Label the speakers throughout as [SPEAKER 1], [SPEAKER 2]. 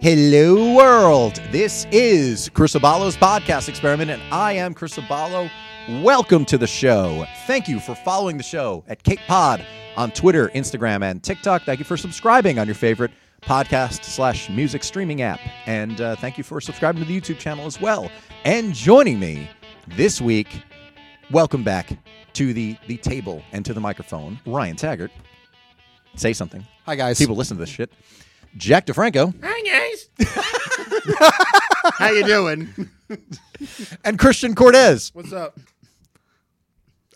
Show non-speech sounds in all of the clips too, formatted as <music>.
[SPEAKER 1] Hello, world. This is Chris Abalo's podcast experiment, and I am Chris Abalo. Welcome to the show. Thank you for following the show at Cake Pod on Twitter, Instagram, and TikTok. Thank you for subscribing on your favorite podcast slash music streaming app, and uh, thank you for subscribing to the YouTube channel as well. And joining me this week, welcome back to the the table and to the microphone, Ryan Taggart. Say something.
[SPEAKER 2] Hi guys.
[SPEAKER 1] People listen to this shit. Jack DeFranco.
[SPEAKER 3] Hi guys.
[SPEAKER 1] <laughs>
[SPEAKER 3] How you doing?
[SPEAKER 1] and Christian Cortez.
[SPEAKER 3] What's up?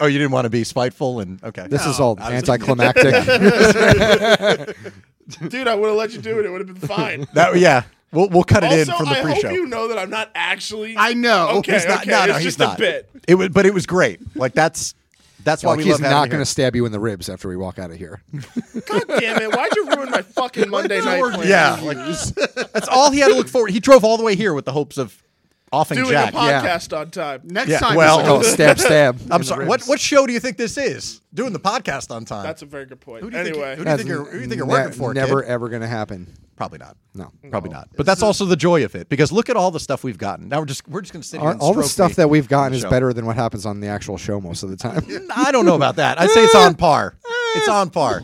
[SPEAKER 1] Oh, you didn't want to be spiteful and okay.
[SPEAKER 2] This
[SPEAKER 1] <laughs>
[SPEAKER 2] is all anticlimactic.
[SPEAKER 3] Dude, I would have let you do it. It would have been fine.
[SPEAKER 1] <laughs> that yeah. We'll we'll cut it in
[SPEAKER 3] also,
[SPEAKER 1] from the
[SPEAKER 3] I
[SPEAKER 1] pre-show.
[SPEAKER 3] hope you know that I'm not actually
[SPEAKER 4] I know.
[SPEAKER 3] Okay,
[SPEAKER 4] He's
[SPEAKER 3] okay. it's
[SPEAKER 1] he's
[SPEAKER 3] just
[SPEAKER 1] not.
[SPEAKER 3] a bit.
[SPEAKER 1] It was, but it was great. Like that's that's why
[SPEAKER 2] like
[SPEAKER 1] we
[SPEAKER 2] he's
[SPEAKER 1] love having
[SPEAKER 2] not
[SPEAKER 1] you
[SPEAKER 2] going to
[SPEAKER 1] here.
[SPEAKER 2] stab you in the ribs after we walk out
[SPEAKER 1] <laughs>
[SPEAKER 2] of here.
[SPEAKER 3] God damn it. Why'd you ruin my fucking Monday night plan?
[SPEAKER 1] Yeah, like that's all he had to look forward. He drove all the way here with the hopes of offing
[SPEAKER 3] Doing
[SPEAKER 1] Jack.
[SPEAKER 3] a podcast on time.
[SPEAKER 4] Next
[SPEAKER 1] Yeah,
[SPEAKER 4] time,
[SPEAKER 1] <laughs> well-
[SPEAKER 4] it's
[SPEAKER 2] Oh,
[SPEAKER 4] like,
[SPEAKER 2] stab, stab.
[SPEAKER 1] I'm sorry. What what show do you think this is? Doing the podcast on time.
[SPEAKER 3] That's a very good point.
[SPEAKER 1] who do you
[SPEAKER 3] anyway.
[SPEAKER 1] think, who do you think you're, who do you think you're working for? kid?
[SPEAKER 2] Never ever going to happen.
[SPEAKER 1] Probably not.
[SPEAKER 2] No.
[SPEAKER 1] Probably not. But that's also the joy of it because look at all the stuff we've gotten. Now we're just we're just going to sit here
[SPEAKER 2] Our-
[SPEAKER 1] and
[SPEAKER 2] all the
[SPEAKER 1] stroke
[SPEAKER 2] stuff
[SPEAKER 1] me
[SPEAKER 2] that we've
[SPEAKER 1] on
[SPEAKER 2] gotten
[SPEAKER 1] the
[SPEAKER 2] is
[SPEAKER 1] show.
[SPEAKER 2] better than what happens on the actual show most of
[SPEAKER 1] <laughs>
[SPEAKER 2] the time.
[SPEAKER 1] I don't know about that. I'd say it's on par. It's on par.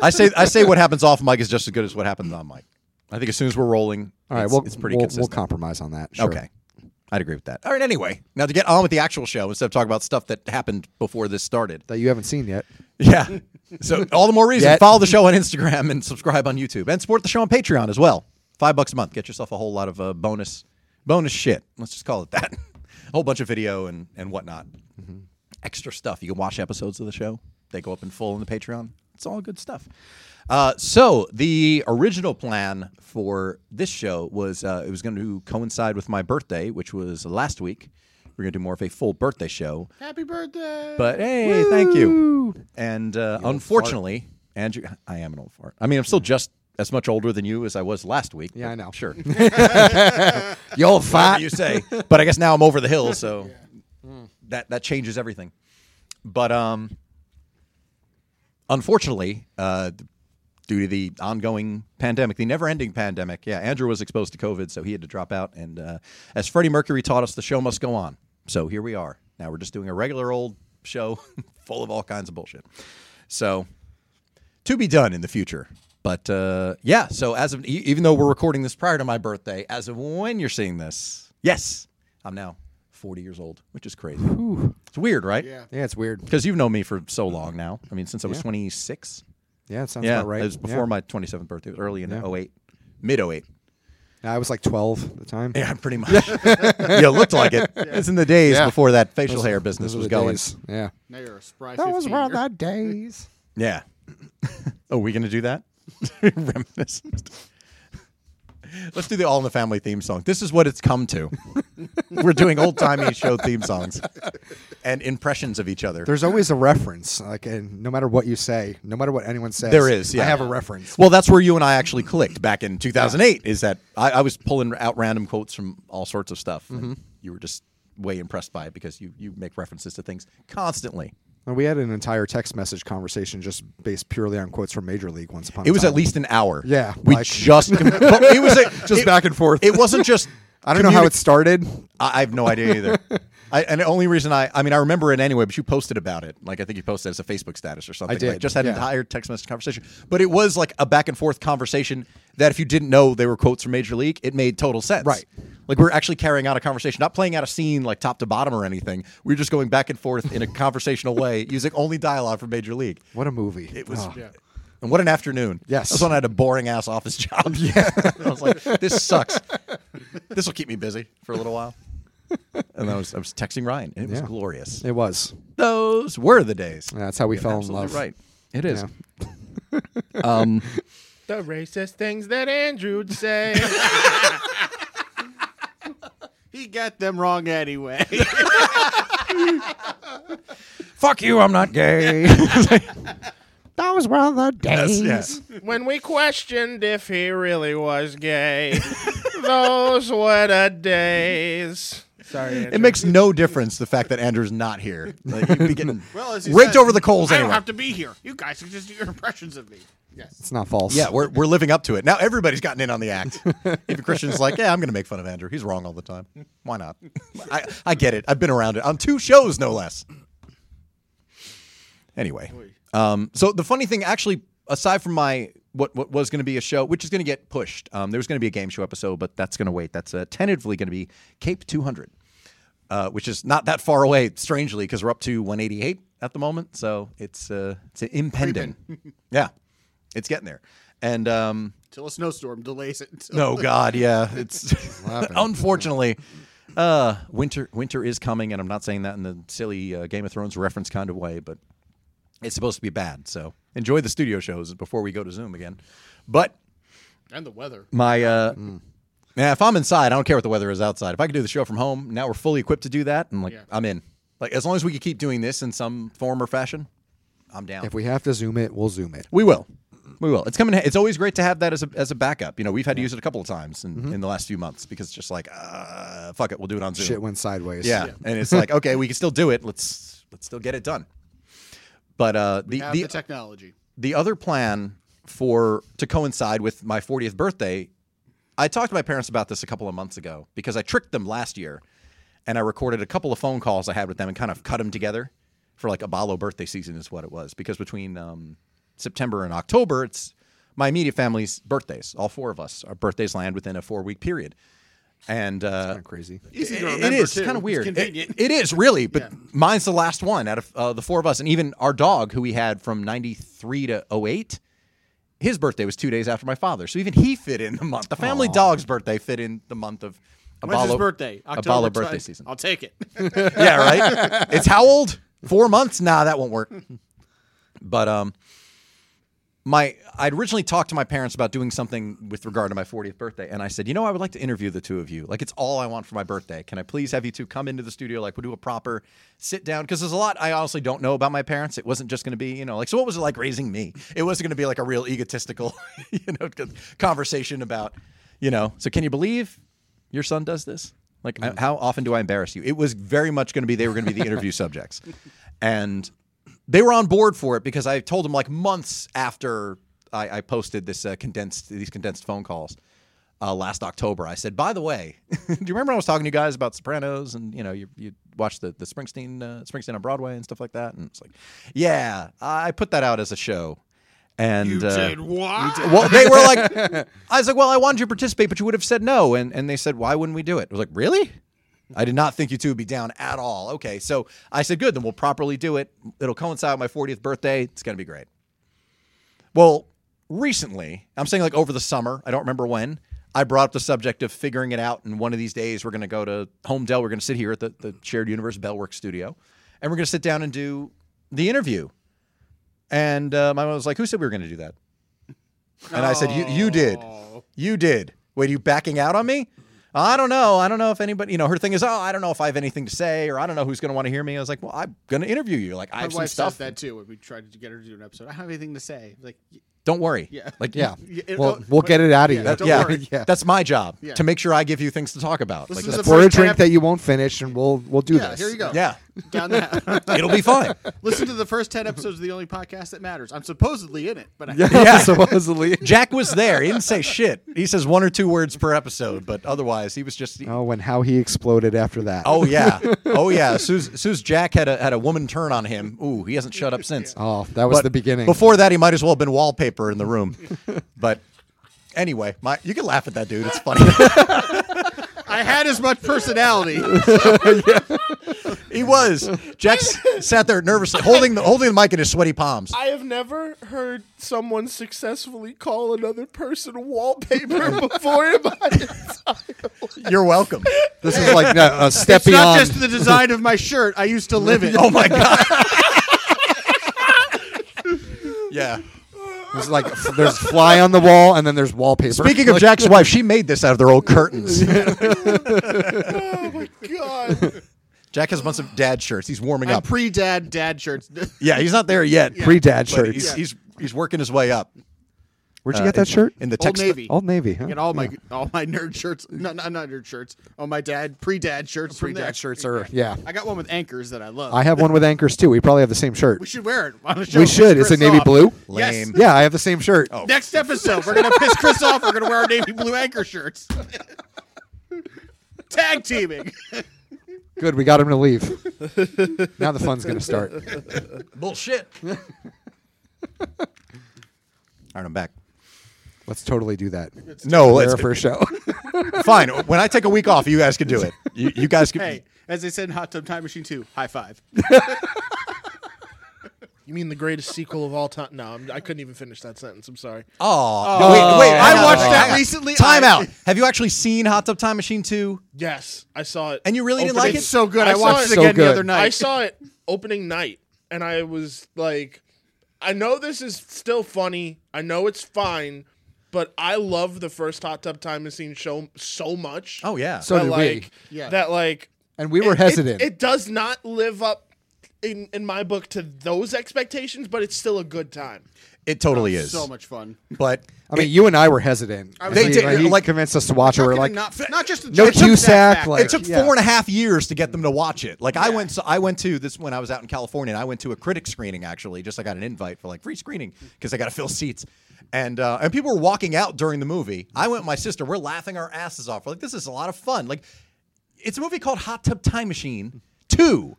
[SPEAKER 1] I say I say what happens off mic is just as good as what happens on mic. I think as soon as we're rolling,
[SPEAKER 2] all right,
[SPEAKER 1] it's,
[SPEAKER 2] well,
[SPEAKER 1] it's pretty
[SPEAKER 2] we'll, we'll
[SPEAKER 1] consistent.
[SPEAKER 2] compromise on that. Sure.
[SPEAKER 1] Okay. I'd agree with that. All right, anyway. Now to get on with the actual show instead of talking about stuff that happened before this started.
[SPEAKER 2] That you haven't seen yet.
[SPEAKER 1] Yeah. <laughs> So all the more reason
[SPEAKER 2] Yet.
[SPEAKER 1] follow the show on Instagram and subscribe on YouTube and support the show on Patreon as well. Five bucks a month, get yourself a whole lot of uh, bonus bonus shit. Let's just call it that. <laughs> a whole bunch of video and and whatnot, extra stuff. You can watch episodes of the show; they go up in full in the Patreon. It's all good stuff. Uh, so the original plan for this show was uh, it was going to coincide with my birthday, which was last week. We're going to do more of a full birthday show.
[SPEAKER 4] happy birthday.
[SPEAKER 1] But hey, thank you. And uh, unfortunately, Andrew, I am an old fart. I mean, I'm still just as much older than you as I was last week.
[SPEAKER 2] Yeah,
[SPEAKER 1] but
[SPEAKER 2] I know.
[SPEAKER 1] Sure,
[SPEAKER 2] You
[SPEAKER 1] whatever
[SPEAKER 2] old fat.
[SPEAKER 1] you say. But I guess now I'm over the hill, so that that changes everything. But um, unfortunately, uh, due to the ongoing pandemic, the never-ending pandemic, yeah, Andrew was exposed to COVID, so he had to drop out. And uh, as Freddie Mercury taught us, the show must go on. So here we are. Now we're just doing a regular old show <laughs> full of all kinds of bullshit. So to be done in the future. But uh, yeah, so as of e- even though we're recording this prior to my birthday, as of when you're seeing this, yes, I'm now 40 years old, which is crazy. It's weird, right?
[SPEAKER 4] Yeah.
[SPEAKER 2] <laughs> Yeah, it's weird.
[SPEAKER 1] Because you've known me for so long now. I mean, since I was 26.
[SPEAKER 2] Yeah, it sounds
[SPEAKER 1] yeah,
[SPEAKER 2] about right.
[SPEAKER 1] it was before
[SPEAKER 2] yeah.
[SPEAKER 1] my 27th birthday. It was early in
[SPEAKER 2] Yeah.
[SPEAKER 1] 08, mid 08.
[SPEAKER 2] I was like 12 at the time.
[SPEAKER 1] Yeah, pretty <laughs> much. yeah, looked like it. It's in the days
[SPEAKER 2] Yeah.
[SPEAKER 1] before that facial hair
[SPEAKER 2] Those
[SPEAKER 1] business
[SPEAKER 2] were
[SPEAKER 1] was
[SPEAKER 2] the
[SPEAKER 1] going.
[SPEAKER 2] days. Yeah.
[SPEAKER 4] now you're a spry.
[SPEAKER 2] That was
[SPEAKER 4] 15
[SPEAKER 2] one of
[SPEAKER 4] year-
[SPEAKER 2] the days. <laughs>
[SPEAKER 1] Yeah. oh, we gonna do that? Reminiscent. Let's do the All in the Family theme song. This is what it's come
[SPEAKER 2] <laughs>
[SPEAKER 1] to. We're doing old timey show theme songs and impressions of each other.
[SPEAKER 2] There's always a reference, like, and no matter what you say, no matter what anyone says,
[SPEAKER 1] There is, yeah.
[SPEAKER 2] I have a reference.
[SPEAKER 1] well, that's where you and I actually clicked back in 2008. Is that I, I was pulling out random quotes from all sorts of stuff.
[SPEAKER 2] Mm-hmm.
[SPEAKER 1] and You were just way impressed by it because you you make references to things constantly.
[SPEAKER 2] And we had an entire text message conversation just based purely on quotes from Major League once upon.
[SPEAKER 1] It
[SPEAKER 2] a
[SPEAKER 1] was
[SPEAKER 2] time.
[SPEAKER 1] at least an hour.
[SPEAKER 2] Yeah,
[SPEAKER 1] we
[SPEAKER 2] like-
[SPEAKER 1] just
[SPEAKER 2] <laughs>
[SPEAKER 1] but it was a,
[SPEAKER 2] Just
[SPEAKER 1] it-
[SPEAKER 2] back and forth.
[SPEAKER 1] It wasn't just.
[SPEAKER 2] <laughs> I don't know how
[SPEAKER 1] communi-
[SPEAKER 2] it started.
[SPEAKER 1] I, I have no idea
[SPEAKER 2] <laughs>
[SPEAKER 1] either. I, and the only reason I, I mean, I remember it anyway, but you posted about it. Like, I think you posted as a Facebook status or something.
[SPEAKER 2] I did,
[SPEAKER 1] Like, just had
[SPEAKER 2] yeah.
[SPEAKER 1] an entire text message conversation. But it was like a back and forth conversation that if you didn't know they were quotes from Major League, it made total sense.
[SPEAKER 2] Right.
[SPEAKER 1] Like, we we're actually carrying out a conversation, not playing out a scene like top to bottom or anything. We were just going back and forth
[SPEAKER 2] <laughs>
[SPEAKER 1] in a conversational way using only dialogue from Major League.
[SPEAKER 2] What a movie! It
[SPEAKER 1] was-
[SPEAKER 2] Oh.
[SPEAKER 4] Yeah.
[SPEAKER 1] And what an afternoon.
[SPEAKER 2] Yes.
[SPEAKER 1] That's when I had a boring ass office
[SPEAKER 2] <laughs>
[SPEAKER 1] job. Yeah. <laughs> I was like, this sucks. this will keep me busy for a little while. And I was I was texting Ryan. And it was
[SPEAKER 2] Yeah.
[SPEAKER 1] glorious.
[SPEAKER 2] It was.
[SPEAKER 1] Those were the days.
[SPEAKER 2] That's how we fell in
[SPEAKER 1] Absolutely
[SPEAKER 2] love.
[SPEAKER 1] right. It is.
[SPEAKER 2] Yeah.
[SPEAKER 1] Um,
[SPEAKER 3] The racist things that Andrew
[SPEAKER 1] <laughs>
[SPEAKER 3] would say.
[SPEAKER 4] He got them
[SPEAKER 1] <laughs>
[SPEAKER 4] wrong anyway.
[SPEAKER 1] fuck you, I'm not
[SPEAKER 2] <laughs>
[SPEAKER 1] gay.
[SPEAKER 2] Those were the days.
[SPEAKER 1] yes.
[SPEAKER 3] when we questioned if he really
[SPEAKER 1] <laughs>
[SPEAKER 3] was gay, those were the days. Sorry, Andrew.
[SPEAKER 1] It makes no difference the fact that Andrew's not
[SPEAKER 2] <laughs>
[SPEAKER 1] here. Like, you'd be getting
[SPEAKER 4] Well, as you
[SPEAKER 1] raked
[SPEAKER 4] said,
[SPEAKER 1] over the coals
[SPEAKER 4] I don't
[SPEAKER 1] anyway.
[SPEAKER 4] have to be here. You guys can just do your impressions of me. Yes.
[SPEAKER 2] It's not false.
[SPEAKER 1] Yeah, we're, we're living up to it. Now everybody's gotten in on the act. <laughs> Even Christian's like, yeah, I'm going to make fun of Andrew. He's wrong all the time. Why not? I, I get it. I've been around it on two shows, no less. Anyway, um, so the funny thing, actually, aside from my what, what was going to be a show, which is going to get pushed, um, there was going to be a game show episode, but that's going to wait. That's uh, tentatively going to be Cape 200, uh, which is not that far away, strangely, because we're up to 188 at the moment. So it's uh, it's impending. yeah, it's getting there. And um,
[SPEAKER 4] Till a snowstorm delays it.
[SPEAKER 1] <laughs>
[SPEAKER 4] Until
[SPEAKER 1] no, God, yeah, it's <laughs> unfortunately uh, winter. Winter is coming, and I'm not saying that in the silly uh, Game of Thrones reference kind of way, but it's supposed to be bad. So enjoy the studio shows before we go to Zoom again. But
[SPEAKER 4] <laughs> And the weather.
[SPEAKER 1] my uh, yeah, if I'm inside, I don't care what the weather is outside. If I can do the show from home, now we're fully equipped to do that, and like
[SPEAKER 4] Yeah.
[SPEAKER 1] I'm in. Like as long as we can keep doing this in some form or fashion, I'm down.
[SPEAKER 2] If we have to zoom it, we'll zoom it.
[SPEAKER 1] We will. We will. It's coming. It's always great to have that as a, as a backup. You know, we've had to use it a couple of times in, in the last few months because it's just like, uh, fuck it, we'll do it on Zoom.
[SPEAKER 2] Shit went sideways.
[SPEAKER 1] yeah. and it's like, okay, we can still do it. Let's let's still get it done. But uh, the
[SPEAKER 4] Have
[SPEAKER 1] the,
[SPEAKER 4] the, technology.
[SPEAKER 1] the other plan for to coincide with my 40th birthday, I talked to my parents about this a couple of months ago because I tricked them last year, and I recorded a couple of phone calls I had with them and kind of cut them together for like a Balo birthday season is what it was because between um, September and October it's my immediate family's birthdays. All four of us, our birthdays land within a four week period, and uh,
[SPEAKER 2] Kinda crazy.
[SPEAKER 4] Easy to
[SPEAKER 1] it-
[SPEAKER 4] remember.
[SPEAKER 1] It is
[SPEAKER 4] too.
[SPEAKER 1] kind of weird. It-
[SPEAKER 4] convenient.
[SPEAKER 1] it is really, but
[SPEAKER 4] Yeah.
[SPEAKER 1] mine's the last one out of uh, the four of us, and even our dog, who we had from '93 to 08, his birthday was two days after my father, so even he fit in the month. The family dog's birthday fit in the month of
[SPEAKER 4] When's his
[SPEAKER 1] Abalo-
[SPEAKER 4] birthday? October
[SPEAKER 1] Abalo birthday
[SPEAKER 4] 20.
[SPEAKER 1] season. <laughs>
[SPEAKER 4] I'll take it.
[SPEAKER 1] yeah, right. It's how old? Four months? Nah, that won't work. But um, my I'd originally talked to my parents about doing something with regard to my 40th birthday, and I said, you know, I would like to interview the two of you. Like, it's all I want for my birthday. Can I please have you two come into the studio? Like, we'll do a proper sit down because there's a lot I honestly don't know about my parents. It wasn't just going to be, you know, like, so what was it like raising me? It wasn't going to be like a real egotistical, <laughs> you know, con- conversation about, you know. So can you believe your son does this? Like, I- how often do I embarrass you? It was very much going to be they were going to be the
[SPEAKER 4] <laughs>
[SPEAKER 1] interview subjects, and they were on board for it because I told them like months after I, I posted this uh, condensed these condensed phone calls uh, last October. I said, by the way, <laughs> do you remember I was talking to you guys about Sopranos and you know you you watched the the Springsteen uh, Springsteen on Broadway and stuff like that? And it's like, yeah, I put that out as a show. And
[SPEAKER 4] You
[SPEAKER 1] uh,
[SPEAKER 4] did what?
[SPEAKER 1] well, they were like, I was like, well, I wanted you to participate, but you would have said no. And, and they said, why wouldn't we do it? I was like, really? I did not think you two would be down at all. Okay. So I said, good, then we'll properly do it. It'll coincide with my 40th birthday. It's going to be great. Well, recently, I'm saying like over the summer, I don't remember when, I brought up the subject of figuring it out. And one of these days, we're going to go to Home Dell. We're going to sit here at the, the Shared Universe Bellwork studio and we're going to sit down and do the interview. And uh, my mom was like, who said we were going to do that? And I said, you, you did.
[SPEAKER 4] Oh.
[SPEAKER 1] You did. Wait, are you backing out on me? I don't know. I don't know if anybody, you know, her thing is, oh, I don't know if I have anything to say or I don't know who's going to want to hear me. I was like, well, I'm going to interview you. Like, I
[SPEAKER 4] My
[SPEAKER 1] have some
[SPEAKER 4] wife
[SPEAKER 1] stuff.
[SPEAKER 4] says that too when we tried to get her to do an episode. I don't have anything to say. Like, y-
[SPEAKER 1] Don't worry.
[SPEAKER 4] Yeah.
[SPEAKER 1] Like,
[SPEAKER 2] Yeah.
[SPEAKER 4] y- it-
[SPEAKER 2] Well,
[SPEAKER 4] oh,
[SPEAKER 2] we'll
[SPEAKER 4] but-
[SPEAKER 2] get it out of you.
[SPEAKER 4] yeah, don't
[SPEAKER 1] yeah,
[SPEAKER 4] worry.
[SPEAKER 2] <laughs> Yeah.
[SPEAKER 1] that's my job
[SPEAKER 4] Yeah.
[SPEAKER 1] to make sure I give you things to talk about.
[SPEAKER 4] This
[SPEAKER 1] Like,
[SPEAKER 4] is
[SPEAKER 1] that's-
[SPEAKER 4] the
[SPEAKER 2] Pour a
[SPEAKER 4] first
[SPEAKER 2] drink
[SPEAKER 4] half-
[SPEAKER 2] that you won't finish, and we'll we'll do
[SPEAKER 4] Yeah,
[SPEAKER 2] this.
[SPEAKER 4] here you go.
[SPEAKER 1] yeah,
[SPEAKER 4] Down
[SPEAKER 1] <laughs>
[SPEAKER 4] that.
[SPEAKER 1] it'll be fine.
[SPEAKER 4] <laughs> Listen to the first 10 episodes of the only podcast that matters. I'm supposedly in it, but I,
[SPEAKER 1] Yeah.
[SPEAKER 2] <laughs>
[SPEAKER 1] <laughs>
[SPEAKER 2] Yeah, supposedly.
[SPEAKER 1] Jack was there. He didn't say shit. He says one or two words per episode, but otherwise, he was just.
[SPEAKER 2] Oh, and how he exploded after that.
[SPEAKER 1] Oh yeah, oh yeah. Sue's, Sue's Jack had a had a woman turn on him. Ooh, he hasn't shut up since.
[SPEAKER 2] Oh, that was
[SPEAKER 1] But
[SPEAKER 2] the beginning.
[SPEAKER 1] Before that, he might as well have been wallpaper in the room. but anyway, my you can laugh at that dude. It's funny. <laughs>
[SPEAKER 4] I had as much personality.
[SPEAKER 1] he was. Jack s- sat there nervously, holding the holding the mic in his sweaty palms.
[SPEAKER 3] I have never heard someone successfully call another person wallpaper <laughs> before in my entire
[SPEAKER 1] You're welcome.
[SPEAKER 2] this is like a, a step
[SPEAKER 4] It's not
[SPEAKER 2] beyond.
[SPEAKER 4] just the design of my shirt. I used
[SPEAKER 1] <laughs>
[SPEAKER 4] to live it.
[SPEAKER 1] Oh my god. yeah.
[SPEAKER 2] There's like there's fly on the wall, and then there's wallpaper.
[SPEAKER 1] Speaking of
[SPEAKER 2] Like,
[SPEAKER 1] Jack's wife, she made this out of their old curtains.
[SPEAKER 3] God.
[SPEAKER 1] <laughs> Jack has a bunch of dad shirts. He's warming
[SPEAKER 4] And
[SPEAKER 1] up.
[SPEAKER 4] pre-dad dad shirts. <laughs>
[SPEAKER 1] yeah, he's not there yet.
[SPEAKER 2] pre-dad
[SPEAKER 1] but
[SPEAKER 2] shirts.
[SPEAKER 1] he's, he's he's working his way up.
[SPEAKER 2] Where'd you
[SPEAKER 1] uh,
[SPEAKER 2] get that
[SPEAKER 1] in-
[SPEAKER 2] shirt?
[SPEAKER 1] In the
[SPEAKER 4] Old
[SPEAKER 1] text
[SPEAKER 4] Navy.
[SPEAKER 2] Old Navy. huh?
[SPEAKER 4] I get all my all my nerd shirts. No, not not nerd shirts. All my dad pre-dad shirts. from there.
[SPEAKER 2] Oh, Pre-dad shirts are yeah.
[SPEAKER 4] I got one with anchors that I love.
[SPEAKER 2] I have one with anchors too. We probably have the same shirt.
[SPEAKER 4] we should wear it <laughs> on the show.
[SPEAKER 2] We
[SPEAKER 4] Piss
[SPEAKER 2] should. It's a
[SPEAKER 4] Chris
[SPEAKER 2] navy
[SPEAKER 4] off.
[SPEAKER 2] blame.
[SPEAKER 4] Yes.
[SPEAKER 1] Lame.
[SPEAKER 2] Yeah, I have the same shirt. Oh,
[SPEAKER 4] Next episode, we're gonna piss Chris off. We're gonna wear our navy blue anchor shirts. <laughs> Tag teaming. <laughs>
[SPEAKER 2] good. We got him to leave. now the fun's gonna start.
[SPEAKER 1] Bullshit. All right, I'm back.
[SPEAKER 2] Let's totally do that. It's
[SPEAKER 1] No, let's
[SPEAKER 2] for a show.
[SPEAKER 1] <laughs> fine. When I take a week off, you guys can do <laughs> it. You, you guys can.
[SPEAKER 4] Hey, as they said in Hot Tub Time Machine 2, high five.
[SPEAKER 3] You mean the greatest sequel of all time? No, I'm, I couldn't even finish that sentence. I'm sorry.
[SPEAKER 1] Oh, no, wait, wait.
[SPEAKER 4] I
[SPEAKER 1] hang on,
[SPEAKER 4] watched
[SPEAKER 1] hang on,
[SPEAKER 4] that
[SPEAKER 1] hang on.
[SPEAKER 4] recently.
[SPEAKER 1] Time
[SPEAKER 4] I-
[SPEAKER 1] out. Have you actually seen Hot Tub Time Machine 2?
[SPEAKER 3] Yes, I saw it.
[SPEAKER 1] And you really didn't
[SPEAKER 3] opening-
[SPEAKER 1] like
[SPEAKER 4] it's
[SPEAKER 1] it?
[SPEAKER 4] so good.
[SPEAKER 3] I
[SPEAKER 4] I,
[SPEAKER 3] saw
[SPEAKER 4] watched
[SPEAKER 3] it.
[SPEAKER 4] it
[SPEAKER 2] So
[SPEAKER 4] again the
[SPEAKER 2] good.
[SPEAKER 4] other night.
[SPEAKER 3] I saw it opening night, and I was like, I know this is still funny. I know it's fine, but I love the first Hot Tub Time Machine show so much.
[SPEAKER 1] Oh, yeah.
[SPEAKER 2] So
[SPEAKER 3] that,
[SPEAKER 2] did we.
[SPEAKER 3] like,
[SPEAKER 4] Yeah.
[SPEAKER 3] That like
[SPEAKER 2] And we were
[SPEAKER 3] it- it-
[SPEAKER 2] hesitant.
[SPEAKER 3] It, does not live up in in my book to those expectations, but it's still a good time.
[SPEAKER 1] it totally is.
[SPEAKER 4] So much fun.
[SPEAKER 1] But
[SPEAKER 2] I mean, you and I were hesitant.
[SPEAKER 4] I was
[SPEAKER 1] They
[SPEAKER 2] he,
[SPEAKER 1] did-
[SPEAKER 2] he
[SPEAKER 1] like-
[SPEAKER 2] convinced us to watch it. We're like,
[SPEAKER 4] not, not just the
[SPEAKER 2] No
[SPEAKER 4] joke,
[SPEAKER 2] Cusack,
[SPEAKER 4] just that fact.
[SPEAKER 2] like-
[SPEAKER 1] it took
[SPEAKER 2] yeah.
[SPEAKER 1] four and a half years to get them to watch it. Like I went, so I went to this when I was out in California. and I went to a critic screening actually. Just I got an invite for like free screening because I got to fill seats, and uh, and people were walking out during the movie. I went with my sister. We're laughing our asses off. We're like, this is a lot of fun. Like, it's a movie called Hot Tub Time Machine
[SPEAKER 4] <laughs>
[SPEAKER 1] Two.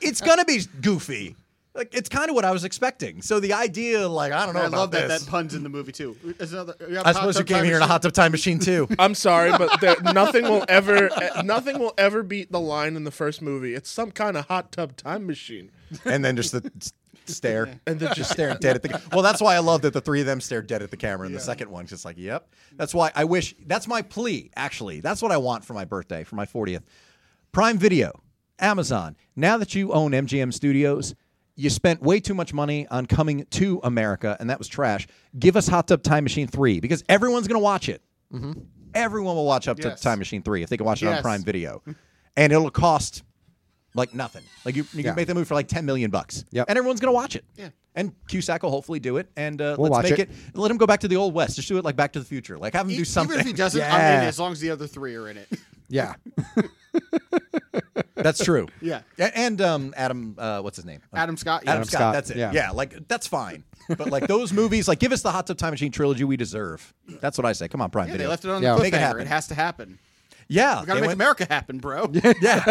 [SPEAKER 1] it's gonna be goofy. Like it's kind of what I was expecting. So the idea, like I don't know
[SPEAKER 4] I
[SPEAKER 1] about
[SPEAKER 4] love that
[SPEAKER 1] this.
[SPEAKER 4] that pun's in the movie too. It's another, yeah,
[SPEAKER 1] I
[SPEAKER 4] Hot
[SPEAKER 1] suppose you
[SPEAKER 4] Tub
[SPEAKER 1] came
[SPEAKER 4] Time
[SPEAKER 1] here in a
[SPEAKER 4] Machine.
[SPEAKER 1] Hot Tub Time Machine
[SPEAKER 4] <laughs>
[SPEAKER 1] too.
[SPEAKER 3] I'm sorry, but <laughs> there, nothing will ever eh, nothing will ever beat the line in the first movie. It's some kind of hot tub time machine.
[SPEAKER 1] and then
[SPEAKER 4] <laughs>
[SPEAKER 1] just the s- stare
[SPEAKER 3] And then
[SPEAKER 1] just staring dead at the well that's why i love that the three of them stared dead at the camera and the second one's just like yep that's why i wish that's my plea actually that's what i want for my birthday for my 40th prime video amazon now that you own mgm studios you spent way too much money on coming to america and that was trash give us hot tub time machine 3 because everyone's going to watch it everyone will watch up
[SPEAKER 4] Yes.
[SPEAKER 1] to time machine 3 if they can watch it on
[SPEAKER 4] Yes.
[SPEAKER 1] prime video and it'll cost like nothing. Like you, you
[SPEAKER 2] Yeah.
[SPEAKER 1] can make that movie for like ten million bucks,
[SPEAKER 2] Yep.
[SPEAKER 1] and everyone's gonna watch it.
[SPEAKER 4] Yeah.
[SPEAKER 1] And Cusack will hopefully do it, and uh,
[SPEAKER 2] We'll
[SPEAKER 1] let's
[SPEAKER 2] watch
[SPEAKER 1] make
[SPEAKER 2] it.
[SPEAKER 1] it. Let him go back to the old west. Just do it like Back to the Future. Like have him
[SPEAKER 4] E-
[SPEAKER 1] do something.
[SPEAKER 4] Even if
[SPEAKER 1] <laughs>
[SPEAKER 4] he doesn't,
[SPEAKER 1] Yeah.
[SPEAKER 4] I'm in as long as the other three are in it. <laughs>
[SPEAKER 2] yeah, <laughs>
[SPEAKER 1] that's true.
[SPEAKER 4] Yeah.
[SPEAKER 1] A- and um, Adam, uh, what's his name?
[SPEAKER 4] Adam Scott. Yeah.
[SPEAKER 1] Adam, Scott,
[SPEAKER 2] Scott,
[SPEAKER 1] That's it. Yeah.
[SPEAKER 2] yeah.
[SPEAKER 1] like that's fine. But like those movies, like give us the Hot Tub Time Machine trilogy we deserve. That's what I say. Come on, Prime
[SPEAKER 4] Yeah,
[SPEAKER 1] Video.
[SPEAKER 4] they left it on
[SPEAKER 2] Yeah.
[SPEAKER 4] the
[SPEAKER 1] Make it
[SPEAKER 4] cliffhanger.
[SPEAKER 1] happen.
[SPEAKER 4] It, has to happen.
[SPEAKER 1] yeah,
[SPEAKER 4] We gotta
[SPEAKER 1] they
[SPEAKER 4] make
[SPEAKER 1] went-
[SPEAKER 4] America happen, bro.
[SPEAKER 1] <laughs> Yeah,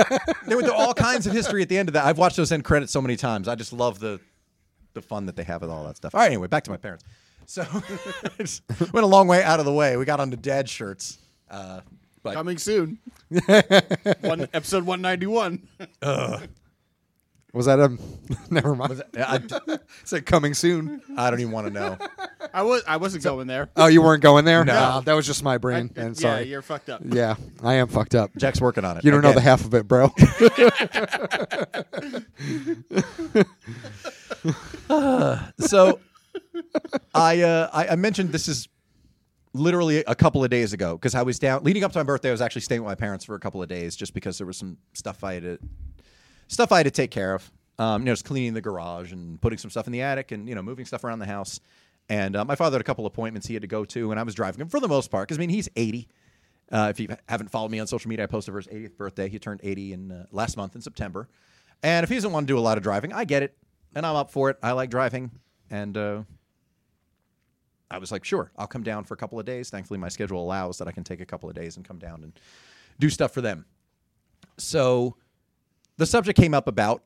[SPEAKER 1] they went through all kinds of history at the end of that. I've watched those end credits so many times. I just love the the fun that they have with all that stuff. All right, anyway, back to my parents. So <laughs> it's- went a long way out of the way. We got onto dad shirts. Uh, but <laughs>
[SPEAKER 4] Coming soon. One episode one ninety one.
[SPEAKER 2] was that um? <laughs> never mind.
[SPEAKER 1] I,
[SPEAKER 2] It's like coming soon.
[SPEAKER 1] I don't even want to know.
[SPEAKER 4] <laughs> I was I wasn't going there.
[SPEAKER 1] uh, <laughs>
[SPEAKER 2] Oh, you weren't going there?
[SPEAKER 1] No.
[SPEAKER 2] Nah, that was just my
[SPEAKER 4] I-
[SPEAKER 2] brain. and
[SPEAKER 4] yeah,
[SPEAKER 2] sorry.
[SPEAKER 4] you're fucked up.
[SPEAKER 2] yeah, I am fucked up.
[SPEAKER 1] Jack's working on it.
[SPEAKER 2] You don't know the
[SPEAKER 1] Again.
[SPEAKER 2] half of
[SPEAKER 1] <laughs>
[SPEAKER 2] it, bro.
[SPEAKER 1] so I, uh, I I mentioned this is literally a couple of days ago because I was down leading up to my birthday. I was actually staying with my parents for a couple of days just because there was some stuff I had to stuff I had to take care of. Um, you know, just cleaning the garage and putting some stuff in the attic and you know moving stuff around the house. And uh, my father had a couple appointments he had to go to, and I was driving him for the most part because I mean he's eighty. Uh, if you haven't followed me on social media, I posted for his 80th birthday. He turned 80 in uh, last month in September. And if he doesn't want to do a lot of driving, I get it, and I'm up for it. I like driving, and uh, I was like, sure, I'll come down for a couple of days. Thankfully, my schedule allows that I can take a couple of days and come down and do stuff for them. So the subject came up about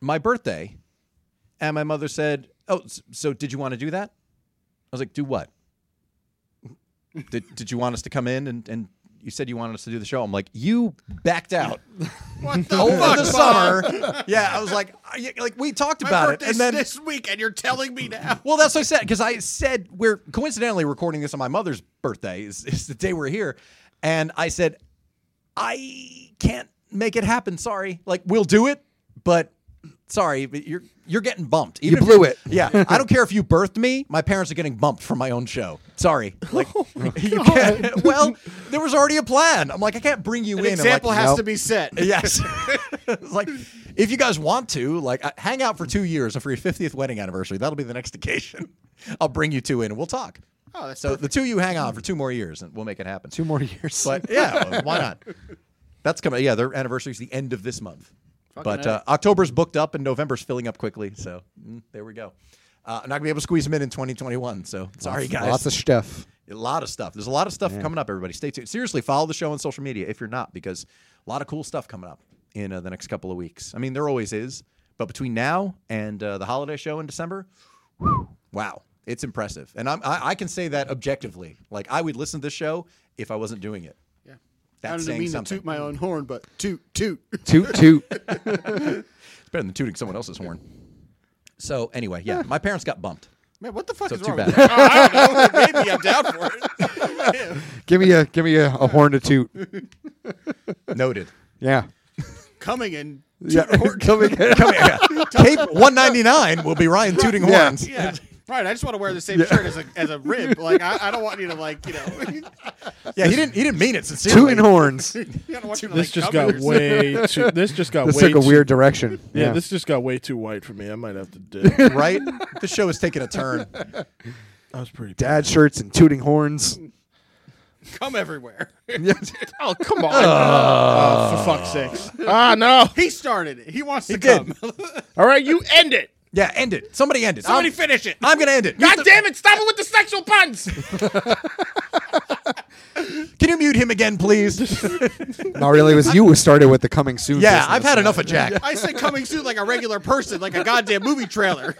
[SPEAKER 1] my birthday, and my mother said, Oh, s- so did you want to do that? I was like, Do what? <laughs> did, did you want us to come in and, and you said you wanted us to do the show? I'm like, You backed out
[SPEAKER 4] What the
[SPEAKER 1] over
[SPEAKER 4] fuck?
[SPEAKER 1] the
[SPEAKER 4] Bob?
[SPEAKER 1] summer. Yeah, I was like, I, like we talked
[SPEAKER 4] My
[SPEAKER 1] about it,
[SPEAKER 4] birthday's
[SPEAKER 1] and then
[SPEAKER 4] this week, and you're telling
[SPEAKER 1] <laughs>
[SPEAKER 4] me now.
[SPEAKER 1] well, that's what I said because I said we're coincidentally recording this on my mother's birthday is, is the day we're here, and I said I can't make it happen. Sorry, like we'll do it, but sorry, but you're you're getting bumped. Even if
[SPEAKER 2] blew
[SPEAKER 1] you're-
[SPEAKER 2] it.
[SPEAKER 1] <laughs> Yeah, I don't care if you birthed me. My parents are getting bumped from my own show. Sorry,
[SPEAKER 2] <laughs>
[SPEAKER 1] like
[SPEAKER 2] Oh
[SPEAKER 1] you can't. <laughs> Well, there was already a plan. I'm like I can't bring you
[SPEAKER 4] An
[SPEAKER 1] in. I'm like,
[SPEAKER 4] example has
[SPEAKER 2] nope.
[SPEAKER 4] to be set.
[SPEAKER 1] Yes. <laughs> It's like, if you guys want to, like, uh, hang out for two years and for your 50th wedding anniversary, that'll be the next occasion. <laughs> I'll bring you two in and we'll talk.
[SPEAKER 4] Oh, that's
[SPEAKER 1] so the two of you hang on for two more years and we'll make it happen.
[SPEAKER 2] Two more
[SPEAKER 1] <laughs>
[SPEAKER 2] years.
[SPEAKER 1] But yeah, well, why not? That's coming. Yeah, their anniversary is the end of this month. but
[SPEAKER 4] A.
[SPEAKER 1] uh, October's booked up and November's filling up quickly. So mm, there we go. Uh, I'm not gonna be able to squeeze them in in 2021. So sorry, guys.
[SPEAKER 2] Lots of stuff.
[SPEAKER 1] A lot of stuff. There's a lot of stuff coming up, everybody. Stay tuned. Seriously, follow the show on social media if you're not, because a lot of cool stuff coming up in uh, the next couple of weeks. I mean, there always is, but between now and uh, the holiday show in December, whew, wow, it's impressive. And I'm, I, I can say that objectively. Like, I would listen to this show if I wasn't doing it.
[SPEAKER 4] Yeah. I
[SPEAKER 1] That's
[SPEAKER 4] don't
[SPEAKER 1] saying
[SPEAKER 4] mean to
[SPEAKER 1] something.
[SPEAKER 4] toot my own horn, but toot toot. <laughs>
[SPEAKER 2] Toot toot.
[SPEAKER 1] It's better than tooting someone else's horn. So, anyway, yeah, my parents got bumped.
[SPEAKER 4] Man, what the fuck
[SPEAKER 1] So,
[SPEAKER 4] is
[SPEAKER 1] too
[SPEAKER 4] wrong?
[SPEAKER 1] bad.
[SPEAKER 4] With Oh, that?
[SPEAKER 3] I don't know. Maybe I'm down for
[SPEAKER 1] <laughs>
[SPEAKER 3] it. Yeah.
[SPEAKER 2] give me a give me a, a horn to toot.
[SPEAKER 1] Noted. <laughs>
[SPEAKER 2] Yeah.
[SPEAKER 4] <laughs> Coming in.
[SPEAKER 2] Yeah. Coming in.
[SPEAKER 1] Come here. Cape 199 will be Ryan tooting
[SPEAKER 2] Yeah.
[SPEAKER 1] horns.
[SPEAKER 4] Yeah. Right, I just want to wear the same shirt as a as a rib. Like I, I don't want you to like you know. <laughs>
[SPEAKER 1] Yeah, he didn't. He didn't mean it <laughs> sincerely.
[SPEAKER 2] Tooting horns.
[SPEAKER 4] you don't want you to,
[SPEAKER 3] This
[SPEAKER 4] like,
[SPEAKER 3] just
[SPEAKER 4] cover
[SPEAKER 3] got
[SPEAKER 4] yourself.
[SPEAKER 3] way <laughs> too. This just got
[SPEAKER 2] This
[SPEAKER 3] way
[SPEAKER 2] took a
[SPEAKER 3] too-
[SPEAKER 2] weird direction.
[SPEAKER 3] Yeah,
[SPEAKER 2] Yeah.
[SPEAKER 3] this just got way too white for me. I might have
[SPEAKER 2] <laughs>
[SPEAKER 3] to dip.
[SPEAKER 1] right? The show is taking a turn.
[SPEAKER 3] I was pretty.
[SPEAKER 2] Dad shirts and tooting <laughs> horns.
[SPEAKER 4] come everywhere. <laughs>
[SPEAKER 3] Oh come on! Oh, for fuck's sakes! Ah no!
[SPEAKER 4] He started it. He wants to
[SPEAKER 1] did.
[SPEAKER 4] come.
[SPEAKER 3] All right, you end it.
[SPEAKER 1] Yeah, end it. Somebody end it.
[SPEAKER 4] Somebody
[SPEAKER 1] I'm,
[SPEAKER 4] finish it. <laughs>
[SPEAKER 1] I'm gonna end it.
[SPEAKER 3] God damn it! Stop it with the sexual puns.
[SPEAKER 1] Can you mute him again, please?
[SPEAKER 2] Not really. It was you who started with the coming soon.
[SPEAKER 1] yeah,
[SPEAKER 2] business.
[SPEAKER 1] I've had enough of Jack.
[SPEAKER 4] I said coming soon like a regular person, like a goddamn movie trailer.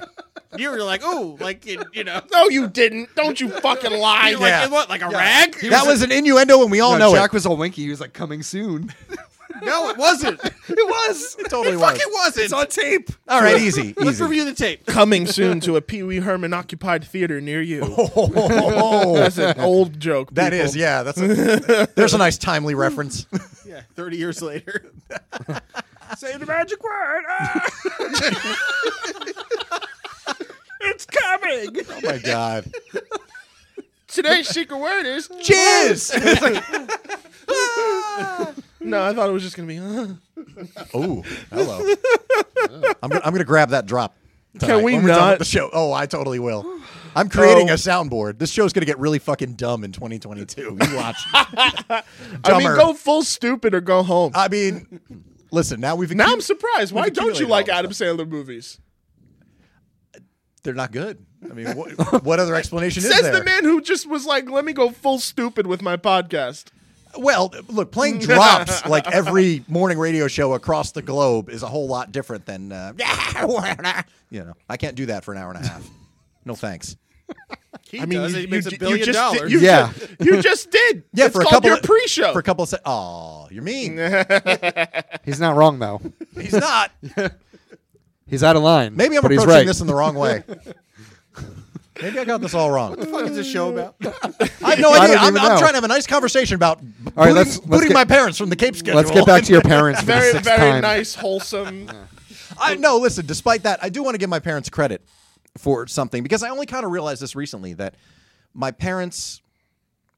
[SPEAKER 4] You were like, oh, like you you know, <laughs>
[SPEAKER 3] No, you didn't. Don't you fucking lie.
[SPEAKER 4] You're like,
[SPEAKER 1] Yeah.
[SPEAKER 4] "In what, like a rag? He
[SPEAKER 1] That was an innuendo, and we all know
[SPEAKER 2] Jack
[SPEAKER 1] it.
[SPEAKER 2] was all winky. He was like coming soon.
[SPEAKER 4] no, it wasn't. It
[SPEAKER 2] it
[SPEAKER 1] <laughs>
[SPEAKER 2] was. It
[SPEAKER 1] totally
[SPEAKER 4] fucking wasn't.
[SPEAKER 2] tape.
[SPEAKER 1] All right, easy,
[SPEAKER 4] Let's
[SPEAKER 1] easy.
[SPEAKER 4] <laughs> review the tape.
[SPEAKER 3] Coming soon to a Pee Wee Herman occupied theater near you.
[SPEAKER 1] Oh,
[SPEAKER 3] That's an old joke.
[SPEAKER 1] that
[SPEAKER 3] people.
[SPEAKER 1] is, yeah. That's a, there's a nice timely reference.
[SPEAKER 4] Yeah, thirty years later.
[SPEAKER 3] Say the magic word. Ah! it's coming.
[SPEAKER 1] Oh my god.
[SPEAKER 3] Today's secret word <laughs> is.
[SPEAKER 1] Cheers.
[SPEAKER 3] No, I thought it was just gonna be. Uh.
[SPEAKER 1] oh, hello. <laughs> I'm gonna, I'm gonna grab that drop. tonight
[SPEAKER 3] we
[SPEAKER 1] when we're done with
[SPEAKER 3] not-
[SPEAKER 1] the show? Oh, I totally will. I'm creating
[SPEAKER 3] Oh.
[SPEAKER 1] a soundboard. This show's gonna get really fucking dumb in 2022. You watch.
[SPEAKER 3] I mean,
[SPEAKER 1] Dumber.
[SPEAKER 3] go full stupid or go home.
[SPEAKER 1] I mean, listen. Now we've
[SPEAKER 3] now I'm
[SPEAKER 1] accu-
[SPEAKER 3] surprised. Why
[SPEAKER 1] we've
[SPEAKER 3] don't you
[SPEAKER 1] accumulated
[SPEAKER 3] like
[SPEAKER 1] all
[SPEAKER 3] Adam Sandler movies?
[SPEAKER 1] they're not good. I mean,
[SPEAKER 3] <laughs>
[SPEAKER 1] what, what other explanation is
[SPEAKER 3] Says
[SPEAKER 1] there?
[SPEAKER 3] the man who just was like, "Let me go full stupid with my podcast."
[SPEAKER 1] Well, look,
[SPEAKER 3] <laughs>
[SPEAKER 1] playing drops like every morning radio show across the globe is a whole lot different than uh, <laughs> you know. I can't do that for an hour and a half. No thanks.
[SPEAKER 4] He does. it. He makes
[SPEAKER 3] d-
[SPEAKER 4] a billion
[SPEAKER 3] just did-
[SPEAKER 4] dollars.
[SPEAKER 3] you
[SPEAKER 2] Yeah.
[SPEAKER 3] just- you just did.
[SPEAKER 1] <laughs> Yeah,
[SPEAKER 3] It's
[SPEAKER 1] for a
[SPEAKER 3] called
[SPEAKER 1] couple
[SPEAKER 3] your
[SPEAKER 1] of-
[SPEAKER 3] pre-show.
[SPEAKER 1] For a couple of se- oh, you're mean.
[SPEAKER 3] <laughs>
[SPEAKER 2] He's not wrong though.
[SPEAKER 1] He's not.
[SPEAKER 2] He's out of line.
[SPEAKER 1] Maybe I'm
[SPEAKER 2] but he's
[SPEAKER 1] approaching
[SPEAKER 2] right.
[SPEAKER 1] this in the wrong
[SPEAKER 2] <laughs>
[SPEAKER 1] way. Maybe I got this all wrong.
[SPEAKER 4] What the fuck is this show about?
[SPEAKER 1] <laughs> I have no
[SPEAKER 2] I
[SPEAKER 1] idea.
[SPEAKER 2] don't
[SPEAKER 1] I'm,
[SPEAKER 2] even
[SPEAKER 1] I'm
[SPEAKER 2] know.
[SPEAKER 1] trying to have a nice conversation about booting,
[SPEAKER 2] right, let's- let's
[SPEAKER 1] booting
[SPEAKER 2] get-
[SPEAKER 1] my parents from the Cape schedule. <laughs>
[SPEAKER 2] Let's get back to your parents for the
[SPEAKER 3] very,
[SPEAKER 2] sixth
[SPEAKER 3] very
[SPEAKER 2] time.
[SPEAKER 3] nice,
[SPEAKER 4] <laughs>
[SPEAKER 3] wholesome.
[SPEAKER 1] I no, listen, despite that, I do want to give my parents credit for something because I only kind of realized this recently that my parents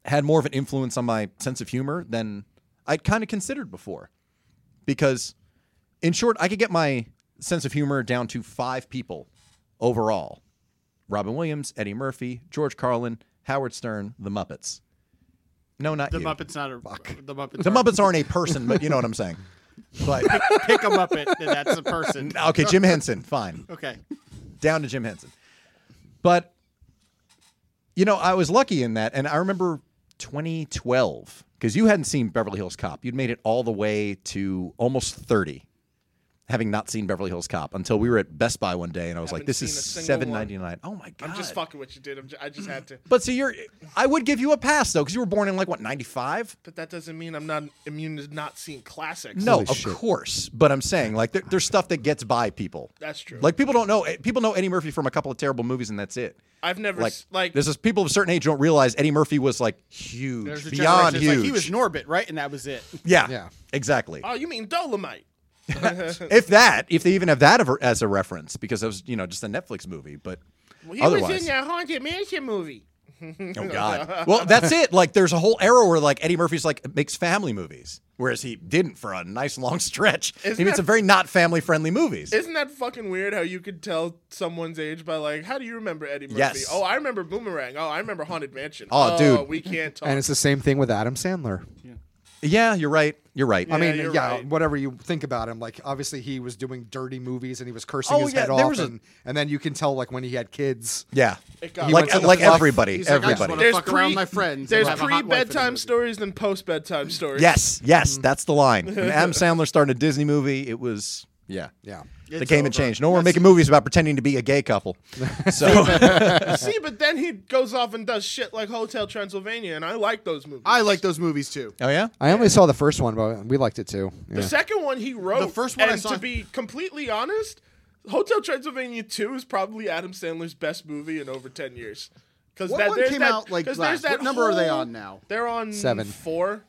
[SPEAKER 1] had more of an influence on my sense of humor than I'd kind of considered before. Because in short, I could get my sense of humor down to five people overall. Robin Williams, Eddie Murphy, George Carlin, Howard Stern, the Muppets. No, not
[SPEAKER 4] The
[SPEAKER 1] you.
[SPEAKER 4] Muppets not a fuck. The Muppets.
[SPEAKER 1] The
[SPEAKER 4] are-
[SPEAKER 1] Muppets
[SPEAKER 4] <laughs>
[SPEAKER 1] aren't a person, but you know what I'm saying. But
[SPEAKER 4] Pick a Muppet, and that's a person.
[SPEAKER 1] okay, Jim Henson, fine.
[SPEAKER 4] Okay.
[SPEAKER 1] down to Jim Henson. But you know, I was lucky in that, and I remember 2012 because you hadn't seen Beverly Hills Cop. You'd made it all the way to almost 30, having not seen Beverly Hills Cop until we were at Best Buy one day, and I was like,
[SPEAKER 3] Haven't
[SPEAKER 1] "This
[SPEAKER 3] seen
[SPEAKER 1] is
[SPEAKER 3] a single one.
[SPEAKER 1] 7.99." Oh my god!
[SPEAKER 3] I'm just fucking with you, dude. I'm just, I just had to.
[SPEAKER 1] But so you're, I would give you a pass though because you were born in like what 95.
[SPEAKER 3] But that doesn't mean I'm not immune to not seeing classics.
[SPEAKER 1] No,
[SPEAKER 2] Holy
[SPEAKER 1] of
[SPEAKER 2] shit.
[SPEAKER 1] course. But I'm saying like there, there's stuff that gets by people.
[SPEAKER 3] that's true.
[SPEAKER 1] Like people don't know eh, people know Eddie Murphy from a couple of terrible movies and that's it.
[SPEAKER 3] I've never
[SPEAKER 1] like
[SPEAKER 3] s- like
[SPEAKER 1] this is people of a certain age don't realize Eddie Murphy was like huge,
[SPEAKER 4] There's a
[SPEAKER 1] beyond
[SPEAKER 4] generation. it's
[SPEAKER 1] huge.
[SPEAKER 4] Like he was Norbit, right? And that was it.
[SPEAKER 1] yeah,
[SPEAKER 2] Yeah.
[SPEAKER 1] exactly.
[SPEAKER 3] Oh, you mean Dolomite? well,
[SPEAKER 1] if that, if they even have that of- as a reference, because that was you know just a Netflix movie, but
[SPEAKER 3] he was
[SPEAKER 1] otherwise,
[SPEAKER 3] in that haunted mansion movie.
[SPEAKER 1] <laughs> oh god. well, that's it. Like there's a whole era where like Eddie Murphy's like makes family movies. whereas he didn't for a nice long <laughs> stretch. I
[SPEAKER 3] Isn't
[SPEAKER 1] mean, it's
[SPEAKER 3] that-
[SPEAKER 1] a very not family friendly movies.
[SPEAKER 3] Isn't that fucking weird how you could tell someone's age by like, how do you remember Eddie Murphy?
[SPEAKER 1] Yes.
[SPEAKER 3] Oh, I remember Boomerang. Oh, I remember Haunted Mansion.
[SPEAKER 1] Oh, dude.
[SPEAKER 3] we can't talk.
[SPEAKER 2] And it's the same thing with Adam Sandler.
[SPEAKER 1] yeah, you're right. You're right.
[SPEAKER 2] I mean,
[SPEAKER 3] you're
[SPEAKER 2] yeah,
[SPEAKER 3] right.
[SPEAKER 2] whatever you think about him, like obviously he was doing dirty movies and he was cursing
[SPEAKER 1] Oh,
[SPEAKER 2] his
[SPEAKER 1] yeah,
[SPEAKER 2] head
[SPEAKER 1] there
[SPEAKER 2] off,
[SPEAKER 1] was a-
[SPEAKER 2] and, and then you can tell like when he had kids.
[SPEAKER 1] yeah.
[SPEAKER 3] It got-
[SPEAKER 1] like
[SPEAKER 2] He went to
[SPEAKER 1] like
[SPEAKER 2] the fluff.
[SPEAKER 1] everybody,
[SPEAKER 4] He's like, I just
[SPEAKER 1] everybody.
[SPEAKER 4] wanna fuck around with my friends and
[SPEAKER 3] There's
[SPEAKER 4] have a hot
[SPEAKER 3] pre
[SPEAKER 4] wife and
[SPEAKER 3] bedtime
[SPEAKER 4] a-
[SPEAKER 3] stories than post bedtime stories.
[SPEAKER 1] yes, yes,
[SPEAKER 4] Mm.
[SPEAKER 1] that's the line.
[SPEAKER 4] <laughs>
[SPEAKER 1] When Adam Sandler started a Disney movie, it was yeah.
[SPEAKER 2] Yeah,
[SPEAKER 1] they
[SPEAKER 4] It's
[SPEAKER 1] came and
[SPEAKER 4] over.
[SPEAKER 1] changed. No, we're
[SPEAKER 4] That's-
[SPEAKER 1] making movies about pretending to be a gay couple. So
[SPEAKER 3] <laughs> See, but then he goes off and does shit like Hotel Transylvania, and I like those movies.
[SPEAKER 4] I like those movies too.
[SPEAKER 1] <laughs> Oh yeah?
[SPEAKER 2] I only saw the first one, but we liked it too.
[SPEAKER 3] The
[SPEAKER 2] Yeah.
[SPEAKER 3] second one he wrote.
[SPEAKER 4] The first one I
[SPEAKER 3] and
[SPEAKER 4] saw-
[SPEAKER 3] To be completely honest, Hotel Transylvania Two is probably Adam Sandler's best movie in over ten years. Because
[SPEAKER 4] What
[SPEAKER 3] that
[SPEAKER 4] one
[SPEAKER 3] there's
[SPEAKER 4] came
[SPEAKER 3] that,
[SPEAKER 4] out, like,
[SPEAKER 3] 'cause there's
[SPEAKER 4] last?
[SPEAKER 3] that
[SPEAKER 4] What number are they
[SPEAKER 3] whole-
[SPEAKER 4] on now?
[SPEAKER 3] They're on
[SPEAKER 2] Seven.
[SPEAKER 3] four.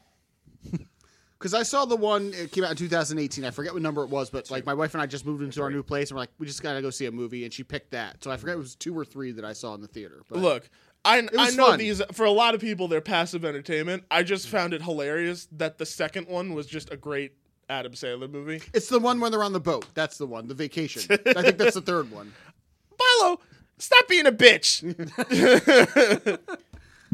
[SPEAKER 4] Because I saw the one it came out in 2018. I forget what number it was, but like my wife and I just moved into our new place, and we're like, we just gotta go see a movie, and she picked that. So I forget it was two or three that I saw in the theater. But
[SPEAKER 3] Look, I I
[SPEAKER 4] was
[SPEAKER 3] know
[SPEAKER 4] fun.
[SPEAKER 3] these for a lot of people they're passive entertainment. I just found it hilarious that the second one was just a great Adam Sandler movie.
[SPEAKER 4] it's the one when they're on the boat. That's the one. The vacation. I think that's the third one.
[SPEAKER 3] Milo, stop being a bitch.
[SPEAKER 4] <laughs>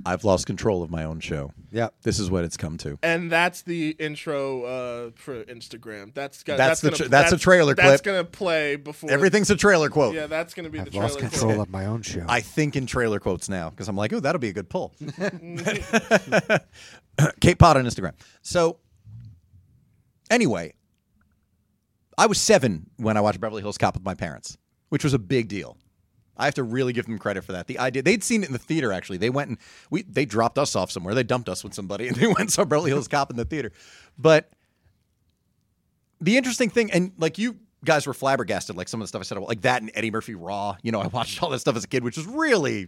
[SPEAKER 1] I've lost control of my own show.
[SPEAKER 2] Yeah.
[SPEAKER 1] This is what it's come to.
[SPEAKER 3] And that's the intro uh, for Instagram. That's got,
[SPEAKER 1] That's
[SPEAKER 3] that's,
[SPEAKER 1] the
[SPEAKER 3] gonna,
[SPEAKER 1] tr- that's a trailer
[SPEAKER 3] That's
[SPEAKER 1] clip.
[SPEAKER 3] gonna play before
[SPEAKER 1] Everything's a trailer quote.
[SPEAKER 3] Yeah, that's gonna be the
[SPEAKER 2] I've
[SPEAKER 3] trailer.
[SPEAKER 2] lost
[SPEAKER 3] clip.
[SPEAKER 2] control of my own show.
[SPEAKER 1] I think in trailer quotes now because I'm like, oh, that'll be a good pull. <laughs> Kate Pod on Instagram. So, anyway, I was seven when I watched Beverly Hills Cop with my parents, which was a big deal. I have to really give them credit for that. The idea they'd seen it in the theater actually. They went and we they dropped us off somewhere. They dumped us with somebody <laughs> and they went and saw Beverly Hills Cop in the theater. But the interesting thing, and like you guys were flabbergasted, like some of the stuff I said about like that and Eddie Murphy Raw. You know, I watched all that stuff as a kid, which is really,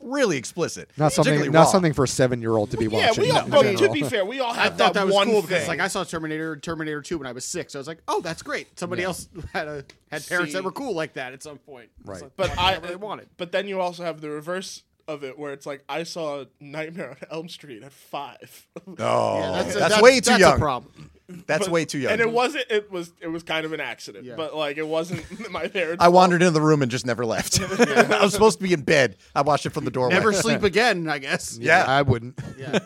[SPEAKER 1] really explicit.
[SPEAKER 2] not
[SPEAKER 1] Particularly
[SPEAKER 2] something, not
[SPEAKER 1] Raw.
[SPEAKER 2] something for a seven-year-old to be
[SPEAKER 3] Yeah,
[SPEAKER 2] watching.
[SPEAKER 3] we all.
[SPEAKER 2] in
[SPEAKER 3] well, to
[SPEAKER 2] general.
[SPEAKER 3] be fair, we all
[SPEAKER 4] I
[SPEAKER 3] have
[SPEAKER 4] thought <laughs> that was
[SPEAKER 3] one
[SPEAKER 4] cool
[SPEAKER 3] thing.
[SPEAKER 4] because like I saw Terminator, and Terminator Two when I was six. I was like, oh, that's great. Somebody else <laughs> had a had parents
[SPEAKER 3] See.
[SPEAKER 4] that were cool like that at some point. It's
[SPEAKER 2] Right.
[SPEAKER 4] like, <laughs>
[SPEAKER 3] but I
[SPEAKER 4] they wanted.
[SPEAKER 3] But then you also have the reverse of it, where it's like I saw Nightmare on Elm Street at five. <laughs>
[SPEAKER 1] Oh,
[SPEAKER 4] Yeah,
[SPEAKER 1] that's,
[SPEAKER 4] a- that's-
[SPEAKER 1] way too
[SPEAKER 4] that's
[SPEAKER 1] young.
[SPEAKER 4] A problem.
[SPEAKER 1] That's
[SPEAKER 3] But-
[SPEAKER 1] way too young.
[SPEAKER 3] And it wasn't. It was. It was kind of an accident.
[SPEAKER 4] Yeah.
[SPEAKER 3] But like, it wasn't <laughs> my parents.
[SPEAKER 1] I wandered into the room and just never left. <laughs> I was supposed to be in bed. I watched it from the doorway. <laughs>
[SPEAKER 4] Never sleep again, I guess.
[SPEAKER 1] Yeah.
[SPEAKER 2] I wouldn't. <laughs>
[SPEAKER 4] Yeah.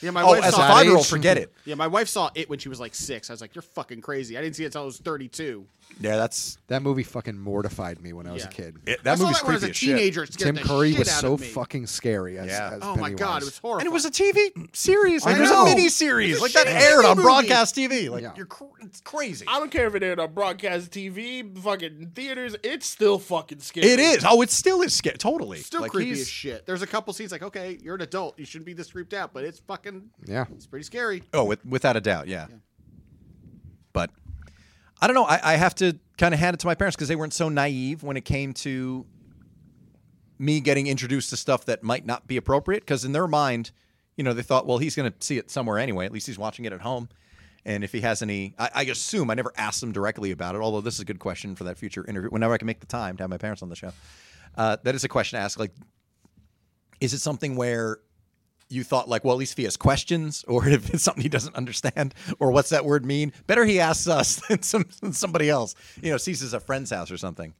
[SPEAKER 4] Yeah, my
[SPEAKER 1] Oh,
[SPEAKER 4] wife
[SPEAKER 1] as a
[SPEAKER 4] saw
[SPEAKER 1] five year old,
[SPEAKER 2] age.
[SPEAKER 1] forget it.
[SPEAKER 4] Yeah, my wife saw it when she was like six. I was like, "You're fucking crazy." I didn't see it until I was 32.
[SPEAKER 1] Yeah, that's
[SPEAKER 2] That movie fucking mortified me when I was a
[SPEAKER 4] Yeah.
[SPEAKER 2] kid.
[SPEAKER 1] it, that
[SPEAKER 4] I saw
[SPEAKER 1] movie's
[SPEAKER 4] that when I was
[SPEAKER 1] creepy
[SPEAKER 4] a
[SPEAKER 1] as shit.
[SPEAKER 4] teenager. It scared
[SPEAKER 2] Tim
[SPEAKER 4] the
[SPEAKER 2] Curry
[SPEAKER 4] shit
[SPEAKER 2] was
[SPEAKER 4] out
[SPEAKER 2] so
[SPEAKER 4] of me.
[SPEAKER 2] fucking scary. As,
[SPEAKER 1] Yeah.
[SPEAKER 2] as
[SPEAKER 4] Oh my god,
[SPEAKER 2] Pennywise.
[SPEAKER 4] it was horrible.
[SPEAKER 1] And it was a TV series. Like,
[SPEAKER 2] I
[SPEAKER 1] it was a
[SPEAKER 2] know.
[SPEAKER 1] mini series.
[SPEAKER 4] It's a
[SPEAKER 1] Like that
[SPEAKER 4] shitty
[SPEAKER 1] aired on
[SPEAKER 4] movie.
[SPEAKER 1] broadcast TV. Like
[SPEAKER 2] Yeah.
[SPEAKER 1] you're, cr- it's crazy.
[SPEAKER 3] I don't care if it aired on broadcast TV, fucking theaters. It's still fucking scary.
[SPEAKER 1] It is. Oh, it still is sca- totally.
[SPEAKER 4] still
[SPEAKER 1] Like,
[SPEAKER 4] creepy
[SPEAKER 1] he's-
[SPEAKER 4] as shit. There's a couple scenes like, okay, you're an adult, you shouldn't be this creeped out, but it's fucking,
[SPEAKER 2] Yeah.
[SPEAKER 4] it's pretty scary.
[SPEAKER 1] Oh, with, without a doubt, yeah. But I don't know. I, I have to kind of hand it to my parents because they weren't so naive when it came to me getting introduced to stuff that might not be appropriate. Because in their mind, you know, they thought, well, he's going to see it somewhere anyway. At least he's watching it at home. And if he has any, I, I assume I never asked them directly about it. Although this is a good question for that future interview. Whenever I can make the time to have my parents on the show, uh, that is a question to ask. Like, is it something where you thought like, well, at least if he has questions, <laughs> or if it's something he doesn't understand, or what's that word mean? Better he asks us <laughs> than, some, than somebody else. You know, sees us at a friend's house or something.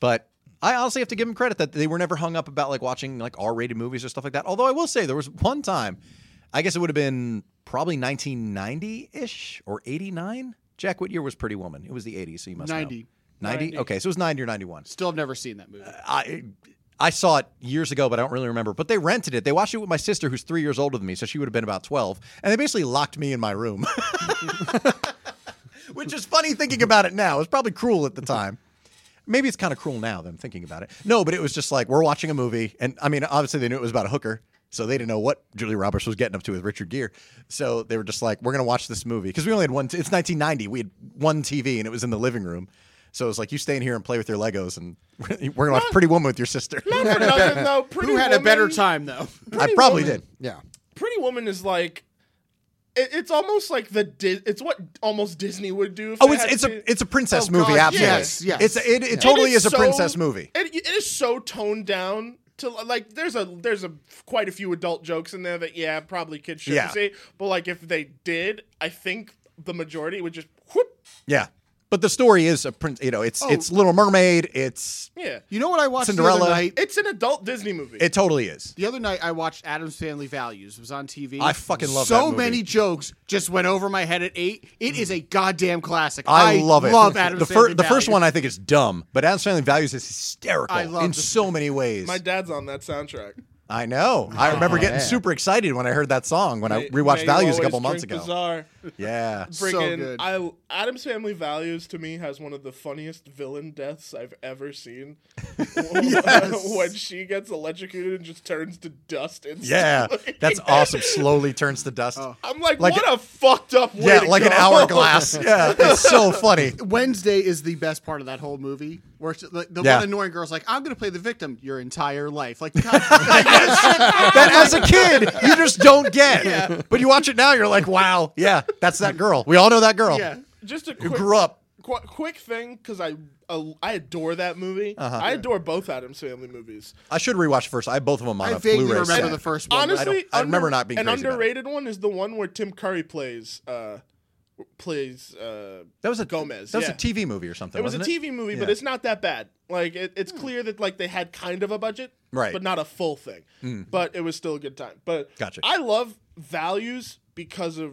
[SPEAKER 1] But I honestly have to give him credit that they were never hung up about like watching like R-rated movies or stuff like that. Although I will say there was one time, I guess it would have been probably 1990-ish or 89. Jack, what year was Pretty Woman? It was the 80s, so you must know.
[SPEAKER 4] 90.
[SPEAKER 1] 90? Okay, so it was 90 or 91.
[SPEAKER 4] Still have never seen that movie.
[SPEAKER 1] I I saw it years ago, but I don't really remember. But they rented it. They watched it with my sister, who's three years older than me, so she would have been about twelve. And they basically locked me in my room, <laughs> which is funny thinking about it now. It was probably cruel at the time. Maybe it's kind of cruel now that I'm thinking about it. No, but it was just like we're watching a movie, and I mean, obviously they knew it was about a hooker, so they didn't know what Julie Roberts was getting up to with Richard Gere. So they were just like, "We're gonna watch this movie" because we only had one. T- it's 1990. We had one TV, and it was in the living room. So it was like you stay in here and play with your Legos, and <laughs> we're gonna watch Pretty Woman with your sister.
[SPEAKER 3] <laughs> Not for nothing though. Pretty
[SPEAKER 4] Who had a
[SPEAKER 3] Woman-
[SPEAKER 4] better time though? <laughs>
[SPEAKER 1] I
[SPEAKER 3] Pretty
[SPEAKER 1] probably
[SPEAKER 3] Woman.
[SPEAKER 1] did.
[SPEAKER 2] Yeah.
[SPEAKER 3] Pretty Woman is like. it- It's almost like the Di- it's what almost Disney would do. If
[SPEAKER 1] Oh,
[SPEAKER 3] they
[SPEAKER 1] it's
[SPEAKER 3] had
[SPEAKER 1] it's
[SPEAKER 3] to-
[SPEAKER 1] a it's a princess
[SPEAKER 4] Oh,
[SPEAKER 1] movie.
[SPEAKER 4] God,
[SPEAKER 1] absolutely,
[SPEAKER 4] yes, yes.
[SPEAKER 1] It's a- it, it totally is,
[SPEAKER 3] is
[SPEAKER 1] a
[SPEAKER 3] so-
[SPEAKER 1] princess movie.
[SPEAKER 3] It, it is so toned down to like there's a there's a quite a few adult jokes in there that yeah probably kids shouldn't
[SPEAKER 1] Yeah.
[SPEAKER 3] see but like if they did i think the majority would just whoop
[SPEAKER 1] Yeah. But the story is a print, you know, it's
[SPEAKER 3] Oh.
[SPEAKER 1] it's Little Mermaid, it's
[SPEAKER 3] yeah
[SPEAKER 4] You know what I watched the
[SPEAKER 1] Cinderella.
[SPEAKER 4] other night?
[SPEAKER 3] it's an adult disney movie
[SPEAKER 1] it totally is.
[SPEAKER 4] The other night I watched Adam's Family Values. It was on TV.
[SPEAKER 1] I fucking love
[SPEAKER 4] so
[SPEAKER 1] that movie.
[SPEAKER 4] many jokes just went over my head at eight. It is a goddamn classic.
[SPEAKER 1] I, love it.
[SPEAKER 4] Love Adam's
[SPEAKER 1] the
[SPEAKER 4] Family
[SPEAKER 1] first the first
[SPEAKER 4] Values.
[SPEAKER 1] one I think is dumb, but Adam's Family Values is hysterical
[SPEAKER 4] I love
[SPEAKER 1] in
[SPEAKER 4] this-
[SPEAKER 1] so many ways.
[SPEAKER 3] my dad's on that soundtrack
[SPEAKER 1] I know. I remember getting
[SPEAKER 2] man.
[SPEAKER 1] super excited when I heard that song when I
[SPEAKER 3] May-
[SPEAKER 1] rewatched
[SPEAKER 3] May you
[SPEAKER 1] Values a
[SPEAKER 3] always
[SPEAKER 1] couple months
[SPEAKER 3] drink
[SPEAKER 1] ago.
[SPEAKER 3] bizarre
[SPEAKER 1] Yeah.
[SPEAKER 4] So
[SPEAKER 3] freaking
[SPEAKER 4] good.
[SPEAKER 3] I Adam's Family Values to me has one of the funniest villain deaths I've ever seen. <laughs> when she gets electrocuted and just turns to dust instantly.
[SPEAKER 1] Yeah.
[SPEAKER 3] <laughs>
[SPEAKER 1] That's awesome. Slowly turns to dust.
[SPEAKER 3] Oh. I'm like,
[SPEAKER 1] Like
[SPEAKER 3] what a, fucked up way.
[SPEAKER 1] yeah,
[SPEAKER 3] to
[SPEAKER 1] like an
[SPEAKER 3] go. <laughs>
[SPEAKER 1] hourglass. yeah. It's so funny.
[SPEAKER 4] Wednesday is the best part of that whole movie. Where it's, like, the
[SPEAKER 1] Yeah.
[SPEAKER 4] one annoying girl's like, "I'm gonna play the victim your entire life." Like, <laughs> God,
[SPEAKER 1] that as a kid you just don't get. But you watch it now, you're like, wow, yeah, that's that girl. We all know that girl.
[SPEAKER 4] yeah.
[SPEAKER 3] Just a
[SPEAKER 1] Who
[SPEAKER 3] quick,
[SPEAKER 1] grew up.
[SPEAKER 3] qu- quick thing because I uh, I adore that movie.
[SPEAKER 1] Uh-huh.
[SPEAKER 3] I adore both Adam's Family movies.
[SPEAKER 1] I should rewatch first. I have both of them on
[SPEAKER 4] I
[SPEAKER 1] a
[SPEAKER 4] vaguely
[SPEAKER 1] Blu-ray.
[SPEAKER 4] remember
[SPEAKER 1] set.
[SPEAKER 4] the first one. but
[SPEAKER 3] Honestly,
[SPEAKER 1] I remember not being
[SPEAKER 3] an
[SPEAKER 1] crazy about it.
[SPEAKER 3] underrated one is the one where Tim Curry plays uh plays uh
[SPEAKER 1] That was a
[SPEAKER 3] Gomez,
[SPEAKER 1] That was
[SPEAKER 3] yeah.
[SPEAKER 1] a TV movie or something.
[SPEAKER 3] It was a
[SPEAKER 1] wasn't
[SPEAKER 3] TV movie, but
[SPEAKER 1] Yeah.
[SPEAKER 3] it's not that bad. Like it, it's clear that like they had kind of a budget,
[SPEAKER 1] Right. Hmm.
[SPEAKER 3] But not a full thing. But it was still a good time. But
[SPEAKER 1] Gotcha.
[SPEAKER 3] I love values because of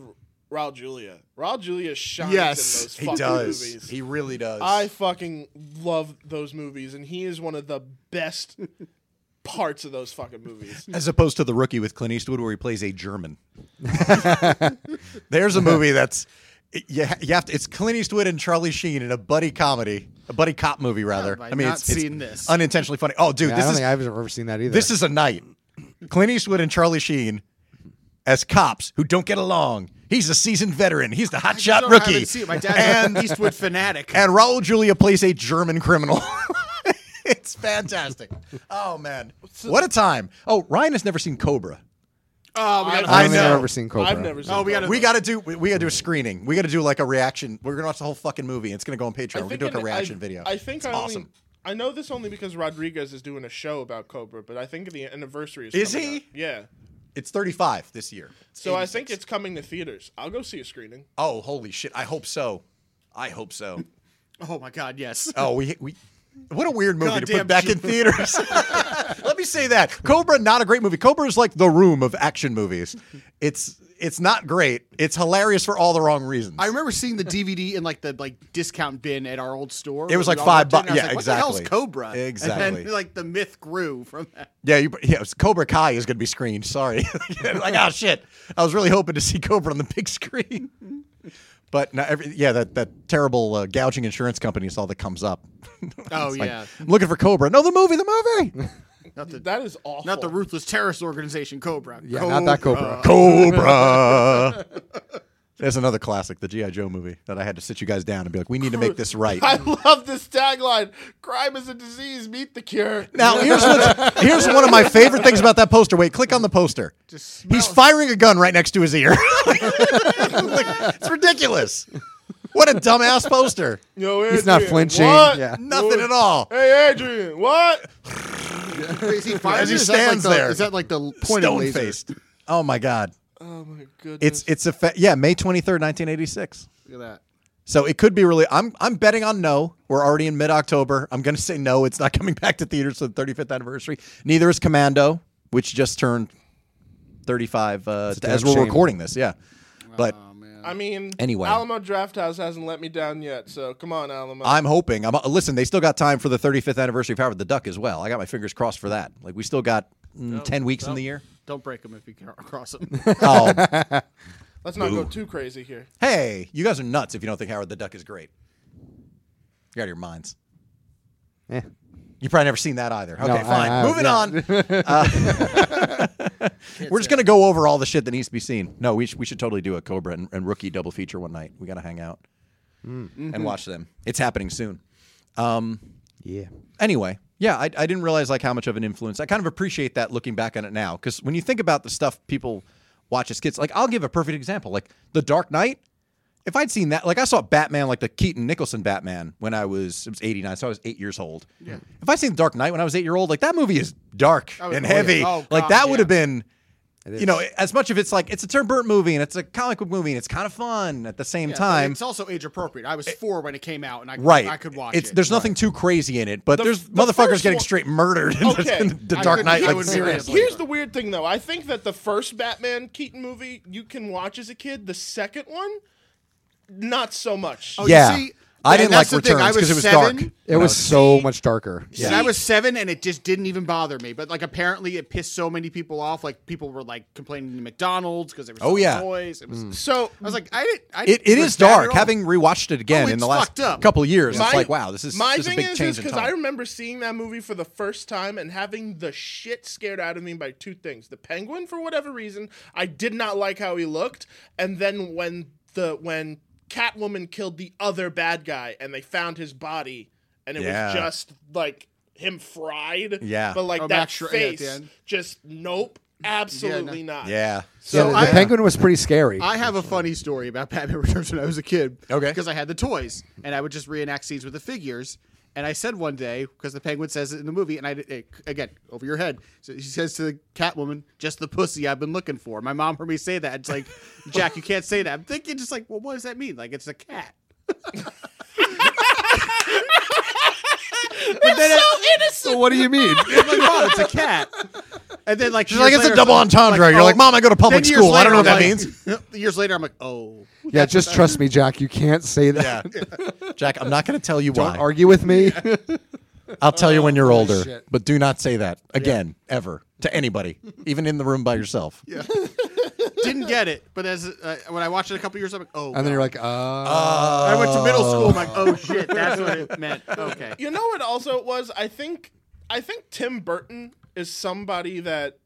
[SPEAKER 3] Raul Julia. Raul Julia shines
[SPEAKER 4] Yes,
[SPEAKER 3] in those
[SPEAKER 1] He
[SPEAKER 3] fucking
[SPEAKER 1] does.
[SPEAKER 3] movies.
[SPEAKER 1] He really does.
[SPEAKER 3] I fucking love those movies, and he is one of the best parts of those fucking movies.
[SPEAKER 1] <laughs> as opposed to the rookie with Clint Eastwood, where he plays a German. <laughs> There's a movie that's you, ha- you have to. It's Clint Eastwood and Charlie Sheen in a buddy comedy, a buddy cop movie rather.
[SPEAKER 4] Have I
[SPEAKER 1] I mean,
[SPEAKER 4] not
[SPEAKER 1] it's, it's
[SPEAKER 4] seen this?
[SPEAKER 1] unintentionally funny. Oh, dude,
[SPEAKER 2] Yeah, I
[SPEAKER 1] this
[SPEAKER 2] don't
[SPEAKER 1] is
[SPEAKER 2] think I've ever seen that either.
[SPEAKER 1] This is a night. Clint Eastwood and Charlie Sheen as cops who don't get along. He's a seasoned veteran. He's the
[SPEAKER 4] I
[SPEAKER 1] hotshot
[SPEAKER 4] still
[SPEAKER 1] rookie.
[SPEAKER 4] haven't seen it. My dad's
[SPEAKER 1] and
[SPEAKER 4] an Eastwood fanatic.
[SPEAKER 1] <laughs> and Raul Julia plays a German criminal. <laughs> it's fantastic. Oh man, what a time! Oh, Ryan has never seen Cobra.
[SPEAKER 4] oh, we gotta,
[SPEAKER 2] I don't
[SPEAKER 1] I
[SPEAKER 2] think
[SPEAKER 1] know.
[SPEAKER 2] I've ever seen Cobra.
[SPEAKER 3] I've never seen.
[SPEAKER 4] oh, we
[SPEAKER 3] that.
[SPEAKER 4] gotta.
[SPEAKER 1] We got to do we, we got to do a screening. We got to do like a reaction. We're gonna watch the whole fucking movie. It's gonna go on Patreon. We're gonna do like a
[SPEAKER 3] in-
[SPEAKER 1] reaction
[SPEAKER 3] I,
[SPEAKER 1] video.
[SPEAKER 3] I think
[SPEAKER 1] it's
[SPEAKER 3] I
[SPEAKER 1] awesome.
[SPEAKER 3] Only, I know this only because Rodriguez is doing a show about Cobra, but I think the anniversary is.
[SPEAKER 1] Is
[SPEAKER 3] coming
[SPEAKER 1] he?
[SPEAKER 3] up. Yeah.
[SPEAKER 1] It's 35 this year.
[SPEAKER 3] So I think it's coming to theaters. I'll go see a screening.
[SPEAKER 1] Oh, holy shit! I hope so. I hope so.
[SPEAKER 4] oh my God, yes.
[SPEAKER 1] Oh, we we. What a weird movie to
[SPEAKER 4] Goddamn
[SPEAKER 1] put back in theaters. <laughs> Let me say
[SPEAKER 4] <laughs>
[SPEAKER 1] that Cobra not a great movie. Cobra is like the Room of action movies. It's it's not great. It's hilarious for all the wrong reasons.
[SPEAKER 4] I remember seeing the DVD in like the like discount bin at our old store.
[SPEAKER 1] It was
[SPEAKER 4] We
[SPEAKER 1] like
[SPEAKER 4] all
[SPEAKER 1] five
[SPEAKER 4] looked in
[SPEAKER 1] bu-
[SPEAKER 4] and I was
[SPEAKER 1] yeah,
[SPEAKER 4] like, what
[SPEAKER 1] exactly.
[SPEAKER 4] The hell's Cobra. And
[SPEAKER 1] Exactly.
[SPEAKER 4] then, like the myth grew from
[SPEAKER 1] <laughs>
[SPEAKER 4] that.
[SPEAKER 1] yeah, you, yeah. it's- Cobra Kai is going to be screened. Sorry, <laughs> like oh shit. I was really hoping to see Cobra on the big screen, but no, every, yeah, that that terrible uh, gouging insurance company is all that comes up.
[SPEAKER 4] Oh
[SPEAKER 1] Like,
[SPEAKER 4] yeah,
[SPEAKER 1] I'm looking for Cobra. No, the movie, the movie.
[SPEAKER 4] not the
[SPEAKER 3] That is awful.
[SPEAKER 4] not the ruthless terrorist organization Cobra.
[SPEAKER 2] yeah, not that Cobra.
[SPEAKER 1] Cobra. <laughs> There's another classic, the G.I. Joe movie, that I had to sit you guys down and be like, we need to make this right.
[SPEAKER 3] <laughs> I love this tagline. Crime is a disease. Meet the
[SPEAKER 1] <laughs>
[SPEAKER 3] cure.
[SPEAKER 1] Now, here's, what's, here's one of my favorite things about that poster. Wait, click on the poster.
[SPEAKER 4] Just
[SPEAKER 1] He's
[SPEAKER 4] smell-
[SPEAKER 1] firing a gun right next to his ear. <laughs> Like, it's ridiculous. What a dumbass poster.
[SPEAKER 3] Yo,
[SPEAKER 2] He's not
[SPEAKER 3] Adrian,
[SPEAKER 2] flinching.
[SPEAKER 3] What?
[SPEAKER 2] Yeah.
[SPEAKER 1] Nothing at all.
[SPEAKER 3] Hey, Adrian. What?
[SPEAKER 1] <laughs>
[SPEAKER 4] Is he fired?
[SPEAKER 1] As he
[SPEAKER 4] Is that like
[SPEAKER 1] stands
[SPEAKER 4] the-
[SPEAKER 1] there.
[SPEAKER 4] Is that like the point of
[SPEAKER 1] Stone
[SPEAKER 4] laser?
[SPEAKER 1] faced. Oh my God.
[SPEAKER 3] Oh my
[SPEAKER 1] It's
[SPEAKER 3] goodness.
[SPEAKER 1] it's a fa- yeah, May 23rd, 1986.
[SPEAKER 4] Look at that.
[SPEAKER 1] So it could be really. I'm I'm betting on no. We're already in mid October. I'm going to say no. It's not <laughs> coming back to theaters for the 35th anniversary. Neither is Commando, which just turned 35 uh,
[SPEAKER 2] a
[SPEAKER 1] as
[SPEAKER 2] damn
[SPEAKER 1] we're
[SPEAKER 2] shame. Um,
[SPEAKER 1] recording this. Yeah, but
[SPEAKER 4] Oh man.
[SPEAKER 3] I mean,
[SPEAKER 1] Anyway.
[SPEAKER 3] Alamo Draft House hasn't let me down yet. So come on, Alamo.
[SPEAKER 1] I'm hoping. I'm listen. They still got time for the 35th anniversary of Howard the Duck as well. I got my fingers crossed for that. Like we still got mm, 10 weeks in the year.
[SPEAKER 4] Don't break him if you can
[SPEAKER 1] <laughs>
[SPEAKER 4] cross him.
[SPEAKER 1] Oh,
[SPEAKER 3] Let's not go too crazy here.
[SPEAKER 1] hey, you guys are nuts if you don't think Howard the Duck is great. You're out of your minds.
[SPEAKER 2] Eh.
[SPEAKER 1] You probably never seen that either. Okay,
[SPEAKER 2] No, I-
[SPEAKER 1] fine.
[SPEAKER 2] I-
[SPEAKER 1] Moving
[SPEAKER 2] yeah.
[SPEAKER 1] on.
[SPEAKER 2] <laughs>
[SPEAKER 1] We're just gonna go over all the shit that needs to be seen. No, we, sh- we should totally do a Cobra and, and Rookie double feature one night. We gotta hang out
[SPEAKER 2] Hmm.
[SPEAKER 1] and watch them. It's happening soon.
[SPEAKER 2] Yeah.
[SPEAKER 1] Anyway, yeah, I, I didn't realize like how much of an influence. I kind of appreciate that looking back on it now because when you think about the stuff people watch as kids, like I'll give a perfect example, like The Dark Knight. if I'd seen that, like I saw Batman, like the Keaton Nicholson Batman, when I was it was eighty nine, so I was eight years old. Yeah. If I'd seen Dark Knight when I was eight year old, like that movie is dark
[SPEAKER 4] Oh,
[SPEAKER 1] and
[SPEAKER 4] oh, yeah.
[SPEAKER 1] heavy.
[SPEAKER 4] Oh,
[SPEAKER 1] like
[SPEAKER 4] God,
[SPEAKER 1] that would
[SPEAKER 4] yeah.
[SPEAKER 1] have been, you know, as much of it's like it's a Tim Burton movie and it's a comic book movie and it's kind of fun at the same
[SPEAKER 4] Yeah, but
[SPEAKER 1] time.
[SPEAKER 4] It's also age appropriate. I was four when it came out, and I
[SPEAKER 1] Right,
[SPEAKER 4] I could watch
[SPEAKER 1] it's,
[SPEAKER 4] it.
[SPEAKER 1] There's nothing too crazy in it, but there's
[SPEAKER 3] the
[SPEAKER 1] motherfuckers
[SPEAKER 3] first
[SPEAKER 1] getting
[SPEAKER 3] one-
[SPEAKER 1] straight murdered in the,
[SPEAKER 3] Okay,
[SPEAKER 1] in the
[SPEAKER 4] I
[SPEAKER 1] Dark
[SPEAKER 4] couldn't-
[SPEAKER 1] Knight.
[SPEAKER 4] I
[SPEAKER 1] Like
[SPEAKER 4] wouldn't
[SPEAKER 1] seriously.
[SPEAKER 4] seriously.
[SPEAKER 3] Here's the weird thing, though. I think that the first Batman Keaton movie you can watch as a kid. The second one, not so much.
[SPEAKER 4] Oh, you
[SPEAKER 1] yeah,
[SPEAKER 4] see,
[SPEAKER 1] I
[SPEAKER 4] and
[SPEAKER 1] didn't like
[SPEAKER 4] that's the thing, I
[SPEAKER 1] Returns because it was
[SPEAKER 4] seven,
[SPEAKER 1] dark.
[SPEAKER 2] It was so much darker.
[SPEAKER 4] And I was seven, and it just didn't even bother me. But like, apparently, it pissed so many people off. Like, people were like complaining to McDonald's because there was
[SPEAKER 1] Oh,
[SPEAKER 4] so
[SPEAKER 1] yeah.
[SPEAKER 4] noise. It was.
[SPEAKER 3] So
[SPEAKER 4] I was like, I didn't. I
[SPEAKER 1] It, it
[SPEAKER 4] didn't
[SPEAKER 1] is
[SPEAKER 4] respect
[SPEAKER 1] dark.
[SPEAKER 4] at all.
[SPEAKER 1] Having rewatched it again
[SPEAKER 4] Oh,
[SPEAKER 1] in the
[SPEAKER 4] it's
[SPEAKER 1] last
[SPEAKER 4] fucked up.
[SPEAKER 1] couple of years,
[SPEAKER 3] my-
[SPEAKER 1] it's like, wow, this is,
[SPEAKER 3] my
[SPEAKER 1] this is a
[SPEAKER 3] thing
[SPEAKER 1] big
[SPEAKER 3] is,
[SPEAKER 1] change
[SPEAKER 3] is
[SPEAKER 1] in
[SPEAKER 3] because I
[SPEAKER 1] time.
[SPEAKER 3] remember seeing that movie for the first time and having the shit scared out of me by two things: the Penguin, for whatever reason, I did not like how he looked, and then when the when Catwoman killed the other bad guy and they found his body, and it
[SPEAKER 1] Yeah.
[SPEAKER 3] was just like him fried.
[SPEAKER 1] Yeah.
[SPEAKER 3] but like
[SPEAKER 4] Oh,
[SPEAKER 3] that
[SPEAKER 4] Max Schre- yeah, at the
[SPEAKER 3] face,
[SPEAKER 4] end.
[SPEAKER 3] just nope, absolutely not.
[SPEAKER 1] yeah.
[SPEAKER 2] Yeah,
[SPEAKER 3] So
[SPEAKER 2] the,
[SPEAKER 3] I,
[SPEAKER 2] the penguin was pretty scary.
[SPEAKER 4] I have a funny story about Batman <laughs> Returns when I was a kid.
[SPEAKER 1] Okay.
[SPEAKER 4] Because I had the toys, and I would just reenact scenes with the figures. And I said one day, because the penguin says it in the movie, and I did- it, again over your head. So she says to the Catwoman, "Just the pussy I've been looking for." My mom heard me say that.
[SPEAKER 1] <laughs>
[SPEAKER 4] It's like, Jack, you can't say that. I'm thinking, just like, well, what does that mean? Like, it's a cat. But then I-
[SPEAKER 2] so what do you
[SPEAKER 4] <laughs>
[SPEAKER 2] mean?
[SPEAKER 4] I'm like, mom, Oh it's a cat. And then like
[SPEAKER 1] She's like, it's a double entendre. You're like, Mom, I go to public school. I don't know what that
[SPEAKER 4] means. Years oh, later, I'm like, <laughs> oh,
[SPEAKER 2] yeah, just trust me, Jack. You can't say that.
[SPEAKER 1] <laughs> Jack, I'm not going to tell you
[SPEAKER 2] Don't
[SPEAKER 1] why.
[SPEAKER 2] argue with me.
[SPEAKER 1] I'll tell you when you're older,
[SPEAKER 2] shit.
[SPEAKER 1] but do not say that again, ever, to anybody, even in the room by yourself.
[SPEAKER 4] <laughs> didn't get it. But as uh, when I watched it a couple years, I'm like, oh.
[SPEAKER 2] <laughs> and then
[SPEAKER 4] God.
[SPEAKER 2] you're like, uh,
[SPEAKER 4] I went to middle school. I'm like, oh shit, that's what it meant. Okay.
[SPEAKER 3] you know what also it was i think i think tim burton is somebody that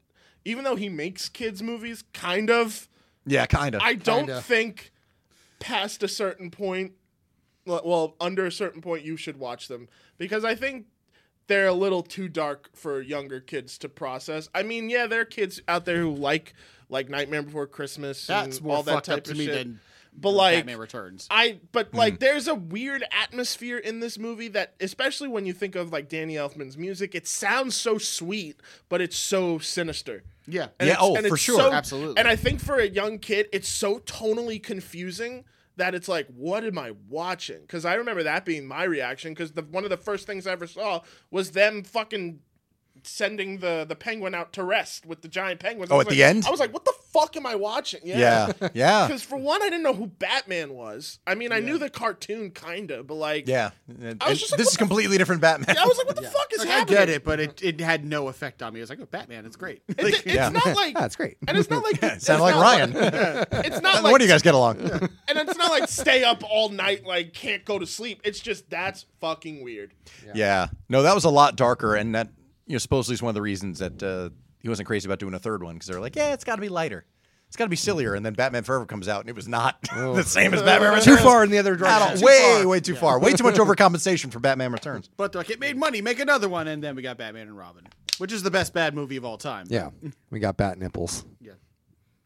[SPEAKER 3] even though he makes kids movies kind of
[SPEAKER 1] Yeah, kind of.
[SPEAKER 3] i don't
[SPEAKER 2] Kinda.
[SPEAKER 3] think past a certain point well- well under a certain point you should watch them because i think they're a little too dark for younger kids to process i mean yeah there are kids out there who like like nightmare before christmas
[SPEAKER 4] That's
[SPEAKER 3] and
[SPEAKER 4] more
[SPEAKER 3] all that
[SPEAKER 4] fucked
[SPEAKER 3] type
[SPEAKER 4] up to
[SPEAKER 3] of
[SPEAKER 4] me
[SPEAKER 3] shit.
[SPEAKER 4] than
[SPEAKER 3] but like
[SPEAKER 4] Batman Returns.
[SPEAKER 3] I but
[SPEAKER 1] Hmm.
[SPEAKER 3] like there's a weird atmosphere in this movie that especially when you think of like Danny Elfman's music, it sounds so sweet, but it's so sinister.
[SPEAKER 4] Yeah.
[SPEAKER 3] And
[SPEAKER 1] Yeah,
[SPEAKER 3] it's-
[SPEAKER 1] oh,
[SPEAKER 3] and
[SPEAKER 1] for
[SPEAKER 3] it's
[SPEAKER 1] sure.
[SPEAKER 3] so-
[SPEAKER 4] Absolutely.
[SPEAKER 3] And I think for a young kid, it's so tonally confusing that it's like, what am I watching? Because I remember that being my reaction. Because the one of the first things I ever saw was them fucking sending the the penguin out to rest with the giant penguins. I
[SPEAKER 1] Oh,
[SPEAKER 3] was
[SPEAKER 1] at the
[SPEAKER 3] like-
[SPEAKER 1] end?
[SPEAKER 3] I was like, what the fuck am I watching? <laughs>
[SPEAKER 1] yeah, yeah.
[SPEAKER 3] Because for one, I didn't know who Batman was. I mean, I knew the cartoon kinda, but like,
[SPEAKER 1] Yeah. And-
[SPEAKER 3] I was
[SPEAKER 1] and
[SPEAKER 3] just like,
[SPEAKER 1] this
[SPEAKER 3] what
[SPEAKER 1] is completely different Batman. <laughs>
[SPEAKER 3] I was like, what the fuck is
[SPEAKER 4] Like, I
[SPEAKER 3] happening?
[SPEAKER 4] get it, but it, it had no effect on me. I was like, oh, Batman, it's great. <laughs>
[SPEAKER 3] It-
[SPEAKER 4] Like,
[SPEAKER 3] It's, not like
[SPEAKER 2] that's great.
[SPEAKER 3] and it's not like
[SPEAKER 1] <laughs>
[SPEAKER 3] it's
[SPEAKER 1] Sound like
[SPEAKER 3] not
[SPEAKER 1] Ryan.
[SPEAKER 3] It's not
[SPEAKER 1] <laughs> What
[SPEAKER 3] like
[SPEAKER 1] do you guys get along?
[SPEAKER 3] and it's not like stay up all night, like can't go to sleep. It's just that's fucking weird.
[SPEAKER 1] <laughs> Yeah. No, that was a lot darker, and that you know supposedly is one of the reasons that uh, he wasn't crazy about doing a third one because they were like, yeah, it's got to be lighter, it's got to be sillier, and then Batman Forever comes out, and it was not <laughs> the same as
[SPEAKER 3] <laughs>
[SPEAKER 1] Batman Returns.
[SPEAKER 2] too far in the other
[SPEAKER 1] At all.
[SPEAKER 2] direction.
[SPEAKER 1] way, way too far. Way too much overcompensation for Batman Returns.
[SPEAKER 4] but they're like, it made money, make another one, and then we got Batman and Robin, which is the best bad movie of all time.
[SPEAKER 2] Yeah, we got bat nipples.
[SPEAKER 4] Yeah.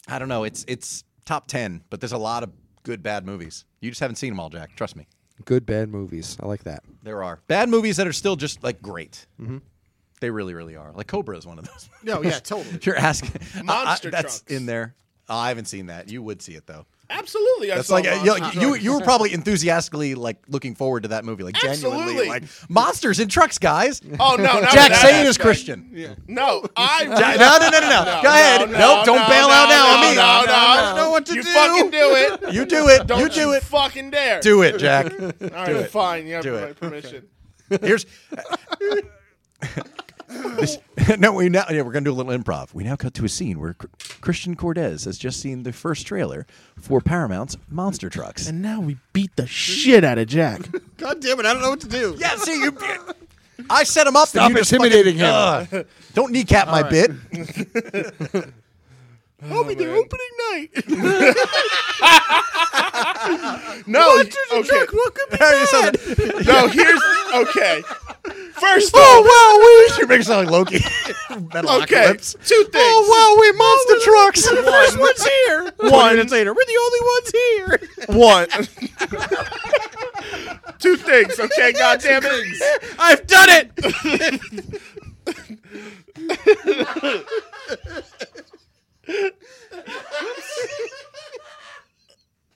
[SPEAKER 1] I don't know. It's it's top ten, but there's a lot of good bad movies. You just haven't seen them all, Jack. Trust me,
[SPEAKER 2] Good bad movies. I like that.
[SPEAKER 1] there are bad movies that are still just like great.
[SPEAKER 3] Mm-hmm.
[SPEAKER 1] They really, really are. Like Cobra is one of those. <laughs>
[SPEAKER 4] No, yeah, totally.
[SPEAKER 1] You're asking I- I-
[SPEAKER 3] Monster
[SPEAKER 1] that's
[SPEAKER 3] trucks.
[SPEAKER 1] in there. Oh, I haven't seen that. You would see it though.
[SPEAKER 3] Absolutely, I
[SPEAKER 1] That's
[SPEAKER 3] saw
[SPEAKER 1] like uh, you,
[SPEAKER 3] Monster
[SPEAKER 1] you
[SPEAKER 3] Trucks.
[SPEAKER 1] you were probably enthusiastically like looking forward to that movie, like genuinely
[SPEAKER 3] Absolutely.
[SPEAKER 1] like monsters in trucks, guys.
[SPEAKER 3] Oh no, not
[SPEAKER 1] Jack
[SPEAKER 3] that
[SPEAKER 1] Sane is
[SPEAKER 3] aspect.
[SPEAKER 1] Christian.
[SPEAKER 3] No, I
[SPEAKER 1] <laughs> Ja- no, no, no, no,
[SPEAKER 3] <laughs>
[SPEAKER 1] no. Go ahead. nope, don't bail out now on me.
[SPEAKER 3] No, no,
[SPEAKER 1] I don't
[SPEAKER 3] no,
[SPEAKER 1] know what to
[SPEAKER 3] you
[SPEAKER 1] do.
[SPEAKER 3] fucking do
[SPEAKER 1] <laughs>
[SPEAKER 3] it.
[SPEAKER 1] You do it.
[SPEAKER 3] Don't
[SPEAKER 1] you do it.
[SPEAKER 3] Fucking dare.
[SPEAKER 1] Do it, Jack.
[SPEAKER 3] <laughs> All right, fine. You have
[SPEAKER 1] Do
[SPEAKER 3] my
[SPEAKER 1] it.
[SPEAKER 3] permission.
[SPEAKER 1] Here's. This- no, we now yeah, we're gonna do a little improv. We now cut to a scene where Cr- Christian Cortez has just seen the first trailer for Paramount's Monster Trucks.
[SPEAKER 3] And now we beat the shit out of Jack.
[SPEAKER 4] God damn it, I don't know what to do.
[SPEAKER 1] Yeah, see you. I set him up.
[SPEAKER 2] Stop
[SPEAKER 1] and you just
[SPEAKER 2] intimidating
[SPEAKER 1] fucking- Ugh. don't kneecap my bit.
[SPEAKER 4] I'll be there opening night.
[SPEAKER 3] No, okay. <laughs> no. Here's okay. First, off,
[SPEAKER 4] Oh!
[SPEAKER 1] "Oh,
[SPEAKER 3] <laughs>
[SPEAKER 1] <laughs> wow, we should make it sound like Loki.
[SPEAKER 2] metal
[SPEAKER 3] Okay,
[SPEAKER 2] apocalypse.
[SPEAKER 3] two things.
[SPEAKER 2] Oh wow, we monster trucks.
[SPEAKER 4] First one's here.
[SPEAKER 3] <laughs> One.
[SPEAKER 4] One minutes later, we're the only ones here.
[SPEAKER 3] One.
[SPEAKER 1] <laughs>
[SPEAKER 3] Two things, okay? God damn it.
[SPEAKER 4] I've done it.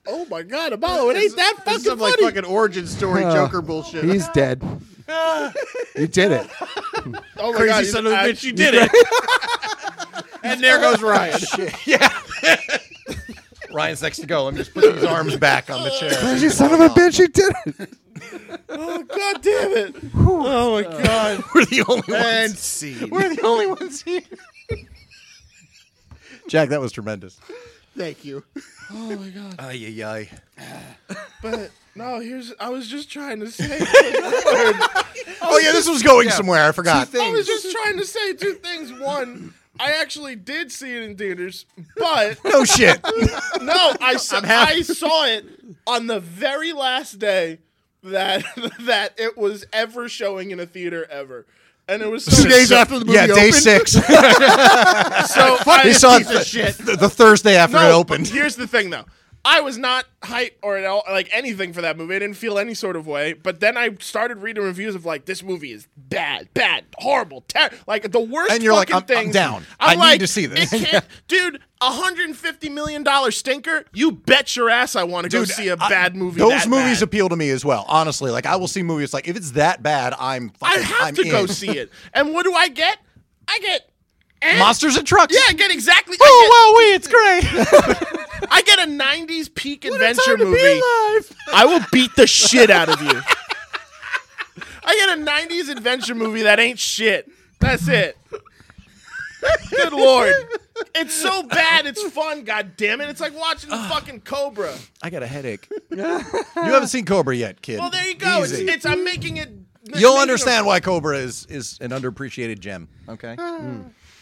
[SPEAKER 3] Oh my god, Apollo, it ain't that
[SPEAKER 4] This
[SPEAKER 3] fucking
[SPEAKER 4] is some like
[SPEAKER 3] funny.
[SPEAKER 4] fucking origin story
[SPEAKER 2] Uh,
[SPEAKER 4] Joker
[SPEAKER 2] <laughs>
[SPEAKER 4] bullshit. <laughs>
[SPEAKER 2] He's dead. you did it.
[SPEAKER 3] oh my
[SPEAKER 4] crazy
[SPEAKER 3] god,
[SPEAKER 4] son of a
[SPEAKER 3] I- <laughs>
[SPEAKER 4] bitch, you did it. <laughs> and there goes Ryan.
[SPEAKER 1] Ryan's next to go. Let me just put these arms back on the
[SPEAKER 3] <laughs>
[SPEAKER 1] chair.
[SPEAKER 2] you son of a bitch, you did it.
[SPEAKER 3] Oh god damn it. Oh my god.
[SPEAKER 1] <laughs> We're the only
[SPEAKER 4] And scene.
[SPEAKER 1] We're the only ones here. Jack, that was tremendous.
[SPEAKER 4] Thank you.
[SPEAKER 3] Oh my god.
[SPEAKER 1] Ay, ay, ay.
[SPEAKER 3] But no, here's I was just trying to say one word.
[SPEAKER 1] Oh, yeah, this was going somewhere. I forgot.
[SPEAKER 3] I was just trying to say two things. One, I actually did see it in theaters, but
[SPEAKER 1] No <laughs> shit.
[SPEAKER 3] no,
[SPEAKER 4] <laughs>
[SPEAKER 3] I saw, I saw it on the very last day that <laughs> that it was ever showing in a theater ever. And it was so,
[SPEAKER 4] days after the movie
[SPEAKER 1] Yeah, day
[SPEAKER 3] <laughs>
[SPEAKER 4] opened?
[SPEAKER 1] six.
[SPEAKER 3] so
[SPEAKER 1] He
[SPEAKER 3] I,
[SPEAKER 1] saw it
[SPEAKER 4] piece of
[SPEAKER 1] th-
[SPEAKER 4] shit.
[SPEAKER 1] the, the Thursday after
[SPEAKER 3] no,
[SPEAKER 1] it
[SPEAKER 3] but
[SPEAKER 1] opened.
[SPEAKER 3] Here's the thing though. I was not hype or at all, like anything for that movie. I didn't feel any sort of way. But then I started reading reviews of like this movie is bad, bad, horrible, ter- like the worst.
[SPEAKER 1] And you're like,
[SPEAKER 3] fucking
[SPEAKER 1] "I'm- I'm
[SPEAKER 3] things."
[SPEAKER 1] down.
[SPEAKER 3] I'm
[SPEAKER 1] I need
[SPEAKER 3] like,
[SPEAKER 1] to see this. <laughs>
[SPEAKER 3] it can't- dude. 150 million dollar stinker. You bet your ass I want to go see a
[SPEAKER 1] I-
[SPEAKER 3] bad movie.
[SPEAKER 1] Those
[SPEAKER 3] that
[SPEAKER 1] movies
[SPEAKER 3] bad.
[SPEAKER 1] appeal to me as well. Honestly, like I will see movies like if it's that bad, I'm.
[SPEAKER 3] I
[SPEAKER 1] Fucking,
[SPEAKER 3] have
[SPEAKER 1] I'm
[SPEAKER 3] to go
[SPEAKER 1] in.
[SPEAKER 3] see it. And what do I get? I get eh.
[SPEAKER 1] Monsters and Trucks.
[SPEAKER 3] Yeah, I get exactly.
[SPEAKER 1] Oh wow, we it's great.
[SPEAKER 3] I, get, I get a 90s peak <laughs> adventure
[SPEAKER 1] <laughs> Time to be
[SPEAKER 3] movie.
[SPEAKER 1] alive.
[SPEAKER 3] I will beat the shit out of you. <laughs> I get a 90s adventure movie that ain't shit. That's it. Good lord. It's so bad, it's fun, god damn it. It's like watching the fucking Cobra.
[SPEAKER 1] I got a headache. <laughs> you haven't seen Cobra yet, kid.
[SPEAKER 3] Well, there you go. It's,
[SPEAKER 1] Easy.
[SPEAKER 3] it's I'm making it
[SPEAKER 1] You'll
[SPEAKER 3] <laughs> making a-
[SPEAKER 1] understand why Cobra is is an underappreciated gem. Okay.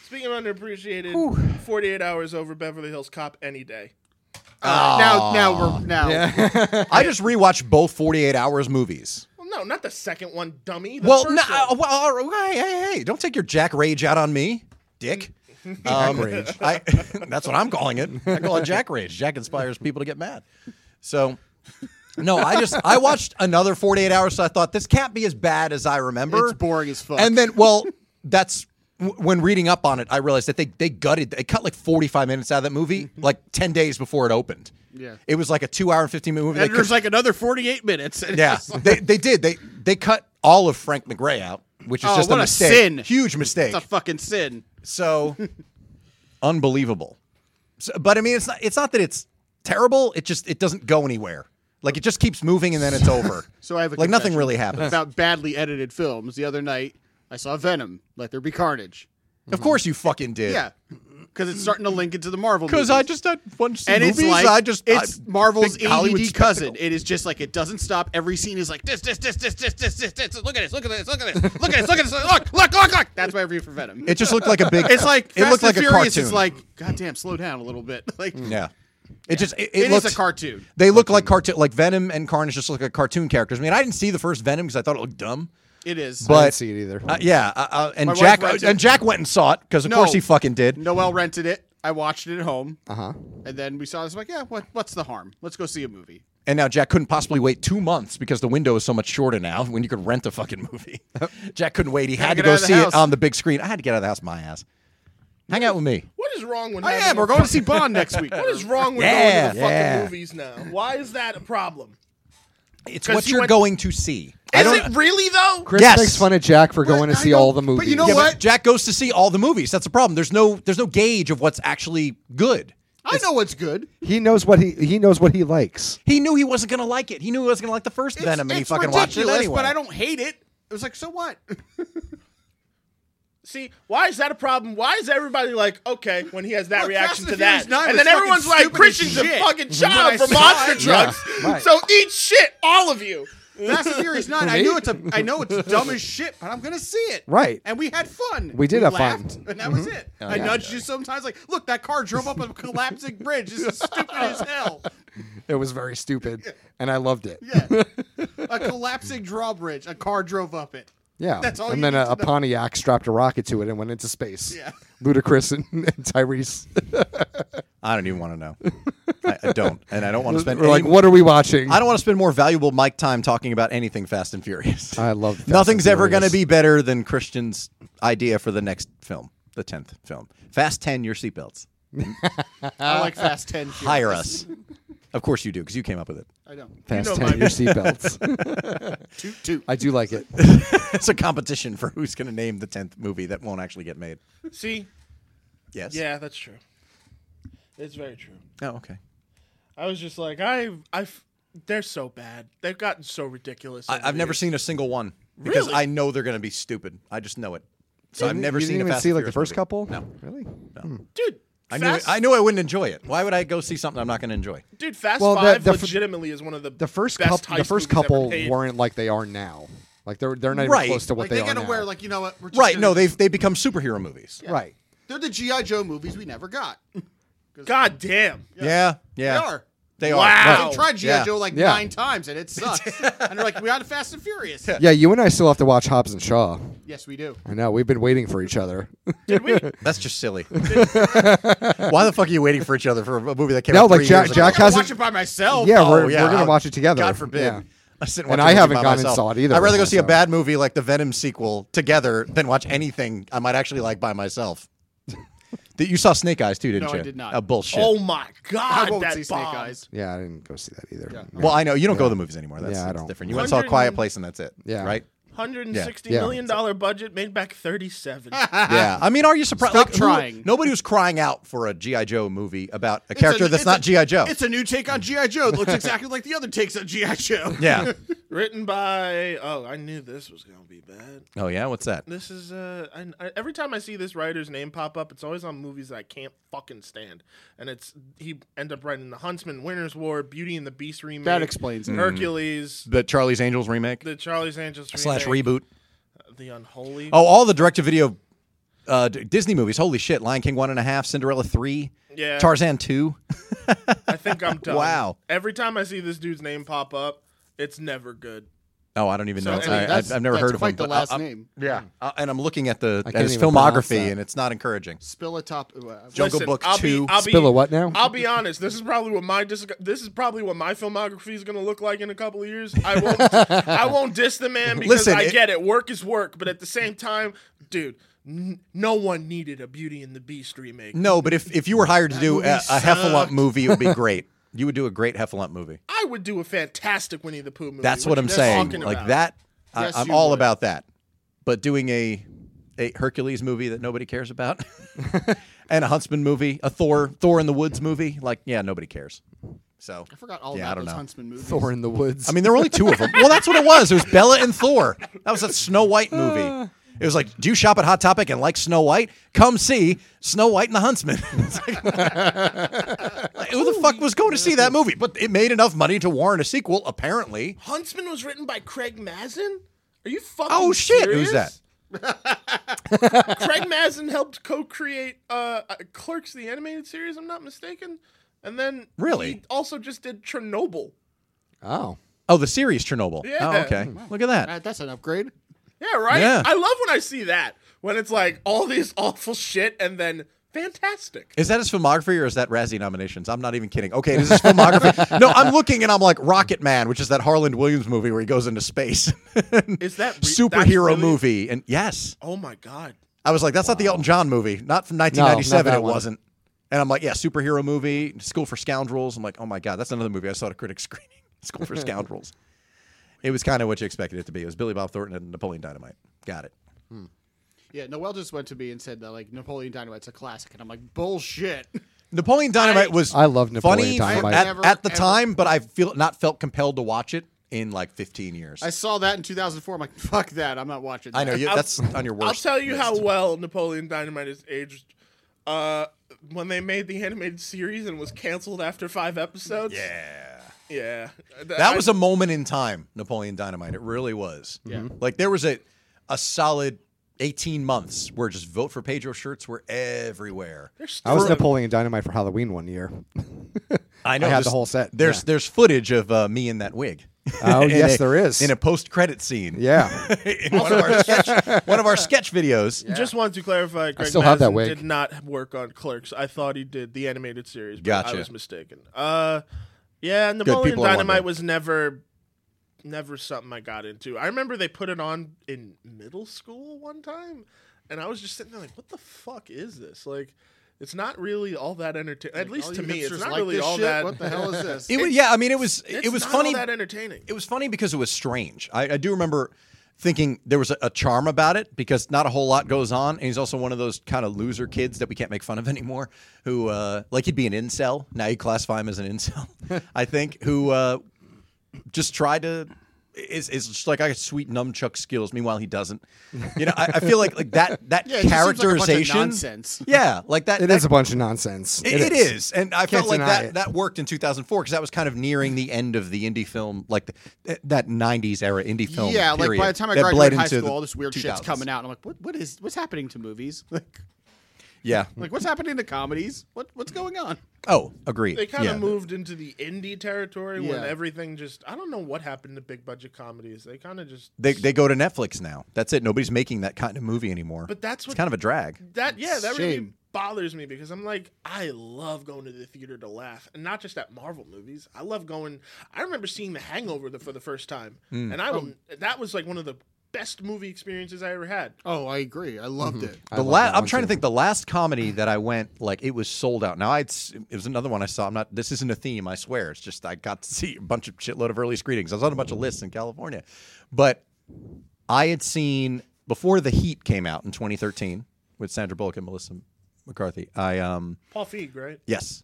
[SPEAKER 3] Speaking of underappreciated, 48 hours over Beverly Hills Cop any day.
[SPEAKER 4] Now, now we're now.
[SPEAKER 1] I just rewatched both 48 Hours movies.
[SPEAKER 3] Well, no, not the second one, dummy. The
[SPEAKER 1] Well,
[SPEAKER 3] first
[SPEAKER 1] no,
[SPEAKER 3] one.
[SPEAKER 1] uh, well, all right, hey, hey, hey, don't take your Jack Rage out on me,
[SPEAKER 4] <laughs>
[SPEAKER 1] Dick. Um, rage. I, <laughs> that's what I'm calling it. I call it Jack Rage. Jack inspires people to get mad. So, no, I just I watched another 48 hours. So I thought this can't be as bad as I remember.
[SPEAKER 4] It's boring as fuck.
[SPEAKER 1] And then, well, that's w- when reading up on it, I realized that they they gutted. They cut like 45 minutes out of that movie, like 10 days before it opened.
[SPEAKER 4] Mm-hmm. Yeah.
[SPEAKER 1] it was like a two hour and 15 minute movie. They
[SPEAKER 4] and
[SPEAKER 1] cut-
[SPEAKER 4] there's like another 48 minutes. And
[SPEAKER 1] yeah, <laughs> they they did. They they cut all of Frank McRae out, which is
[SPEAKER 4] Oh,
[SPEAKER 1] just
[SPEAKER 4] what
[SPEAKER 1] a
[SPEAKER 4] a
[SPEAKER 1] mistake,
[SPEAKER 4] sin.
[SPEAKER 1] huge mistake.
[SPEAKER 4] It's a fucking sin. <laughs>
[SPEAKER 1] so unbelievable. So, but I mean, it's not it's not that it's terrible. It just it doesn't go anywhere. Like it just keeps moving and then it's over.
[SPEAKER 4] <laughs> So I have a
[SPEAKER 1] like nothing
[SPEAKER 4] confession.
[SPEAKER 1] really happens.
[SPEAKER 4] About badly edited films. The other night, I saw Venom. Let there be carnage.
[SPEAKER 1] Of course you fucking did.
[SPEAKER 4] Yeah, because it's starting to link into the Marvel.
[SPEAKER 1] Because
[SPEAKER 4] Because
[SPEAKER 1] I just had one see
[SPEAKER 4] and
[SPEAKER 1] movies.
[SPEAKER 4] it's like
[SPEAKER 1] I just
[SPEAKER 4] it's
[SPEAKER 1] I-
[SPEAKER 4] Marvel's
[SPEAKER 1] big Hollywood
[SPEAKER 4] ADD
[SPEAKER 1] spectacle.
[SPEAKER 4] cousin. It is just like it doesn't stop. Every scene is like this, this, this, this, this, this, this, this. Look at this, look at this,
[SPEAKER 1] <laughs>
[SPEAKER 4] look at this, look at this, look at this. Look, look, look, look. That's my review for Venom.
[SPEAKER 1] It just looked like a big.
[SPEAKER 4] <laughs> it's like
[SPEAKER 1] it
[SPEAKER 4] Fast
[SPEAKER 1] looked
[SPEAKER 4] and
[SPEAKER 1] like a
[SPEAKER 4] Furious
[SPEAKER 1] cartoon.
[SPEAKER 4] Is like goddamn, slow down a little bit. <laughs> Like
[SPEAKER 1] yeah. It just it,
[SPEAKER 4] it
[SPEAKER 1] it
[SPEAKER 4] is
[SPEAKER 1] looked,
[SPEAKER 4] a cartoon.
[SPEAKER 1] They look like cartoon, like Venom and Carnage just look like cartoon characters. I mean, I didn't see the first Venom because I thought it looked dumb.
[SPEAKER 4] It is.
[SPEAKER 1] But
[SPEAKER 2] see it either.
[SPEAKER 1] Uh, yeah, uh, uh, and
[SPEAKER 4] My wife
[SPEAKER 1] Jack
[SPEAKER 4] rented-
[SPEAKER 1] and Jack went and saw it because of
[SPEAKER 4] No.
[SPEAKER 1] course he fucking did.
[SPEAKER 4] Noel rented it. I watched it at home,
[SPEAKER 2] Uh
[SPEAKER 1] Uh-huh.
[SPEAKER 2] huh.
[SPEAKER 4] and then we saw this. like, yeah, what? What's the harm? Let's go see a movie.
[SPEAKER 1] And now Jack couldn't possibly wait two months because the window is so much shorter now when you could rent a fucking movie. <laughs> Jack couldn't wait. He had to
[SPEAKER 4] get
[SPEAKER 1] go
[SPEAKER 4] out of the
[SPEAKER 1] see it
[SPEAKER 4] house.
[SPEAKER 1] on the big screen. I had to get out of the house. My ass. Hang out with me.
[SPEAKER 3] What is wrong with
[SPEAKER 4] I
[SPEAKER 3] having
[SPEAKER 4] am.
[SPEAKER 3] a
[SPEAKER 4] We're going to see Bond next week.
[SPEAKER 3] What is wrong with
[SPEAKER 1] Yeah,
[SPEAKER 3] going to the
[SPEAKER 1] yeah.
[SPEAKER 3] fucking movies now? Why is that a problem?
[SPEAKER 1] It's
[SPEAKER 3] 'Cause
[SPEAKER 1] what
[SPEAKER 3] he
[SPEAKER 1] you're
[SPEAKER 3] went-
[SPEAKER 1] going to see. I
[SPEAKER 3] Is
[SPEAKER 1] don't.
[SPEAKER 3] it really though?
[SPEAKER 2] Chris
[SPEAKER 1] Yes.
[SPEAKER 2] makes fun of Jack for going to
[SPEAKER 4] I
[SPEAKER 2] see
[SPEAKER 4] know-
[SPEAKER 2] all the movies.
[SPEAKER 4] but you know
[SPEAKER 1] Yeah, but
[SPEAKER 4] what?
[SPEAKER 1] Jack goes to see all the movies. That's the problem. There's no. There's no gauge of what's actually good.
[SPEAKER 4] I know what's good.
[SPEAKER 2] He knows what he he knows what he likes.
[SPEAKER 1] He knew he wasn't gonna like it. He knew he wasn't gonna like the first
[SPEAKER 4] It's,
[SPEAKER 1] Venom, and he
[SPEAKER 4] it's
[SPEAKER 1] fucking watched it
[SPEAKER 4] ridiculous,
[SPEAKER 1] anyway.
[SPEAKER 4] But I don't hate it. It was like, so what? <laughs>
[SPEAKER 3] See, why is that a problem? Why is everybody like, okay, when he has that
[SPEAKER 4] Look, Fast
[SPEAKER 3] reaction
[SPEAKER 4] and
[SPEAKER 3] to
[SPEAKER 4] Furious
[SPEAKER 3] that,
[SPEAKER 4] nine
[SPEAKER 3] and
[SPEAKER 4] was
[SPEAKER 3] then everyone's
[SPEAKER 4] fucking
[SPEAKER 3] like,
[SPEAKER 4] stupid as
[SPEAKER 3] Christian's a
[SPEAKER 4] shit.
[SPEAKER 3] fucking
[SPEAKER 4] When I
[SPEAKER 3] child for
[SPEAKER 4] saw
[SPEAKER 3] monster
[SPEAKER 4] it-
[SPEAKER 3] trucks.
[SPEAKER 2] Yeah, right.
[SPEAKER 3] So eat shit, all of you.
[SPEAKER 4] Fast and Furious Nine. I know it's a. I know it's dumb as shit, but I'm gonna see it.
[SPEAKER 2] Right.
[SPEAKER 4] And we had fun.
[SPEAKER 2] We did have fun. Mm-hmm.
[SPEAKER 4] laughed, and that was it. I nudged you sometimes, like, look, that car drove up a collapsing bridge. This is stupid as
[SPEAKER 2] <laughs>
[SPEAKER 4] hell.
[SPEAKER 2] It was very stupid, and I loved it.
[SPEAKER 4] Yeah. A collapsing drawbridge. A car drove up it.
[SPEAKER 2] Yeah,
[SPEAKER 3] That's all
[SPEAKER 2] and
[SPEAKER 3] you
[SPEAKER 2] then
[SPEAKER 3] need
[SPEAKER 2] a,
[SPEAKER 3] to
[SPEAKER 2] a
[SPEAKER 3] know.
[SPEAKER 2] Pontiac strapped a rocket to it and went into space.
[SPEAKER 4] Yeah.
[SPEAKER 2] Ludacris and, <laughs> and Tyrese.
[SPEAKER 1] I don't even want to know. I, I don't, and I don't want to spend.
[SPEAKER 2] We're like,
[SPEAKER 1] any-
[SPEAKER 2] what are we watching?
[SPEAKER 1] I don't want to spend more valuable mic time talking about anything Fast and Furious.
[SPEAKER 2] I love Fast and
[SPEAKER 1] Nothing's ever
[SPEAKER 2] Furious.
[SPEAKER 1] going to be better than Christian's idea for the next film, the tenth film. Fast ten, your seatbelts.
[SPEAKER 4] I like Fast Ten. Furious.
[SPEAKER 1] Uh, Hire us. Of course you do, because you came up with it. <laughs>
[SPEAKER 4] I don't.
[SPEAKER 2] Fast
[SPEAKER 3] know my-
[SPEAKER 2] ten, your seatbelts.
[SPEAKER 4] Toot toot.
[SPEAKER 2] I do <laughs> like it.
[SPEAKER 1] It's a competition for who's going to name the tenth movie that won't actually get made.
[SPEAKER 3] See,
[SPEAKER 1] Yes.
[SPEAKER 3] yeah, that's true. It's very true.
[SPEAKER 1] Oh, okay.
[SPEAKER 3] I was just like, I, I, they're so bad. They've gotten so ridiculous.
[SPEAKER 1] I,
[SPEAKER 3] over
[SPEAKER 1] I've
[SPEAKER 3] the
[SPEAKER 1] never
[SPEAKER 3] years.
[SPEAKER 1] seen a single one because
[SPEAKER 3] Really?
[SPEAKER 1] I know they're going to be stupid. I just know it. So I've
[SPEAKER 2] You
[SPEAKER 1] never
[SPEAKER 2] didn't
[SPEAKER 1] seen. a
[SPEAKER 2] even
[SPEAKER 1] Fast
[SPEAKER 2] see
[SPEAKER 1] and
[SPEAKER 2] like the
[SPEAKER 1] Furious
[SPEAKER 2] first
[SPEAKER 1] movie.
[SPEAKER 2] couple.
[SPEAKER 1] No,
[SPEAKER 2] really.
[SPEAKER 3] dude.
[SPEAKER 1] I knew.
[SPEAKER 3] Fast,
[SPEAKER 1] I knew I wouldn't enjoy it. Why would I go see something I'm not going to enjoy?
[SPEAKER 3] dude. Fast
[SPEAKER 2] Well, the-
[SPEAKER 3] Five
[SPEAKER 2] the f-
[SPEAKER 3] legitimately is one of the
[SPEAKER 2] The first
[SPEAKER 3] best
[SPEAKER 2] couple, the
[SPEAKER 3] heist
[SPEAKER 2] first
[SPEAKER 3] movies ever
[SPEAKER 2] couple
[SPEAKER 3] made.
[SPEAKER 2] weren't like they are now. Like they're they're not even
[SPEAKER 1] Right.
[SPEAKER 2] close to what
[SPEAKER 4] Like they,
[SPEAKER 2] are
[SPEAKER 4] gotta
[SPEAKER 2] now.
[SPEAKER 4] wear like you know what? We're just
[SPEAKER 1] Right?
[SPEAKER 4] gonna-
[SPEAKER 1] No, they've they become superhero movies.
[SPEAKER 2] right.
[SPEAKER 4] They're the GI Joe movies we never got.
[SPEAKER 3] God
[SPEAKER 4] <laughs>
[SPEAKER 3] damn.
[SPEAKER 1] Yeah, yeah.
[SPEAKER 4] They are.
[SPEAKER 1] They
[SPEAKER 3] Wow.
[SPEAKER 1] Right.
[SPEAKER 4] They tried GI
[SPEAKER 1] Yeah.
[SPEAKER 4] Joe like
[SPEAKER 2] Yeah.
[SPEAKER 4] nine times
[SPEAKER 2] <laughs>
[SPEAKER 4] and it sucks. and they're like, we got Fast and Furious.
[SPEAKER 2] Yeah, you and I still have to watch Hobbs and Shaw.
[SPEAKER 4] Yes, we do.
[SPEAKER 2] I know we've been waiting for each other.
[SPEAKER 3] Did we?
[SPEAKER 1] That's just
[SPEAKER 2] <laughs>
[SPEAKER 1] silly. Why the fuck are you waiting for each other for a movie that came
[SPEAKER 2] No,
[SPEAKER 1] out
[SPEAKER 2] like
[SPEAKER 1] three
[SPEAKER 2] Jack-
[SPEAKER 1] years
[SPEAKER 2] Jack
[SPEAKER 1] ago?
[SPEAKER 4] I
[SPEAKER 2] Hasn't-
[SPEAKER 4] watch it by myself.
[SPEAKER 2] Yeah,
[SPEAKER 1] Oh,
[SPEAKER 2] we're,
[SPEAKER 1] yeah,
[SPEAKER 2] we're gonna
[SPEAKER 1] I'll-
[SPEAKER 2] watch it together.
[SPEAKER 1] God forbid.
[SPEAKER 2] Yeah.
[SPEAKER 1] I sit
[SPEAKER 2] And
[SPEAKER 1] watch a
[SPEAKER 2] I
[SPEAKER 1] movie
[SPEAKER 2] haven't
[SPEAKER 1] by
[SPEAKER 2] gone and
[SPEAKER 1] myself.
[SPEAKER 2] saw it either
[SPEAKER 1] I'd rather
[SPEAKER 2] by
[SPEAKER 1] go see a
[SPEAKER 2] myself.
[SPEAKER 1] bad movie like the Venom sequel together than watch anything I might actually like by
[SPEAKER 2] <laughs>
[SPEAKER 1] myself. That you saw Snake Eyes too, didn't
[SPEAKER 4] No,
[SPEAKER 1] you?
[SPEAKER 4] I did not.
[SPEAKER 1] Oh, bullshit.
[SPEAKER 3] Oh my
[SPEAKER 4] I
[SPEAKER 3] god,
[SPEAKER 4] won't
[SPEAKER 3] that
[SPEAKER 4] see Snake
[SPEAKER 3] bomb.
[SPEAKER 4] <laughs> Eyes.
[SPEAKER 2] Yeah, I didn't go see that either. Yeah.
[SPEAKER 1] well, I know you don't go to the movies anymore. That's,
[SPEAKER 2] Yeah, I
[SPEAKER 1] that's
[SPEAKER 2] don't.
[SPEAKER 1] different. You went and saw a Quiet
[SPEAKER 3] 100
[SPEAKER 1] Place, and that's it.
[SPEAKER 2] Yeah.
[SPEAKER 4] <laughs>
[SPEAKER 1] right.
[SPEAKER 3] Hundred and sixty
[SPEAKER 2] Yeah.
[SPEAKER 3] million dollar budget made back
[SPEAKER 4] <laughs>
[SPEAKER 3] thirty-seven.
[SPEAKER 1] yeah, I mean, are you surprised?
[SPEAKER 4] Ah, Stop
[SPEAKER 1] like, who-
[SPEAKER 4] trying.
[SPEAKER 1] nobody was crying out for a GI Joe movie about a
[SPEAKER 4] It's
[SPEAKER 1] character
[SPEAKER 4] a-
[SPEAKER 1] that's
[SPEAKER 4] it's
[SPEAKER 1] not
[SPEAKER 4] a-
[SPEAKER 1] GI Joe.
[SPEAKER 4] It's a new take on GI Joe. That looks exactly like the other takes on GI Joe.
[SPEAKER 1] yeah.
[SPEAKER 3] Written by oh, I knew this was gonna be bad.
[SPEAKER 1] Oh yeah, what's that?
[SPEAKER 3] This is uh, I, I, every time I see this writer's name pop up, it's always on movies that I can't fucking stand. And it's he end up writing The Huntsman, Winter's War, Beauty and the Beast remake.
[SPEAKER 4] That explains it. Mm.
[SPEAKER 3] Hercules,
[SPEAKER 1] The Charlie's Angels remake
[SPEAKER 3] the Charlie's Angels
[SPEAKER 1] slash
[SPEAKER 3] remake,
[SPEAKER 1] reboot.
[SPEAKER 3] The Unholy.
[SPEAKER 1] Oh, all the direct-to-video uh, D- Disney movies. Holy shit! Lion King one and a half, Cinderella three,
[SPEAKER 3] Yeah.
[SPEAKER 1] Tarzan two.
[SPEAKER 3] I
[SPEAKER 1] <laughs>
[SPEAKER 3] think I'm done.
[SPEAKER 1] Wow.
[SPEAKER 3] Every time I see this dude's name pop up, it's never good.
[SPEAKER 1] Oh, I don't even know.
[SPEAKER 3] So, I mean,
[SPEAKER 1] I,
[SPEAKER 4] that's-
[SPEAKER 1] I, have never
[SPEAKER 4] that's
[SPEAKER 1] heard of
[SPEAKER 4] quite
[SPEAKER 1] him.
[SPEAKER 4] the
[SPEAKER 1] but
[SPEAKER 4] last
[SPEAKER 1] I- I-
[SPEAKER 4] name. Hmm.
[SPEAKER 1] Yeah, I- and I'm looking at the at
[SPEAKER 2] can't
[SPEAKER 1] his
[SPEAKER 2] even
[SPEAKER 1] filmography,
[SPEAKER 2] pronounce that.
[SPEAKER 1] and it's not encouraging.
[SPEAKER 4] Spill a top. uh,
[SPEAKER 1] Jungle
[SPEAKER 3] Listen,
[SPEAKER 1] Book
[SPEAKER 3] I'll
[SPEAKER 1] two.
[SPEAKER 3] Be, I'll be,
[SPEAKER 2] Spill a what now?
[SPEAKER 3] I'll be honest. This is probably what my dis- this is probably what my filmography is going to look like in a couple of years. I won't
[SPEAKER 1] <laughs>
[SPEAKER 3] I won't diss the man because
[SPEAKER 1] Listen,
[SPEAKER 3] I
[SPEAKER 1] it-
[SPEAKER 3] get it. Work is work, but at the same time, dude, n- no one needed a Beauty and the Beast remake.
[SPEAKER 1] No, but if if you were hired to do a, a Heffalump movie, it would be great. You would do a great Heffalump movie.
[SPEAKER 3] I would do a fantastic Winnie the Pooh movie.
[SPEAKER 1] That's what
[SPEAKER 3] you
[SPEAKER 1] I'm
[SPEAKER 3] guys
[SPEAKER 1] saying.
[SPEAKER 3] talking
[SPEAKER 1] Like
[SPEAKER 3] about?
[SPEAKER 1] that,
[SPEAKER 4] Yes,
[SPEAKER 1] I, I'm
[SPEAKER 4] you
[SPEAKER 1] all
[SPEAKER 4] would.
[SPEAKER 1] about that. But doing a a Hercules movie that nobody cares
[SPEAKER 4] <laughs>
[SPEAKER 1] about, and a Huntsman movie, a Thor Thor in the Woods movie, like yeah, nobody cares. So
[SPEAKER 4] I forgot all
[SPEAKER 1] Yeah, I
[SPEAKER 4] about
[SPEAKER 1] don't
[SPEAKER 4] those
[SPEAKER 1] know.
[SPEAKER 4] Huntsman movies.
[SPEAKER 2] Thor in the woods.
[SPEAKER 1] I mean, there were only two of them. Well, that's what it was. It was Bella and Thor. That was that Snow White movie. It was like, do you shop at Hot Topic and like Snow White? Come see Snow White and the Huntsman. <laughs> It's like, like, who the fuck was going to see that movie? But it made enough money to warrant a sequel, apparently.
[SPEAKER 3] Huntsman was written by Craig Mazin. Are you fucking?
[SPEAKER 1] Oh shit! Who's that?
[SPEAKER 3] serious? <laughs> Craig Mazin helped co-create uh, uh, Clerks, the animated series. I'm not mistaken. And then
[SPEAKER 1] Really?
[SPEAKER 3] he also just did Chernobyl.
[SPEAKER 2] oh,
[SPEAKER 1] Oh, the series Chernobyl.
[SPEAKER 3] Yeah.
[SPEAKER 1] Oh, okay. Look at that.
[SPEAKER 4] Uh, that's an upgrade.
[SPEAKER 3] Yeah, right.
[SPEAKER 1] Yeah.
[SPEAKER 3] I love when I see that when it's like all this <laughs> awful shit and then fantastic.
[SPEAKER 1] Is that his filmography or is that Razzie nominations? I'm not even kidding. Okay, this is
[SPEAKER 3] <laughs>
[SPEAKER 1] filmography. no, I'm looking and I'm like Rocket Man, which is that Harland Williams movie where he goes into space. <laughs>
[SPEAKER 3] Is that re- that's
[SPEAKER 1] Superhero
[SPEAKER 3] really-
[SPEAKER 1] movie. And yes.
[SPEAKER 3] Oh my god.
[SPEAKER 1] I was like, that's not the Elton John movie. Not from
[SPEAKER 2] No, not
[SPEAKER 1] 1997.
[SPEAKER 2] that
[SPEAKER 1] it
[SPEAKER 2] one.
[SPEAKER 1] wasn't. And I'm like, yeah, superhero movie, School for Scoundrels. I'm like, oh my God, that's another movie I saw at a critic <laughs> screening, School
[SPEAKER 3] <laughs>
[SPEAKER 1] for Scoundrels. It was kind of what you expected it to be. It was Billy Bob Thornton and Napoleon Dynamite. Got it.
[SPEAKER 4] <laughs> Yeah, Noel just went to me and said that like Napoleon Dynamite's a classic, and I'm like, bullshit.
[SPEAKER 1] Napoleon Dynamite was
[SPEAKER 2] I love
[SPEAKER 1] funny
[SPEAKER 2] Napoleon Dynamite.
[SPEAKER 1] at,
[SPEAKER 4] Never,
[SPEAKER 1] at the
[SPEAKER 4] ever-
[SPEAKER 1] time, but I feel not felt compelled to watch it in like 15 years.
[SPEAKER 4] I saw that in 2004. I'm like, <laughs> fuck that. I'm not watching. That.
[SPEAKER 1] I know you,
[SPEAKER 3] I'll-
[SPEAKER 1] that's on your worst.
[SPEAKER 3] I'll tell you
[SPEAKER 1] list.
[SPEAKER 3] how well Napoleon Dynamite is aged. Uh, when they made the animated series and was canceled after five episodes.
[SPEAKER 1] Yeah.
[SPEAKER 3] Yeah.
[SPEAKER 1] That was a moment in time, Napoleon Dynamite. It really was. Mm-hmm.
[SPEAKER 4] Yeah.
[SPEAKER 1] Like there was a a solid 18 months where just vote for Pedro shirts were everywhere.
[SPEAKER 2] I was Napoleon Dynamite for Halloween one year.
[SPEAKER 1] I know
[SPEAKER 2] I had
[SPEAKER 1] this-
[SPEAKER 2] the whole set,
[SPEAKER 1] There's
[SPEAKER 2] yeah.
[SPEAKER 1] there's footage of uh, me in that wig.
[SPEAKER 2] Oh,
[SPEAKER 1] <laughs> in
[SPEAKER 2] yes,
[SPEAKER 1] a-
[SPEAKER 2] there is.
[SPEAKER 1] in a post-credit scene.
[SPEAKER 2] yeah.
[SPEAKER 1] <laughs> in one of our sketch, one of our sketch videos.
[SPEAKER 3] Just wanted to clarify. Greg
[SPEAKER 5] still have that
[SPEAKER 3] Madison
[SPEAKER 5] wig.
[SPEAKER 3] Did not work on Clerks. I thought he did the animated series. But
[SPEAKER 1] Gotcha.
[SPEAKER 3] I was mistaken. Uh, yeah, Napoleon
[SPEAKER 1] people are
[SPEAKER 3] Dynamite
[SPEAKER 1] wondering.
[SPEAKER 3] was never, never something I got into. I remember they put it on in middle school one time, and I was just sitting there like, "What the fuck is this?" Like, it's not really all that entertaining. At least to me, it's not really all that. <laughs>
[SPEAKER 4] What the <laughs> hell is this?
[SPEAKER 1] It was, yeah, I mean, it was
[SPEAKER 3] It's
[SPEAKER 1] it was
[SPEAKER 3] not
[SPEAKER 1] funny.
[SPEAKER 3] All that entertaining.
[SPEAKER 1] it was funny because it was strange. I, I do remember thinking there was a, a charm about it because not a whole lot goes on, and he's also one of those kind of loser kids that we can't make fun of <laughs> anymore. Who uh, like he'd be an incel now you classify him as an incel, <laughs> I think. Who uh, just tried to. Is, is just like I got sweet nunchuck skills. Meanwhile, he doesn't. You know, I, I feel like like that that
[SPEAKER 4] <laughs> Yeah, it just seems like a bunch of
[SPEAKER 1] characterization.
[SPEAKER 4] nonsense.
[SPEAKER 1] Yeah, like that.
[SPEAKER 2] It
[SPEAKER 1] that
[SPEAKER 2] is a bunch of nonsense.
[SPEAKER 1] it, it is. and I felt like
[SPEAKER 2] deny
[SPEAKER 1] that
[SPEAKER 2] it.
[SPEAKER 1] that worked in 2004 because that was kind of nearing the end of the indie film, like the, th- that 90s era indie film.
[SPEAKER 4] yeah, like
[SPEAKER 1] period
[SPEAKER 4] by the time I
[SPEAKER 1] that bled
[SPEAKER 4] graduated high
[SPEAKER 1] into
[SPEAKER 4] school,
[SPEAKER 1] the
[SPEAKER 4] all this weird shit's
[SPEAKER 1] 2000s.
[SPEAKER 4] coming out. and I'm like, what? What is? What's happening to movies? <laughs> Like,
[SPEAKER 1] Yeah.
[SPEAKER 4] like what's happening to comedies? What? What's going on?
[SPEAKER 1] Oh, agreed.
[SPEAKER 3] They kind
[SPEAKER 1] yeah.
[SPEAKER 3] of moved into the indie territory when
[SPEAKER 4] Yeah.
[SPEAKER 3] everything just. I don't know what happened to big budget comedies. They kind of just.
[SPEAKER 1] They, they go to Netflix now. That's it. Nobody's making that kind of movie anymore.
[SPEAKER 3] But that's
[SPEAKER 1] it's
[SPEAKER 3] what-
[SPEAKER 1] kind of a drag.
[SPEAKER 3] that yeah, that really
[SPEAKER 4] Shame.
[SPEAKER 3] bothers me because I'm like, I love going to the theater to laugh, and not just at Marvel movies. I love going. I remember seeing The Hangover the, for the first time,
[SPEAKER 1] Mm.
[SPEAKER 3] and
[SPEAKER 1] Oh.
[SPEAKER 3] I will. That was like one of the best movie experiences I ever had.
[SPEAKER 4] <laughs> Oh, I agree. I loved it.
[SPEAKER 1] The la- I'm trying to think. The last comedy that I went, like it was sold out. Now I, it was another one I saw. I'm not. This isn't a theme. I swear. It's just I got to <laughs> see a bunch of shitload of early screenings. I was on a bunch of lists in California, but I had seen before the Heat came out in 2013 with Sandra Bullock and Melissa McCarthy. I um
[SPEAKER 3] Paul Feig, right?
[SPEAKER 1] yes.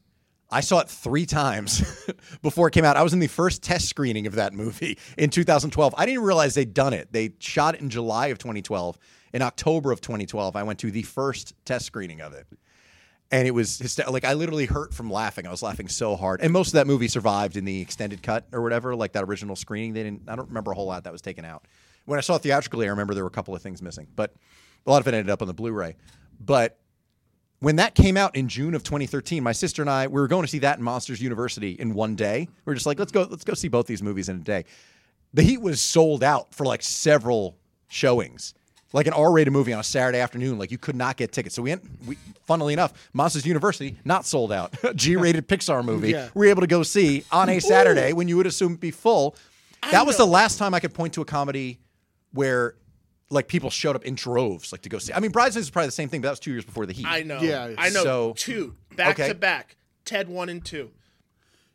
[SPEAKER 1] I saw it three times <laughs> before it came out. I was in the first test screening of that movie in 2012. I didn't realize they'd done it. They shot it in July of 2012. In October of 2012, I went to the first test screening of it. And it was hyster- like I literally hurt from laughing. I was laughing so hard. And most of that movie survived in the extended cut or whatever, like that original screening. They didn't. I don't remember a whole lot that was taken out. When I saw it theatrically, I remember there were a couple of things missing, but a lot of it ended up on the Blu-ray. But when that came out in June of 2013, my sister and I we were going to see that in Monsters University in one day. We were just like, let's go, let's go see both these movies in a day. The Heat was sold out for like several showings, like an R-rated movie on a Saturday afternoon. Like you could not get tickets. So we, en- we funnily enough, Monsters University not sold out. <laughs> G-rated Pixar movie. We were able to go see on a Saturday when you would assume it'd be full. that was the last time I could point to a comedy where. Like people showed up in droves, like to go see. I mean, Bridesmaids is probably the same thing, but that was two years before the heat.
[SPEAKER 3] I know.
[SPEAKER 4] Yeah,
[SPEAKER 3] I know.
[SPEAKER 1] so-
[SPEAKER 3] two back
[SPEAKER 1] Okay.
[SPEAKER 3] to back. Ted one and two.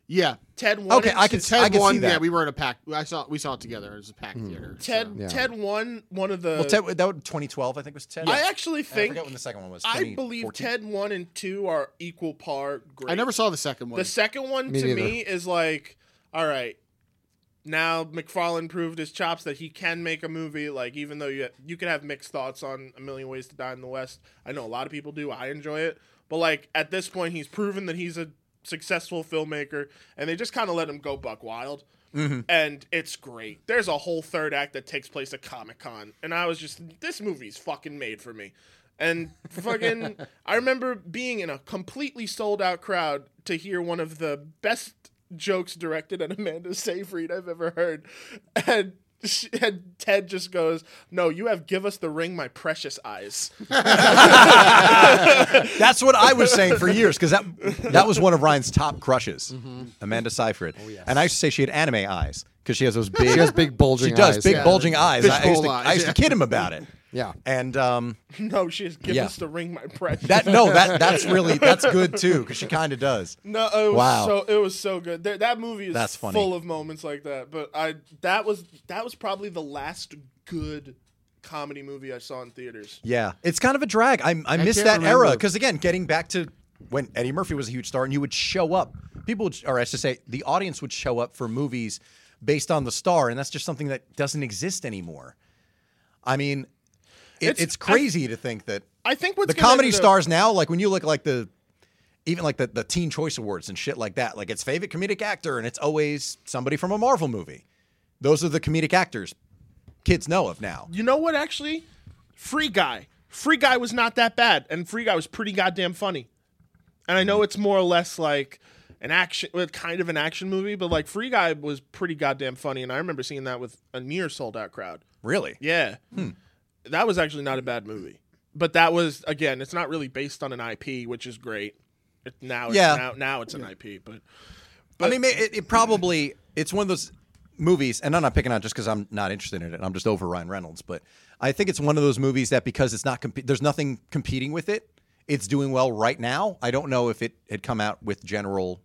[SPEAKER 4] Yeah.
[SPEAKER 3] Ted one.
[SPEAKER 1] Okay,
[SPEAKER 3] and
[SPEAKER 1] I
[SPEAKER 3] two.
[SPEAKER 1] can-
[SPEAKER 4] Ted
[SPEAKER 1] see that.
[SPEAKER 4] one.
[SPEAKER 1] Mm-hmm.
[SPEAKER 4] Yeah, we were in a pack. I saw. We saw it together. It was a pack theater. so-
[SPEAKER 3] Ted Ted one. One of the.
[SPEAKER 1] Well, Ted, that would 2012, I think was Ted.
[SPEAKER 3] I actually
[SPEAKER 1] I
[SPEAKER 3] think
[SPEAKER 1] forget when the second one was.
[SPEAKER 3] I believe
[SPEAKER 1] 2014?
[SPEAKER 3] Ted one and two are equal par great.
[SPEAKER 4] I never saw the second one.
[SPEAKER 3] The second one
[SPEAKER 2] Me
[SPEAKER 3] to
[SPEAKER 2] neither.
[SPEAKER 3] me is like, all right, now McFarlane proved his chops that he can make a movie. Like, even though you you could have mixed thoughts on A Million Ways to Die in the West, I know a lot of people do. I enjoy it, but like at this point, he's proven that he's a successful filmmaker, and they just kind of let him go buck wild.
[SPEAKER 4] Mm-hmm.
[SPEAKER 3] And it's great. There's a whole third act that takes place at Comic Con, and I was just, this movie's fucking made for me. And fucking, I remember being in a completely sold out crowd to hear one of the best jokes directed at Amanda Seyfried I've ever heard. And, she, and Ted just goes, No, you have give us the ring, my precious eyes. <laughs>
[SPEAKER 1] That's what I was saying for years because that that was one of Ryan's top crushes, Amanda Seyfried. Mm-hmm. Oh, yes. And I used to say she had anime eyes because she has those big.
[SPEAKER 2] She has big bulging
[SPEAKER 1] She does
[SPEAKER 2] eyes.
[SPEAKER 1] big
[SPEAKER 2] Yeah.
[SPEAKER 1] bulging eyes. I, I used to,
[SPEAKER 4] Fishbowl eyes,
[SPEAKER 1] I used to
[SPEAKER 4] yeah.
[SPEAKER 1] kid him about it.
[SPEAKER 2] Yeah.
[SPEAKER 1] And um,
[SPEAKER 3] No, she has give
[SPEAKER 1] Yeah.
[SPEAKER 3] us the ring, my precious.
[SPEAKER 1] that no, that that's really that's good too because she kind of does.
[SPEAKER 3] <laughs> No, it was
[SPEAKER 1] Wow.
[SPEAKER 3] so it was so good. There, that movie is
[SPEAKER 1] That's funny.
[SPEAKER 3] full of moments like that. But I that was that was probably the last good comedy movie I saw in theaters.
[SPEAKER 1] Yeah, it's kind of a drag. I, I, miss that
[SPEAKER 4] can't
[SPEAKER 1] era
[SPEAKER 4] remember.
[SPEAKER 1] because again, getting back to when Eddie Murphy was a huge star, and you would show up. People, would, or I should say, the audience would show up for movies based on the star, and that's just something that doesn't exist anymore. I mean, it, it's,
[SPEAKER 3] It's-
[SPEAKER 1] crazy to think that
[SPEAKER 3] I think what's
[SPEAKER 1] the
[SPEAKER 3] gonna
[SPEAKER 1] comedy
[SPEAKER 3] end up-
[SPEAKER 1] stars now, like when you look like the even like the, the Teen Choice Awards and shit like that, like it's favorite comedic actor, and it's always somebody from a Marvel movie. Those are the comedic actors kids know of now.
[SPEAKER 3] You know what? Actually, Free Guy. Free Guy was not that bad, and Free Guy was pretty goddamn funny. And I know it's more or less like an action, well, kind of an action movie, but like Free Guy was pretty goddamn funny, and I remember seeing that with a near sold out crowd.
[SPEAKER 1] Really?
[SPEAKER 3] Yeah,
[SPEAKER 1] Hmm.
[SPEAKER 3] that was actually not a bad movie, but that was again, it's not really based on an IP, which is great. It, now, it's,
[SPEAKER 1] Yeah.
[SPEAKER 3] now, now it's an IP, but
[SPEAKER 1] I mean, ma- it, it probably it's one of those movies, and I'm not picking on it just because I'm not interested in it. I'm just over Ryan Reynolds, but I think it's one of those movies that because it's not comp- there's nothing competing with it. It's doing well right now. I don't know if it had come out with general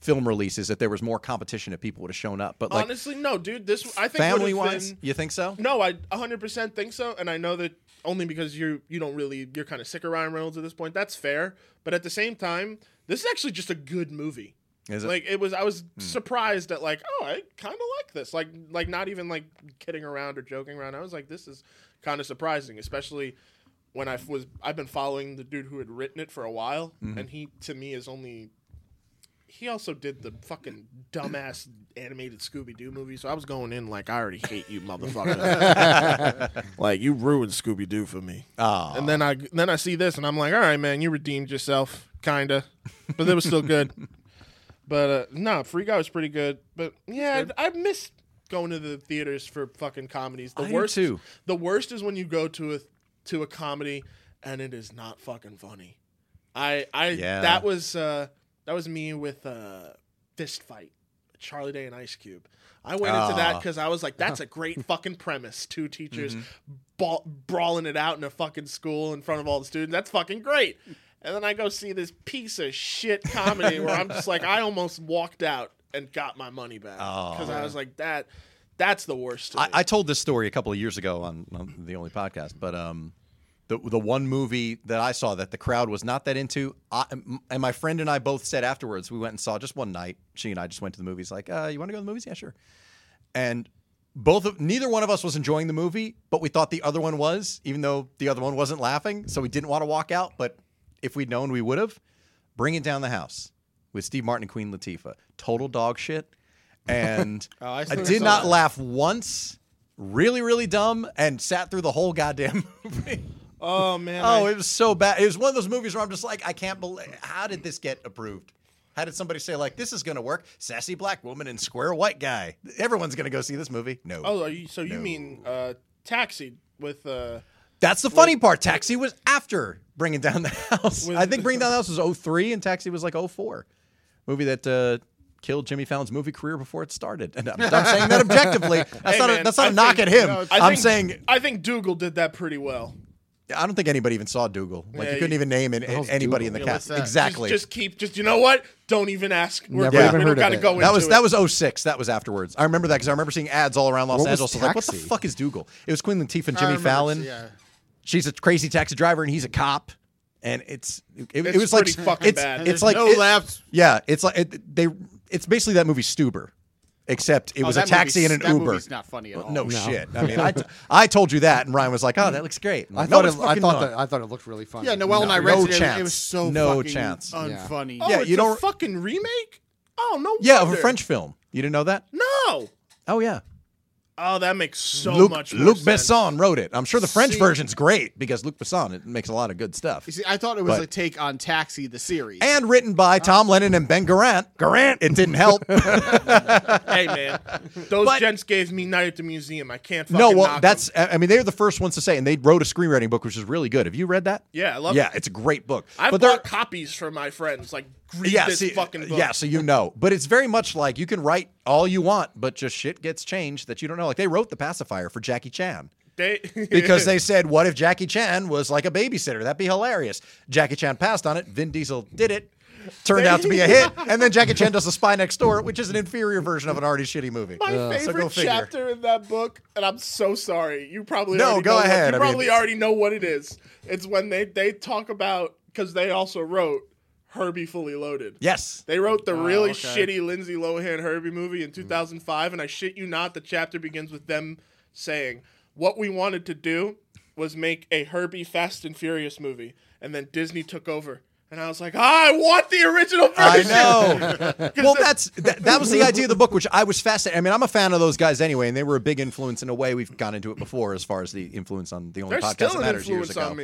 [SPEAKER 1] film releases if there was more competition if people would have shown up. But like
[SPEAKER 3] honestly, no, dude, this I think
[SPEAKER 1] family
[SPEAKER 3] would've
[SPEAKER 1] wise,
[SPEAKER 3] been-
[SPEAKER 1] you think so?
[SPEAKER 3] No, I 100% think so, and I know that only because you you don't really you're kind of sick of Ryan Reynolds at this point. That's fair, but at the same time, this is actually just a good movie.
[SPEAKER 1] Is it? Hmm.
[SPEAKER 3] Like it was, I was surprised at like, oh, I kind of like this. Like, like not even like kidding around or joking around. I was like, this is kind of surprising, especially when I f- was I've been following the dude who had written it for a while,
[SPEAKER 1] Mm-hmm.
[SPEAKER 3] and he to me is only he also did the fucking dumbass animated Scooby Doo movie, so I was going in like I already hate
[SPEAKER 1] <laughs>
[SPEAKER 3] you, motherfucker. like you ruined Scooby Doo for me.
[SPEAKER 1] Aw.
[SPEAKER 3] And then I then I see this, and I'm like, all right, man, you redeemed yourself, kinda, but it was
[SPEAKER 1] <laughs>
[SPEAKER 3] still good. but uh, no, Free Guy was pretty good. But yeah, I, I miss going to the theaters for fucking comedies. The
[SPEAKER 1] I do
[SPEAKER 3] worst,
[SPEAKER 1] too.
[SPEAKER 3] the worst is when you go to a to a comedy and it is not fucking funny. I I
[SPEAKER 1] Yeah.
[SPEAKER 3] that was uh that was me with uh fist fight, Charlie Day and Ice Cube. I went into that
[SPEAKER 1] Ah.
[SPEAKER 3] because I was
[SPEAKER 1] <laughs>
[SPEAKER 3] like, that's a great fucking premise. Two teachers
[SPEAKER 1] Mm-hmm.
[SPEAKER 3] ba- brawling it out in a fucking school in front of all the students. That's fucking great. And then I go see this piece of shit
[SPEAKER 1] <laughs>
[SPEAKER 3] comedy where I'm just like, I almost walked out and got my money back because I was like, that that's the worst. to
[SPEAKER 1] I,
[SPEAKER 3] me.
[SPEAKER 1] I told this story a couple of years ago on, on the only podcast, but um, the the one movie that I saw that the crowd was not that into, I, m- and my friend and I both said afterwards we went and saw just one night. She and I just went to the movies. Like, uh, you want to go to the movies? Yeah, sure. And both of neither one of us was enjoying the movie, but we thought the other one was, even though the other one wasn't laughing, so we didn't want to walk out. But if we'd known, we would have. Bring it down the house with Steve Martin and Queen Latifah. Total dog shit. <laughs> And
[SPEAKER 4] I
[SPEAKER 1] Oh, I,
[SPEAKER 4] still
[SPEAKER 1] did
[SPEAKER 4] saw
[SPEAKER 1] not
[SPEAKER 4] that.
[SPEAKER 1] laugh once. Really, really dumb, and sat through the whole goddamn <laughs> movie.
[SPEAKER 3] oh man,
[SPEAKER 1] Oh,
[SPEAKER 3] I-
[SPEAKER 1] it was so bad. It was one of those movies where I'm just like, I can't believe. How did this get approved? How did somebody say like, this is gonna work? Sassy black woman and square white guy. Everyone's gonna go see this movie. No,
[SPEAKER 3] oh, are you- so you mean uh, taxi with uh,
[SPEAKER 1] that's the funny part. Taxi was after Bringing Down the House. I think Bringing Down the House was 03 and Taxi was like 04. Movie that uh, killed Jimmy Fallon's movie career before it started. And I'm, I'm saying that
[SPEAKER 3] <laughs>
[SPEAKER 1] objectively. That's
[SPEAKER 3] Hey,
[SPEAKER 1] not a,
[SPEAKER 3] man,
[SPEAKER 1] that's not a
[SPEAKER 3] I
[SPEAKER 1] knock
[SPEAKER 3] think-
[SPEAKER 1] at him.
[SPEAKER 3] no, I
[SPEAKER 1] I'm
[SPEAKER 3] think-
[SPEAKER 1] saying
[SPEAKER 3] I think Dougal did that pretty well.
[SPEAKER 1] I don't think anybody even saw Dougal. Like
[SPEAKER 3] Yeah,
[SPEAKER 1] you couldn't
[SPEAKER 3] you-
[SPEAKER 1] even name an, anybody in the
[SPEAKER 4] Yeah,
[SPEAKER 1] cast.
[SPEAKER 4] what's that?
[SPEAKER 1] Exactly.
[SPEAKER 3] Just, just keep, just you know what? Don't even ask. We're,
[SPEAKER 2] Never
[SPEAKER 3] we
[SPEAKER 1] even
[SPEAKER 3] don't
[SPEAKER 2] heard of
[SPEAKER 3] gotta
[SPEAKER 2] it.
[SPEAKER 3] go
[SPEAKER 1] that
[SPEAKER 3] into
[SPEAKER 1] was
[SPEAKER 3] it.
[SPEAKER 1] that was 06. That was afterwards. I remember that because I remember seeing ads all around Los
[SPEAKER 2] What was
[SPEAKER 1] Angeles. I was like, what the
[SPEAKER 2] Taxi?
[SPEAKER 1] fuck is Dougal? It was Quentin Latifah and
[SPEAKER 4] I
[SPEAKER 1] Jimmy
[SPEAKER 4] remember,
[SPEAKER 1] Fallon.
[SPEAKER 4] Um, Yeah.
[SPEAKER 1] She's a crazy taxi driver and he's a cop. And it's it, it
[SPEAKER 3] It's
[SPEAKER 1] was like
[SPEAKER 3] pretty fucking
[SPEAKER 1] it's,
[SPEAKER 3] bad. And
[SPEAKER 1] it's
[SPEAKER 4] there's
[SPEAKER 1] like
[SPEAKER 4] no
[SPEAKER 1] it-
[SPEAKER 4] laughs.
[SPEAKER 1] Yeah, it's like it, they. It's basically that movie Stuber, except it
[SPEAKER 4] Oh,
[SPEAKER 1] was a
[SPEAKER 4] that
[SPEAKER 1] taxi
[SPEAKER 4] movie's-
[SPEAKER 1] and an
[SPEAKER 4] that
[SPEAKER 1] Uber.
[SPEAKER 4] movie's not funny at
[SPEAKER 1] Well,
[SPEAKER 4] all.
[SPEAKER 1] No,
[SPEAKER 4] No.
[SPEAKER 1] shit. I mean, I, t- I told you that, and Ryan was like, "Oh, that looks great."
[SPEAKER 2] I thought it,
[SPEAKER 1] I
[SPEAKER 2] I thought that I thought it looked really funny.
[SPEAKER 4] Yeah, Noel and I
[SPEAKER 1] no
[SPEAKER 4] rented it. and
[SPEAKER 1] chance.
[SPEAKER 4] It was so
[SPEAKER 1] No
[SPEAKER 4] fucking
[SPEAKER 1] chance.
[SPEAKER 4] unfunny.
[SPEAKER 3] Oh,
[SPEAKER 1] Yeah,
[SPEAKER 3] it's
[SPEAKER 1] you
[SPEAKER 3] a
[SPEAKER 1] don't-
[SPEAKER 3] fucking remake. Oh no.
[SPEAKER 1] yeah, of a
[SPEAKER 3] wonder.
[SPEAKER 1] French film. You didn't know that?
[SPEAKER 3] No.
[SPEAKER 1] Oh yeah.
[SPEAKER 3] Oh, that makes so
[SPEAKER 1] Luc,
[SPEAKER 3] much. More
[SPEAKER 1] Luc
[SPEAKER 3] sense.
[SPEAKER 1] Besson wrote it. I'm sure the French
[SPEAKER 4] See-
[SPEAKER 1] version's great because Luc Besson it makes a lot of good stuff.
[SPEAKER 4] You see, Uh, I thought it was
[SPEAKER 1] But-
[SPEAKER 4] a take on Taxi the series.
[SPEAKER 1] And written by Tom Lennon and Ben Garant. Garant, it didn't
[SPEAKER 4] <laughs>
[SPEAKER 1] help. <laughs>
[SPEAKER 3] hey man, those
[SPEAKER 1] But-
[SPEAKER 3] gents gave me night at the museum. I can't. Fucking
[SPEAKER 1] no, well,
[SPEAKER 3] knock
[SPEAKER 1] that's.
[SPEAKER 3] them.
[SPEAKER 1] I I mean, they were the first ones to say, and they wrote a screenwriting book, which is really good. Have you read that?
[SPEAKER 3] yeah. I love.
[SPEAKER 1] Yeah,
[SPEAKER 3] it.
[SPEAKER 1] it's a great book.
[SPEAKER 3] I
[SPEAKER 1] but
[SPEAKER 3] bought
[SPEAKER 1] there-
[SPEAKER 3] copies for my friends. Like, read
[SPEAKER 1] yeah,
[SPEAKER 3] this
[SPEAKER 1] see,
[SPEAKER 3] fucking book.
[SPEAKER 1] yeah, so you know. But it's very much like you can write all you want, but just shit gets changed that you don't know. Like they wrote the pacifier for Jackie
[SPEAKER 3] <laughs>
[SPEAKER 1] Chan
[SPEAKER 3] They,
[SPEAKER 1] because they said, "What if Jackie Chan was like a babysitter? That'd be hilarious." Jackie Chan passed on it. Vin Diesel did it. Turned out to be a hit, and then Jackie Chan does a Spy Next Door, which is an inferior version of an already shitty movie.
[SPEAKER 3] My
[SPEAKER 1] Uh, so go
[SPEAKER 3] favorite
[SPEAKER 1] figure.
[SPEAKER 3] chapter in that book, and I'm so sorry. You probably
[SPEAKER 1] No,
[SPEAKER 3] already
[SPEAKER 1] go
[SPEAKER 3] know what-
[SPEAKER 1] ahead.
[SPEAKER 3] you
[SPEAKER 1] I mean-
[SPEAKER 3] probably already know what it is. It's when they they talk about because they also wrote Herbie Fully Loaded.
[SPEAKER 1] Yes,
[SPEAKER 3] They wrote the really
[SPEAKER 4] okay.
[SPEAKER 3] shitty Lindsay Lohan Herbie movie in 2005, and I shit you not, the chapter begins with them saying, "What we wanted to do was make a Herbie Fast and Furious movie, and then Disney took over." And I was like, I want the original <laughs>
[SPEAKER 1] I
[SPEAKER 3] version.
[SPEAKER 1] know. well, that's that, that was the idea of the book, which I was fascinated. I mean, I'm a fan of those guys anyway, and they were a big influence in a way. We've gone into it before, as far as the influence on the only
[SPEAKER 3] They're
[SPEAKER 1] podcast
[SPEAKER 3] still
[SPEAKER 1] that
[SPEAKER 3] an
[SPEAKER 1] matters years
[SPEAKER 3] influence
[SPEAKER 1] ago.
[SPEAKER 3] on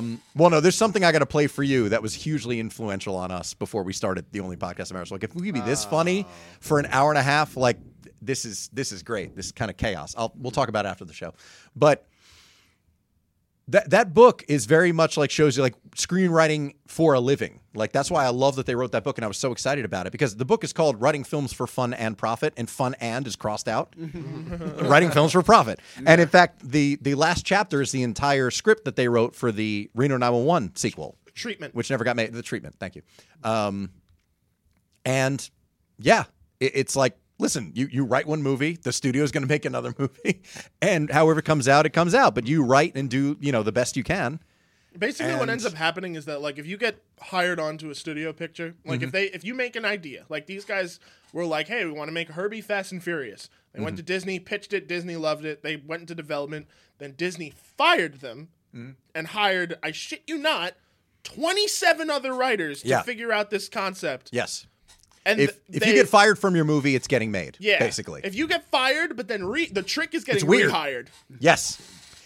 [SPEAKER 3] me.
[SPEAKER 1] Um, well, no, there's something I got to play for you that was hugely influential on us before we started the only podcast that matters. Like, if we could be this funny for an hour and a half, like this is this is great. This is kind of chaos. I'll we'll talk about it after the show, but that that book is very much like shows you like screenwriting for a living. Like that's why I love that they wrote that book and I was so excited about it because the book is called Writing Films for Fun and Profit and fun and is crossed out.
[SPEAKER 3] <laughs>
[SPEAKER 1] Writing films for profit. And in fact, the the last chapter is the entire script that they wrote for the Reno 911 sequel,
[SPEAKER 3] Treatment.
[SPEAKER 1] which never got made. The treatment, thank you. Um, and yeah, it, it's like listen, you you write one movie, the studio's going to make another <laughs> movie, and however it comes out, it comes out. But you write and do you know the best you can.
[SPEAKER 3] Basically, what
[SPEAKER 1] And-
[SPEAKER 3] ends up happening is that like if you get hired onto a studio picture, like
[SPEAKER 1] Mm-hmm.
[SPEAKER 3] if they if you make an idea, like these guys were like, hey, we want to make Herbie Fast and Furious. They went to
[SPEAKER 1] Mm-hmm.
[SPEAKER 3] Disney, pitched it. Disney loved it. They went into development. Then Disney fired them
[SPEAKER 1] Mm.
[SPEAKER 3] and hired, I shit you not, twenty seven other writers to
[SPEAKER 1] Yeah.
[SPEAKER 3] figure out this concept.
[SPEAKER 1] Yes.
[SPEAKER 3] And
[SPEAKER 1] If
[SPEAKER 3] th-
[SPEAKER 1] if
[SPEAKER 3] they,
[SPEAKER 1] you get fired from your movie, it's getting made.
[SPEAKER 3] yeah,
[SPEAKER 1] basically.
[SPEAKER 3] if you get fired, but then re- the trick is
[SPEAKER 1] It's
[SPEAKER 3] getting
[SPEAKER 1] weird.
[SPEAKER 3] rehired.
[SPEAKER 1] Yes.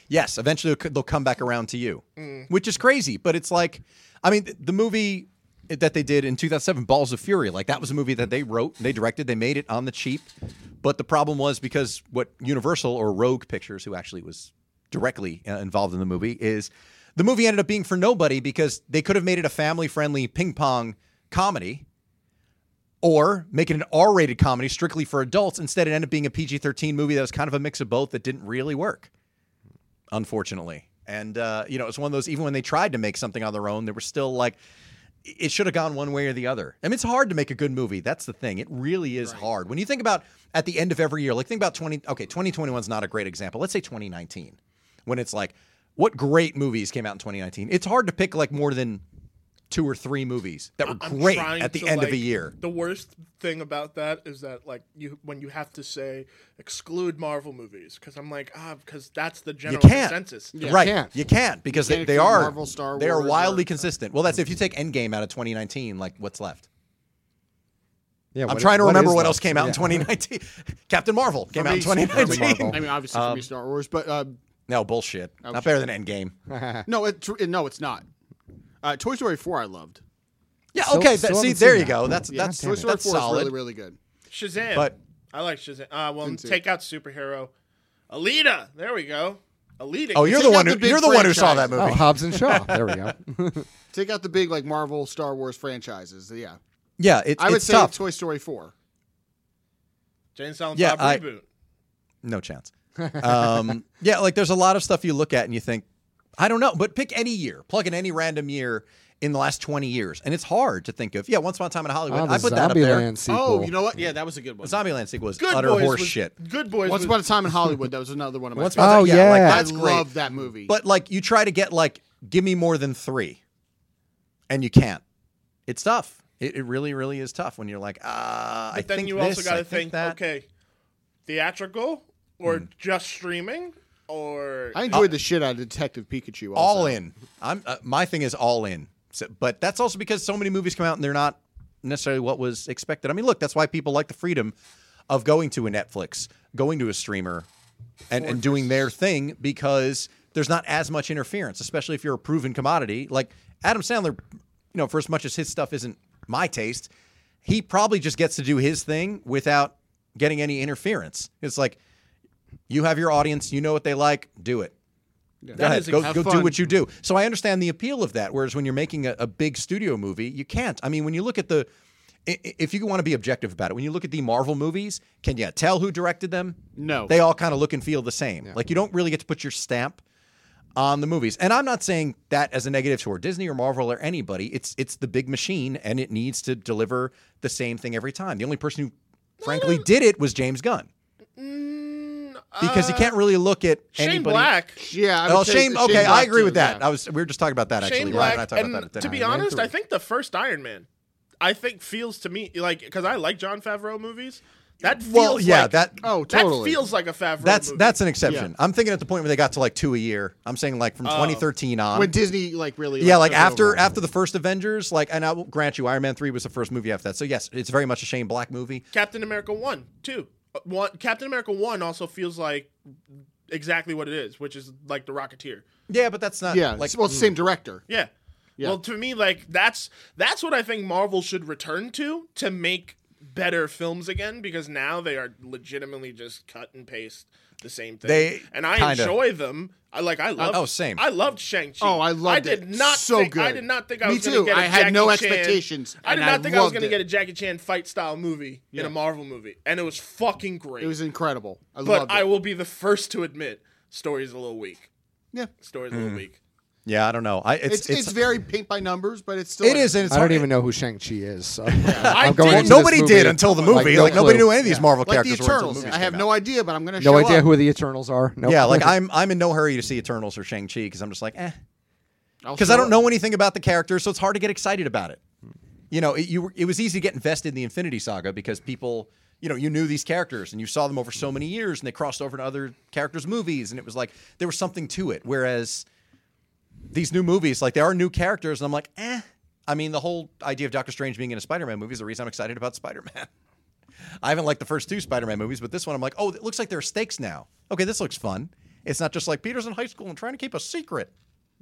[SPEAKER 1] Yes. Eventually they'll they'll come back around to you, which is crazy. But it's like, I mean, th- the movie that they did in 2007, Balls of Fury, like that was a movie that they wrote, they directed, they made it on the cheap. But the problem was because what Universal or Rogue Pictures, who actually was directly uh, involved in the movie, is the movie ended up being for nobody because they could have made it a family friendly ping pong comedy or make it an R-rated comedy strictly for adults. Instead, it ended up being a PG-13 movie that was kind of a mix of both that didn't really work, unfortunately. And uh, you know, it's one of those. Even when they tried to make something on their own, they were still like, it should have gone one way or the other. I mean, it's hard to make a good movie. That's the thing. It really is hard. When you think about at the end of every year, like think about twenty. Okay, twenty twenty one is not a great example. Let's say twenty nineteen, when it's like, what great movies came out in twenty nineteen? It's hard to pick like more than two or three movies that were
[SPEAKER 3] I'm
[SPEAKER 1] great
[SPEAKER 3] trying
[SPEAKER 1] at the
[SPEAKER 3] to,
[SPEAKER 1] end of a
[SPEAKER 3] like-
[SPEAKER 1] year.
[SPEAKER 3] The worst thing about that is that like you when you have to say exclude Marvel movies because I'm like ah because that's the general
[SPEAKER 1] you can't.
[SPEAKER 3] consensus.
[SPEAKER 1] right.
[SPEAKER 2] can't.
[SPEAKER 1] You can't because
[SPEAKER 4] You
[SPEAKER 1] they,
[SPEAKER 4] can't
[SPEAKER 1] they
[SPEAKER 4] include
[SPEAKER 1] are
[SPEAKER 4] Marvel, Star
[SPEAKER 1] they are
[SPEAKER 4] Wars, or-
[SPEAKER 1] wildly consistent. Well, that's if you take Endgame out of 2019, like what's left?
[SPEAKER 2] Yeah,
[SPEAKER 1] I'm trying to remember
[SPEAKER 2] is
[SPEAKER 1] what
[SPEAKER 2] left?
[SPEAKER 1] else came out in
[SPEAKER 2] Yeah.
[SPEAKER 1] 2019. <laughs> Captain Marvel came out in
[SPEAKER 4] For me,
[SPEAKER 1] 2019.
[SPEAKER 2] <laughs> Marvel.
[SPEAKER 4] I mean, obviously for me, Star Wars, but uh,
[SPEAKER 1] No bullshit.
[SPEAKER 4] Oh,
[SPEAKER 1] Not better than Endgame.
[SPEAKER 4] no, it's no, it's not. Uh, Toy Story four, I loved.
[SPEAKER 1] Yeah.
[SPEAKER 2] Still-
[SPEAKER 1] okay. that-
[SPEAKER 2] still
[SPEAKER 1] see,
[SPEAKER 2] haven't
[SPEAKER 1] there
[SPEAKER 2] seen
[SPEAKER 1] you
[SPEAKER 2] that.
[SPEAKER 1] go. That's
[SPEAKER 2] Yeah,
[SPEAKER 1] that's
[SPEAKER 2] damn it.
[SPEAKER 4] Toy
[SPEAKER 1] that's,
[SPEAKER 4] Story four is
[SPEAKER 1] solid.
[SPEAKER 4] really really good.
[SPEAKER 3] Shazam.
[SPEAKER 1] But-
[SPEAKER 3] I like Shazam. Ah, well,
[SPEAKER 4] Didn't see
[SPEAKER 3] take out superhero. Alita. There we go. Alita.
[SPEAKER 1] oh, you're
[SPEAKER 4] Check
[SPEAKER 1] the
[SPEAKER 4] out
[SPEAKER 1] one.
[SPEAKER 4] the
[SPEAKER 1] Who,
[SPEAKER 4] big
[SPEAKER 1] you're the one who saw that
[SPEAKER 4] franchise.
[SPEAKER 1] movie.
[SPEAKER 2] Oh, Hobbs and Shaw. There we go.
[SPEAKER 4] Take out the big like Marvel, Star Wars franchises. Yeah,
[SPEAKER 1] Yeah. It's,
[SPEAKER 4] I would
[SPEAKER 1] it's
[SPEAKER 4] say
[SPEAKER 1] tough.
[SPEAKER 4] Toy Story four.
[SPEAKER 3] Jane Silent
[SPEAKER 1] Yeah,
[SPEAKER 3] Bob
[SPEAKER 1] I-
[SPEAKER 3] reboot.
[SPEAKER 1] no chance. Um, <laughs> yeah, like there's a lot of stuff you look at and you think, I don't know, but pick any year, plug in any random year in the last 20 years, and it's hard to think of. Yeah, Once Upon a Time in Hollywood,
[SPEAKER 2] Ah, the
[SPEAKER 1] I put that up there.
[SPEAKER 2] Zombieland sequel.
[SPEAKER 4] Oh, you know what? Yeah, that was a good one.
[SPEAKER 1] The Zombieland sequel was
[SPEAKER 3] Good
[SPEAKER 1] utter
[SPEAKER 3] boys
[SPEAKER 1] horse
[SPEAKER 3] was,
[SPEAKER 1] shit.
[SPEAKER 3] Good boys.
[SPEAKER 4] Once
[SPEAKER 3] was-
[SPEAKER 4] upon a <laughs> time in Hollywood, that was another one of my.
[SPEAKER 1] Once
[SPEAKER 4] favorites.
[SPEAKER 1] upon a
[SPEAKER 2] Oh,
[SPEAKER 1] time, like
[SPEAKER 2] yeah.
[SPEAKER 1] that's
[SPEAKER 4] I
[SPEAKER 1] great.
[SPEAKER 4] love that movie.
[SPEAKER 1] But like you try to get like, give me more than three, and you can't. It's tough. It, it really, really is tough when you're like, ah, I
[SPEAKER 3] But then
[SPEAKER 1] think
[SPEAKER 3] you
[SPEAKER 1] this,
[SPEAKER 3] also got
[SPEAKER 1] I
[SPEAKER 3] to think,
[SPEAKER 1] that. Hmm.
[SPEAKER 3] okay, theatrical or just streaming or
[SPEAKER 4] I enjoyed the shit out of Detective Pikachu. Also.
[SPEAKER 1] all in. I'm uh, my thing is all in. So, but that's also because so many movies come out and they're not necessarily what was expected. I mean, look, that's why people like the freedom of going to a Netflix, going to a streamer, and, and doing their thing because there's not as much interference, especially if you're a proven commodity. Like Adam Sandler, you know, for as much as his stuff isn't my taste, he probably just gets to do his thing without getting any interference. It's like you have your audience, you know what they like, do it. Go ahead.
[SPEAKER 3] is a-
[SPEAKER 1] Go,
[SPEAKER 4] have
[SPEAKER 1] go do
[SPEAKER 4] fun.
[SPEAKER 1] what you do. So I understand the appeal of that. Whereas when you're making a, a big studio movie, you can't. I mean, when you look at the, i- i- if you want to be objective about it, when you look at the Marvel movies, can you tell who directed them?
[SPEAKER 4] No.
[SPEAKER 1] They all kind of look and feel the same. Like you don't really get to put your stamp on the movies. And I'm not saying that as a negative toward Disney or Marvel or anybody. It's it's the big machine and it needs to deliver the same thing every time. The only person who frankly did it was James Gunn. Because you can't really look at
[SPEAKER 3] Shane
[SPEAKER 1] anybody.
[SPEAKER 3] Black.
[SPEAKER 4] Yeah. I
[SPEAKER 1] Well,
[SPEAKER 4] would say
[SPEAKER 1] Oh, Shane.
[SPEAKER 4] Shane
[SPEAKER 1] Okay, I
[SPEAKER 4] Black,
[SPEAKER 1] agree
[SPEAKER 4] too,
[SPEAKER 1] with that.
[SPEAKER 4] yeah.
[SPEAKER 1] I was. We were just talking about that actually. Ryan
[SPEAKER 3] Shane
[SPEAKER 1] and I
[SPEAKER 3] Black,
[SPEAKER 1] talked
[SPEAKER 3] and
[SPEAKER 1] about that at dinner.
[SPEAKER 3] to be
[SPEAKER 2] Iron Man
[SPEAKER 3] honest, I
[SPEAKER 2] three.
[SPEAKER 3] think the first Iron Man, I think feels to me like because I like John Favreau movies. That feels
[SPEAKER 1] Well, yeah,
[SPEAKER 3] like,
[SPEAKER 1] that-
[SPEAKER 4] Oh, totally.
[SPEAKER 3] That feels like a Favreau.
[SPEAKER 1] That's
[SPEAKER 3] movie.
[SPEAKER 1] that's an exception. I'm thinking at the point where they got to like two a year. I'm saying like from 2013 on.
[SPEAKER 4] when Disney like really
[SPEAKER 1] yeah, like
[SPEAKER 4] took
[SPEAKER 1] after
[SPEAKER 4] over.
[SPEAKER 1] after the first Avengers, like and I will grant you, Iron Man three was the first movie after that. So yes, it's very much a Shane Black movie.
[SPEAKER 3] Captain America one, two. Uh, One Captain America one also feels like exactly what it is, which is like the Rocketeer.
[SPEAKER 1] Yeah, but that's not
[SPEAKER 4] yeah,
[SPEAKER 1] like mm.
[SPEAKER 4] like well, it's the same director.
[SPEAKER 3] Yeah.
[SPEAKER 4] Yeah.
[SPEAKER 3] Well, to me, like that's that's what I think Marvel should return to to make better films again because now they are legitimately just cut and paste the same thing.
[SPEAKER 1] They
[SPEAKER 3] and I
[SPEAKER 1] kinda-
[SPEAKER 3] enjoy them. I like I love
[SPEAKER 1] oh, same.
[SPEAKER 3] I loved Shang Chi.
[SPEAKER 4] Oh, I loved
[SPEAKER 3] I did
[SPEAKER 4] it.
[SPEAKER 3] not
[SPEAKER 4] So
[SPEAKER 3] think, I
[SPEAKER 4] good.
[SPEAKER 3] did not think I
[SPEAKER 4] Me
[SPEAKER 3] was going
[SPEAKER 4] too.
[SPEAKER 3] to get a
[SPEAKER 4] I had no
[SPEAKER 3] Jackie Chan-
[SPEAKER 4] expectations,
[SPEAKER 3] I did
[SPEAKER 4] and
[SPEAKER 3] not
[SPEAKER 4] I
[SPEAKER 3] think I was
[SPEAKER 4] loved
[SPEAKER 3] going to
[SPEAKER 4] it.
[SPEAKER 3] get a Jackie Chan fight style movie in a Marvel movie, and it was fucking great.
[SPEAKER 4] It was incredible. I
[SPEAKER 3] but
[SPEAKER 4] loved
[SPEAKER 3] I
[SPEAKER 4] it.
[SPEAKER 3] will be the first to admit, story's a little weak.
[SPEAKER 4] Yeah, Mm.
[SPEAKER 3] Story's a little weak.
[SPEAKER 1] yeah, I don't know. I it's
[SPEAKER 4] it's,
[SPEAKER 1] it's,
[SPEAKER 4] it's very paint by numbers, but it's still
[SPEAKER 1] it is and it's
[SPEAKER 2] I don't
[SPEAKER 1] hard-
[SPEAKER 2] even know who Shang Chi is. So
[SPEAKER 3] I
[SPEAKER 2] I'm going
[SPEAKER 3] did-
[SPEAKER 1] Well,
[SPEAKER 2] into this
[SPEAKER 1] nobody
[SPEAKER 2] movie
[SPEAKER 1] did until the movie. Like,
[SPEAKER 2] no
[SPEAKER 1] nobody
[SPEAKER 2] clue.
[SPEAKER 1] knew any of these Marvel
[SPEAKER 4] like the
[SPEAKER 1] characters. were until the
[SPEAKER 4] Eternals.
[SPEAKER 1] movies
[SPEAKER 4] I have
[SPEAKER 1] came
[SPEAKER 4] no
[SPEAKER 1] out.
[SPEAKER 4] idea, but I'm gonna
[SPEAKER 2] No
[SPEAKER 4] show
[SPEAKER 2] idea
[SPEAKER 4] up.
[SPEAKER 2] who the Eternals are. Nope.
[SPEAKER 1] Yeah, like I'm I'm in no hurry to see Eternals or Shang Chi because I'm just like eh.
[SPEAKER 4] I'll
[SPEAKER 1] because
[SPEAKER 4] show
[SPEAKER 1] I don't
[SPEAKER 4] up.
[SPEAKER 1] know anything about the character, so it's hard to get excited about it. You know, it, you were- it was easy to get invested in the Infinity Saga because people, you know, you knew these characters and you saw them over so many years, and they crossed over to other characters' movies, and it was like there was something to it. Whereas these new movies, like there are new characters, and I'm like, eh. I mean, the whole idea of Doctor Strange being in a Spider-Man movie is the reason I'm excited about Spider-Man. <laughs> I haven't liked the first two Spider-Man movies, but this one I'm like, oh, it looks like there are stakes now. Okay, this looks fun. It's not just like Peter's in high school and trying to keep a secret.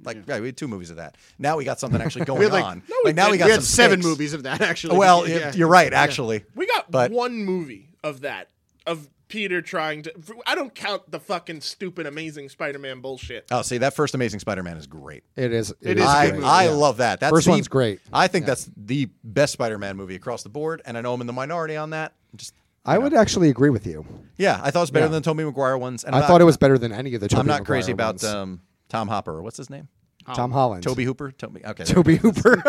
[SPEAKER 1] Like, yeah, we had two movies of that. Now we got something
[SPEAKER 4] <laughs>
[SPEAKER 1] actually going
[SPEAKER 4] We had like,
[SPEAKER 1] on. like now we got
[SPEAKER 4] we
[SPEAKER 1] some
[SPEAKER 4] had seven
[SPEAKER 1] stakes.
[SPEAKER 4] movies of that actually.
[SPEAKER 1] Well,
[SPEAKER 4] Yeah.
[SPEAKER 1] you're right, actually.
[SPEAKER 3] We got
[SPEAKER 1] But-
[SPEAKER 3] one movie of that of Peter trying to. I don't count the fucking stupid Amazing Spider-Man bullshit.
[SPEAKER 1] Oh, see, that first Amazing Spider-Man is great.
[SPEAKER 2] It is.
[SPEAKER 4] It is a
[SPEAKER 1] I,
[SPEAKER 4] good movie,
[SPEAKER 1] I
[SPEAKER 2] yeah.
[SPEAKER 1] love that. That's
[SPEAKER 2] First
[SPEAKER 1] the-
[SPEAKER 2] one's great.
[SPEAKER 1] I think that's the best Spider-Man movie across the board, and I know I'm in the minority on that. Just
[SPEAKER 2] I would actually agree with you.
[SPEAKER 1] yeah, I thought it was better
[SPEAKER 2] Yeah.
[SPEAKER 1] than the Tobey Maguire ones. And
[SPEAKER 2] I
[SPEAKER 1] I'm not-
[SPEAKER 2] thought it was better than any of the. Tobey
[SPEAKER 1] I'm not crazy
[SPEAKER 2] Maguire
[SPEAKER 1] about
[SPEAKER 2] ones.
[SPEAKER 1] um, Tom Hopper. or What's his name?
[SPEAKER 2] Tom Holland.
[SPEAKER 1] Toby Hooper. Toby. Okay. there
[SPEAKER 2] <laughs>
[SPEAKER 1] <laughs>
[SPEAKER 2] Toby Hooper.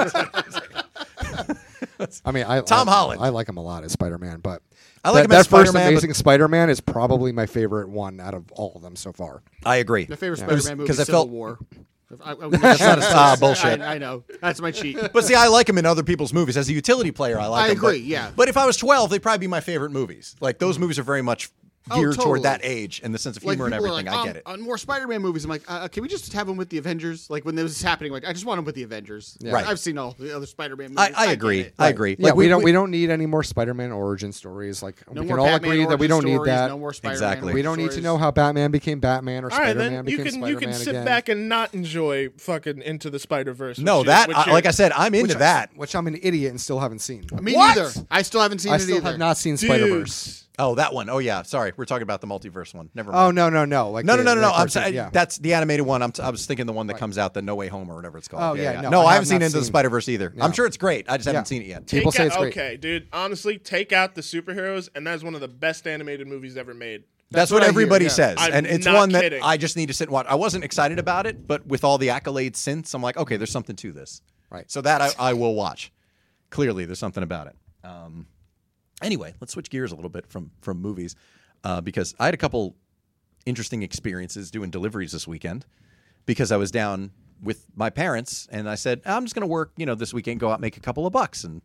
[SPEAKER 2] I mean, I
[SPEAKER 1] Tom
[SPEAKER 2] I-
[SPEAKER 1] Holland.
[SPEAKER 2] I like him a lot as Spider Man, but
[SPEAKER 1] I like
[SPEAKER 2] that,
[SPEAKER 1] him as
[SPEAKER 2] that first
[SPEAKER 1] Spider-Man, but-
[SPEAKER 2] Amazing Spider Man is probably my favorite one out of all of them so far.
[SPEAKER 1] I agree.
[SPEAKER 4] my favorite Spider-Man
[SPEAKER 1] <laughs>
[SPEAKER 4] movie,
[SPEAKER 1] 'cause I
[SPEAKER 4] Civil
[SPEAKER 1] felt-
[SPEAKER 4] War.
[SPEAKER 1] <laughs> That's not a- ah, bullshit.
[SPEAKER 4] I, I know. That's my cheat.
[SPEAKER 1] But see, I like him in other people's movies. As a utility player, I like.
[SPEAKER 4] I
[SPEAKER 1] him, but-
[SPEAKER 4] agree, yeah. Mm.
[SPEAKER 1] But if I was twelve, they'd probably be my favorite movies. Like those movies are very much
[SPEAKER 4] Oh,
[SPEAKER 1] geared
[SPEAKER 4] totally.
[SPEAKER 1] toward that age and the sense of humor and
[SPEAKER 4] people are
[SPEAKER 1] everything.
[SPEAKER 4] like,
[SPEAKER 1] I
[SPEAKER 4] um,
[SPEAKER 1] get it.
[SPEAKER 4] On more Spider-Man movies, I'm like, uh, can we just have them with the Avengers? Like when this is happening, like I just want them with the Avengers.
[SPEAKER 1] Right.
[SPEAKER 4] I've seen all the other Spider-Man movies.
[SPEAKER 1] I, I
[SPEAKER 4] get
[SPEAKER 1] agree.
[SPEAKER 4] it.
[SPEAKER 1] I agree.
[SPEAKER 2] yeah,
[SPEAKER 1] Like,
[SPEAKER 2] we, don't we, don't need any more Spider Man origin stories. Like
[SPEAKER 4] No
[SPEAKER 2] we
[SPEAKER 4] more
[SPEAKER 2] can all
[SPEAKER 4] Batman
[SPEAKER 2] agree that we
[SPEAKER 4] origin
[SPEAKER 2] don't
[SPEAKER 4] stories,
[SPEAKER 2] need that.
[SPEAKER 4] No more Spider-Man.
[SPEAKER 1] Exactly.
[SPEAKER 2] we
[SPEAKER 4] origin
[SPEAKER 2] don't need to
[SPEAKER 4] stories.
[SPEAKER 2] know how Batman became Batman or
[SPEAKER 3] All right,
[SPEAKER 2] Spider Man
[SPEAKER 3] then you
[SPEAKER 2] became
[SPEAKER 3] can
[SPEAKER 2] Spider-Man
[SPEAKER 3] you can sit
[SPEAKER 2] again.
[SPEAKER 3] back and not enjoy fucking Into the Spider Verse.
[SPEAKER 1] No, that I, like I said, I'm into that.
[SPEAKER 2] which I'm an idiot and still haven't seen.
[SPEAKER 4] Me
[SPEAKER 3] What?
[SPEAKER 4] neither. I still haven't seen
[SPEAKER 2] I
[SPEAKER 4] it
[SPEAKER 2] still
[SPEAKER 4] either.
[SPEAKER 2] have not seen Spider Verse.
[SPEAKER 1] Oh, that one. Oh yeah. Sorry, we're talking about the multiverse one. Never mind.
[SPEAKER 2] Oh no no no! Like
[SPEAKER 1] No, no,
[SPEAKER 2] the-
[SPEAKER 1] no, no,
[SPEAKER 2] the
[SPEAKER 1] no. I'm
[SPEAKER 2] cartoon,
[SPEAKER 1] sorry.
[SPEAKER 2] yeah.
[SPEAKER 1] That's the animated one. I'm t- I was thinking the one that comes out, the No Way Home or whatever it's called.
[SPEAKER 2] Oh, yeah,
[SPEAKER 1] No,
[SPEAKER 2] no, I
[SPEAKER 1] I
[SPEAKER 2] have
[SPEAKER 1] haven't seen
[SPEAKER 2] not
[SPEAKER 1] Into the
[SPEAKER 2] seen-
[SPEAKER 1] Spider Verse either. I'm
[SPEAKER 2] No.
[SPEAKER 1] sure it's great. I just
[SPEAKER 2] Yeah.
[SPEAKER 1] haven't seen it yet.
[SPEAKER 2] People say it's great.
[SPEAKER 3] okay, dude. Honestly, take out the superheroes, and that's one of the best animated movies ever made.
[SPEAKER 1] That's,
[SPEAKER 4] That's
[SPEAKER 1] what,
[SPEAKER 4] what I hear,
[SPEAKER 1] everybody
[SPEAKER 4] yeah.
[SPEAKER 1] says,
[SPEAKER 3] I'm
[SPEAKER 1] and it's
[SPEAKER 3] not
[SPEAKER 1] one that
[SPEAKER 3] kidding.
[SPEAKER 1] I just need to sit and watch. I wasn't excited about it, but with all the accolades since, I'm like, okay, there's something to this.
[SPEAKER 2] Right.
[SPEAKER 1] So that I, I will watch. Clearly, there's something about it. Um, anyway, let's switch gears a little bit from from movies, uh, because I had a couple interesting experiences doing deliveries this weekend, because I was down with my parents, and I said, I'm just going to work, you know, this weekend, go out make a couple of bucks, and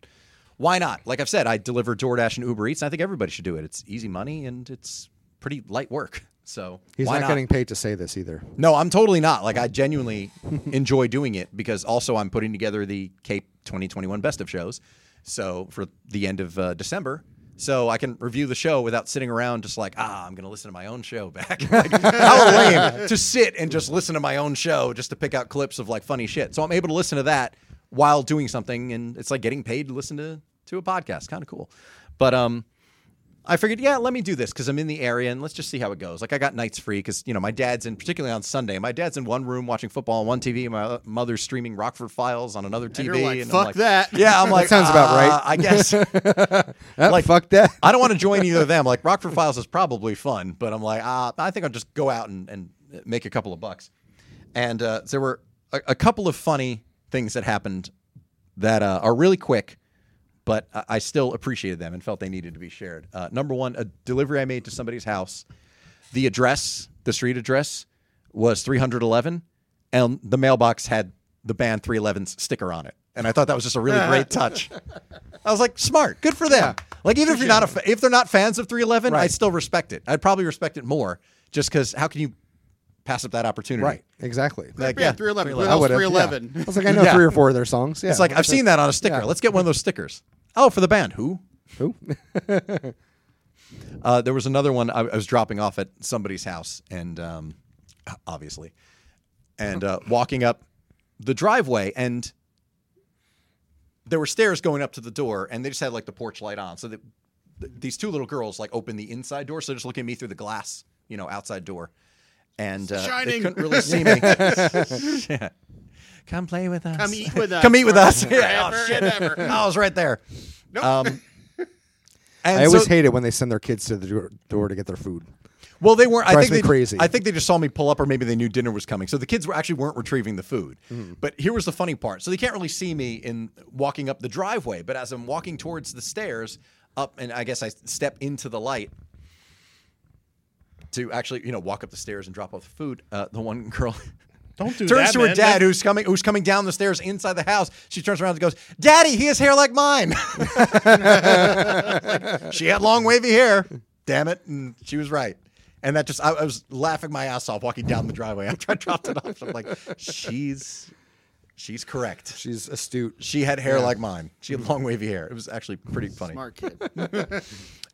[SPEAKER 1] why not? Like I've said, I deliver DoorDash and Uber Eats, and I think everybody should do it. It's easy money and it's pretty light work. So
[SPEAKER 2] He's
[SPEAKER 1] why
[SPEAKER 2] not, getting paid to say this either.
[SPEAKER 1] no, I'm totally not. Like I genuinely enjoy doing it because also I'm putting together the Cape 2021 best of shows. So for the end of uh, December, so I can review the show without sitting around just like ah, I'm gonna listen to my own show back. <laughs> like, how lame to sit and just listen to my own show just to pick out clips of like funny shit. So I'm able to listen to that while doing something, and it's like getting paid to listen to to a podcast. Kind of cool, but um. I figured, yeah, let me do this because I'm in the area and let's just see how it goes. Like I got nights free because you know my dad's in, particularly on Sunday. My dad's in one room watching football on one TV. My other- mother's streaming Rockford Files on another TV.
[SPEAKER 4] you're like,
[SPEAKER 1] I'm
[SPEAKER 4] "Fuck that."
[SPEAKER 1] Yeah,
[SPEAKER 4] <laughs>
[SPEAKER 1] I'm like,
[SPEAKER 2] sounds about right.
[SPEAKER 1] "Uh, I
[SPEAKER 2] <laughs>
[SPEAKER 1] guess.
[SPEAKER 2] Ah,
[SPEAKER 1] Like- <laughs>
[SPEAKER 2] fuck that.
[SPEAKER 1] I don't want to join either of them. Like Rockford Files is probably fun, but I'm like, ah, I think I'll just go out and, and make a couple of bucks. And uh, there were a, a couple of funny things that happened that uh, are really quick, but I, I still appreciated them and felt they needed to be shared. Uh, number one, a delivery I made to somebody's house. The address, the street address, was 311, and the mailbox had the band
[SPEAKER 2] <laughs>
[SPEAKER 1] 311's sticker on it. And I thought that was just a really great touch. I was like, smart, good for them. Like even if you're not a, fa- if they're not fans of 311, I
[SPEAKER 2] Right.
[SPEAKER 1] still respect it. I'd probably respect it more just because how can you pass up that opportunity?
[SPEAKER 2] Right. Exactly.
[SPEAKER 1] Like,
[SPEAKER 4] Yeah, 311. What
[SPEAKER 2] I
[SPEAKER 4] else
[SPEAKER 2] would've, yeah.
[SPEAKER 4] 311.
[SPEAKER 2] I was like, I
[SPEAKER 1] <laughs>
[SPEAKER 2] know
[SPEAKER 1] Yeah.
[SPEAKER 2] three or four of their songs. Yeah.
[SPEAKER 1] It's like I've seen that on a sticker.
[SPEAKER 2] Yeah.
[SPEAKER 1] Let's get one of those stickers. Oh, for the band. Who?
[SPEAKER 2] Who?
[SPEAKER 1] Uh, there was another one I, I was dropping off at somebody's house, and um, obviously, and uh, walking up the driveway, and there were stairs going up to the door, and they just had like the porch light on. So that th- these two little girls like opened the inside door, so they're just looking at me through the glass, you know, outside door, and uh, they
[SPEAKER 3] Shining.
[SPEAKER 1] couldn't really see
[SPEAKER 4] <laughs>
[SPEAKER 1] me. Yeah. Come play with us. <laughs>
[SPEAKER 4] Come eat with us.
[SPEAKER 1] Come eat with us. Yeah.
[SPEAKER 4] Forever
[SPEAKER 1] Oh, shit.
[SPEAKER 4] and ever.
[SPEAKER 1] I was right there.
[SPEAKER 4] Nope. <laughs>
[SPEAKER 1] Um, and
[SPEAKER 2] I always
[SPEAKER 1] so-
[SPEAKER 2] hate it when they send their kids to the door, door to get their food.
[SPEAKER 1] well, they weren't. I
[SPEAKER 2] Drives
[SPEAKER 1] think
[SPEAKER 2] me
[SPEAKER 1] they,
[SPEAKER 2] crazy.
[SPEAKER 1] I think they just saw me pull up, or maybe they knew dinner was coming. So the kids were actually weren't retrieving the food.
[SPEAKER 2] Mm-hmm.
[SPEAKER 1] But here was the funny part. So they can't really see me in walking up the driveway, but as I'm walking towards the stairs up, and I guess I step into the light to actually, you know, walk up the stairs and drop off the food. Uh, the one <laughs> girl.
[SPEAKER 3] Don't do
[SPEAKER 1] Turns
[SPEAKER 3] that,
[SPEAKER 1] to her
[SPEAKER 3] man.
[SPEAKER 1] dad, who's coming, who's coming down the stairs inside the house. She turns around and goes, "Daddy, he has hair like mine." <laughs> she had long wavy hair. Damn it. And she was right. And that just, I, I was laughing my ass off walking down the driveway after I <laughs> dropped it off. I'm like, she's, she's correct.
[SPEAKER 2] She's astute.
[SPEAKER 1] She had hair like mine. She had long wavy hair. It was actually pretty funny.
[SPEAKER 4] Smart kid.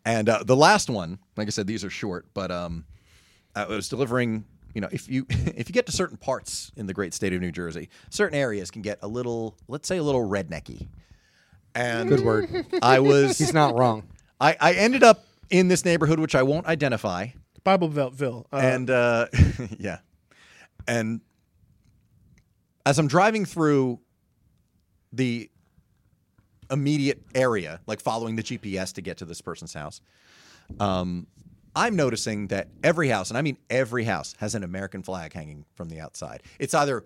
[SPEAKER 1] And uh, the last one, like I said, these are short, but um, I was delivering. You know, if you <laughs> if you get to certain parts in the great state of New Jersey, certain areas can get a little, let's say, a little rednecky. And
[SPEAKER 2] Good
[SPEAKER 1] <laughs>
[SPEAKER 2] word.
[SPEAKER 1] I was
[SPEAKER 2] He's not wrong.
[SPEAKER 1] I, I ended up in this neighborhood, which I won't identify.
[SPEAKER 3] Bibleville. Uh,
[SPEAKER 1] and uh, <laughs> yeah. And as I'm driving through the immediate area, like following the GPS to get to this person's house, um, I'm noticing that every house, and I mean every house, has an American flag hanging from the outside. It's either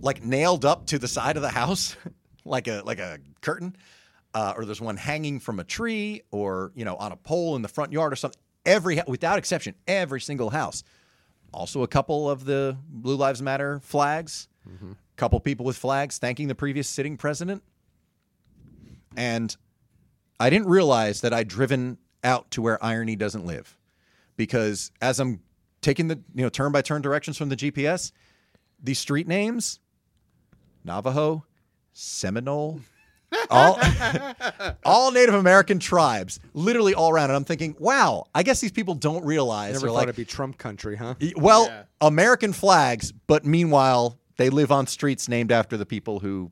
[SPEAKER 1] like nailed up to the side of the house, <laughs> like a like a curtain, uh, or there's one hanging from a tree, or you know on a pole in the front yard or something. Every hou- without exception, every single house. Also, a couple of the Blue Lives Matter flags. Couple people with flags thanking the previous sitting president. And I didn't realize that I'd driven out to where irony doesn't live because as I'm taking the you know turn by turn directions from the GPS, these street names Navajo, Seminole, all, <laughs> all Native American tribes, literally all around. And I'm thinking, wow, I guess these people don't realize
[SPEAKER 2] Never
[SPEAKER 1] they're
[SPEAKER 2] thought
[SPEAKER 1] like
[SPEAKER 2] it'd be Trump country, huh?
[SPEAKER 1] Y- E, Well,
[SPEAKER 4] Yeah.
[SPEAKER 1] American flags, but meanwhile, they live on streets named after the people who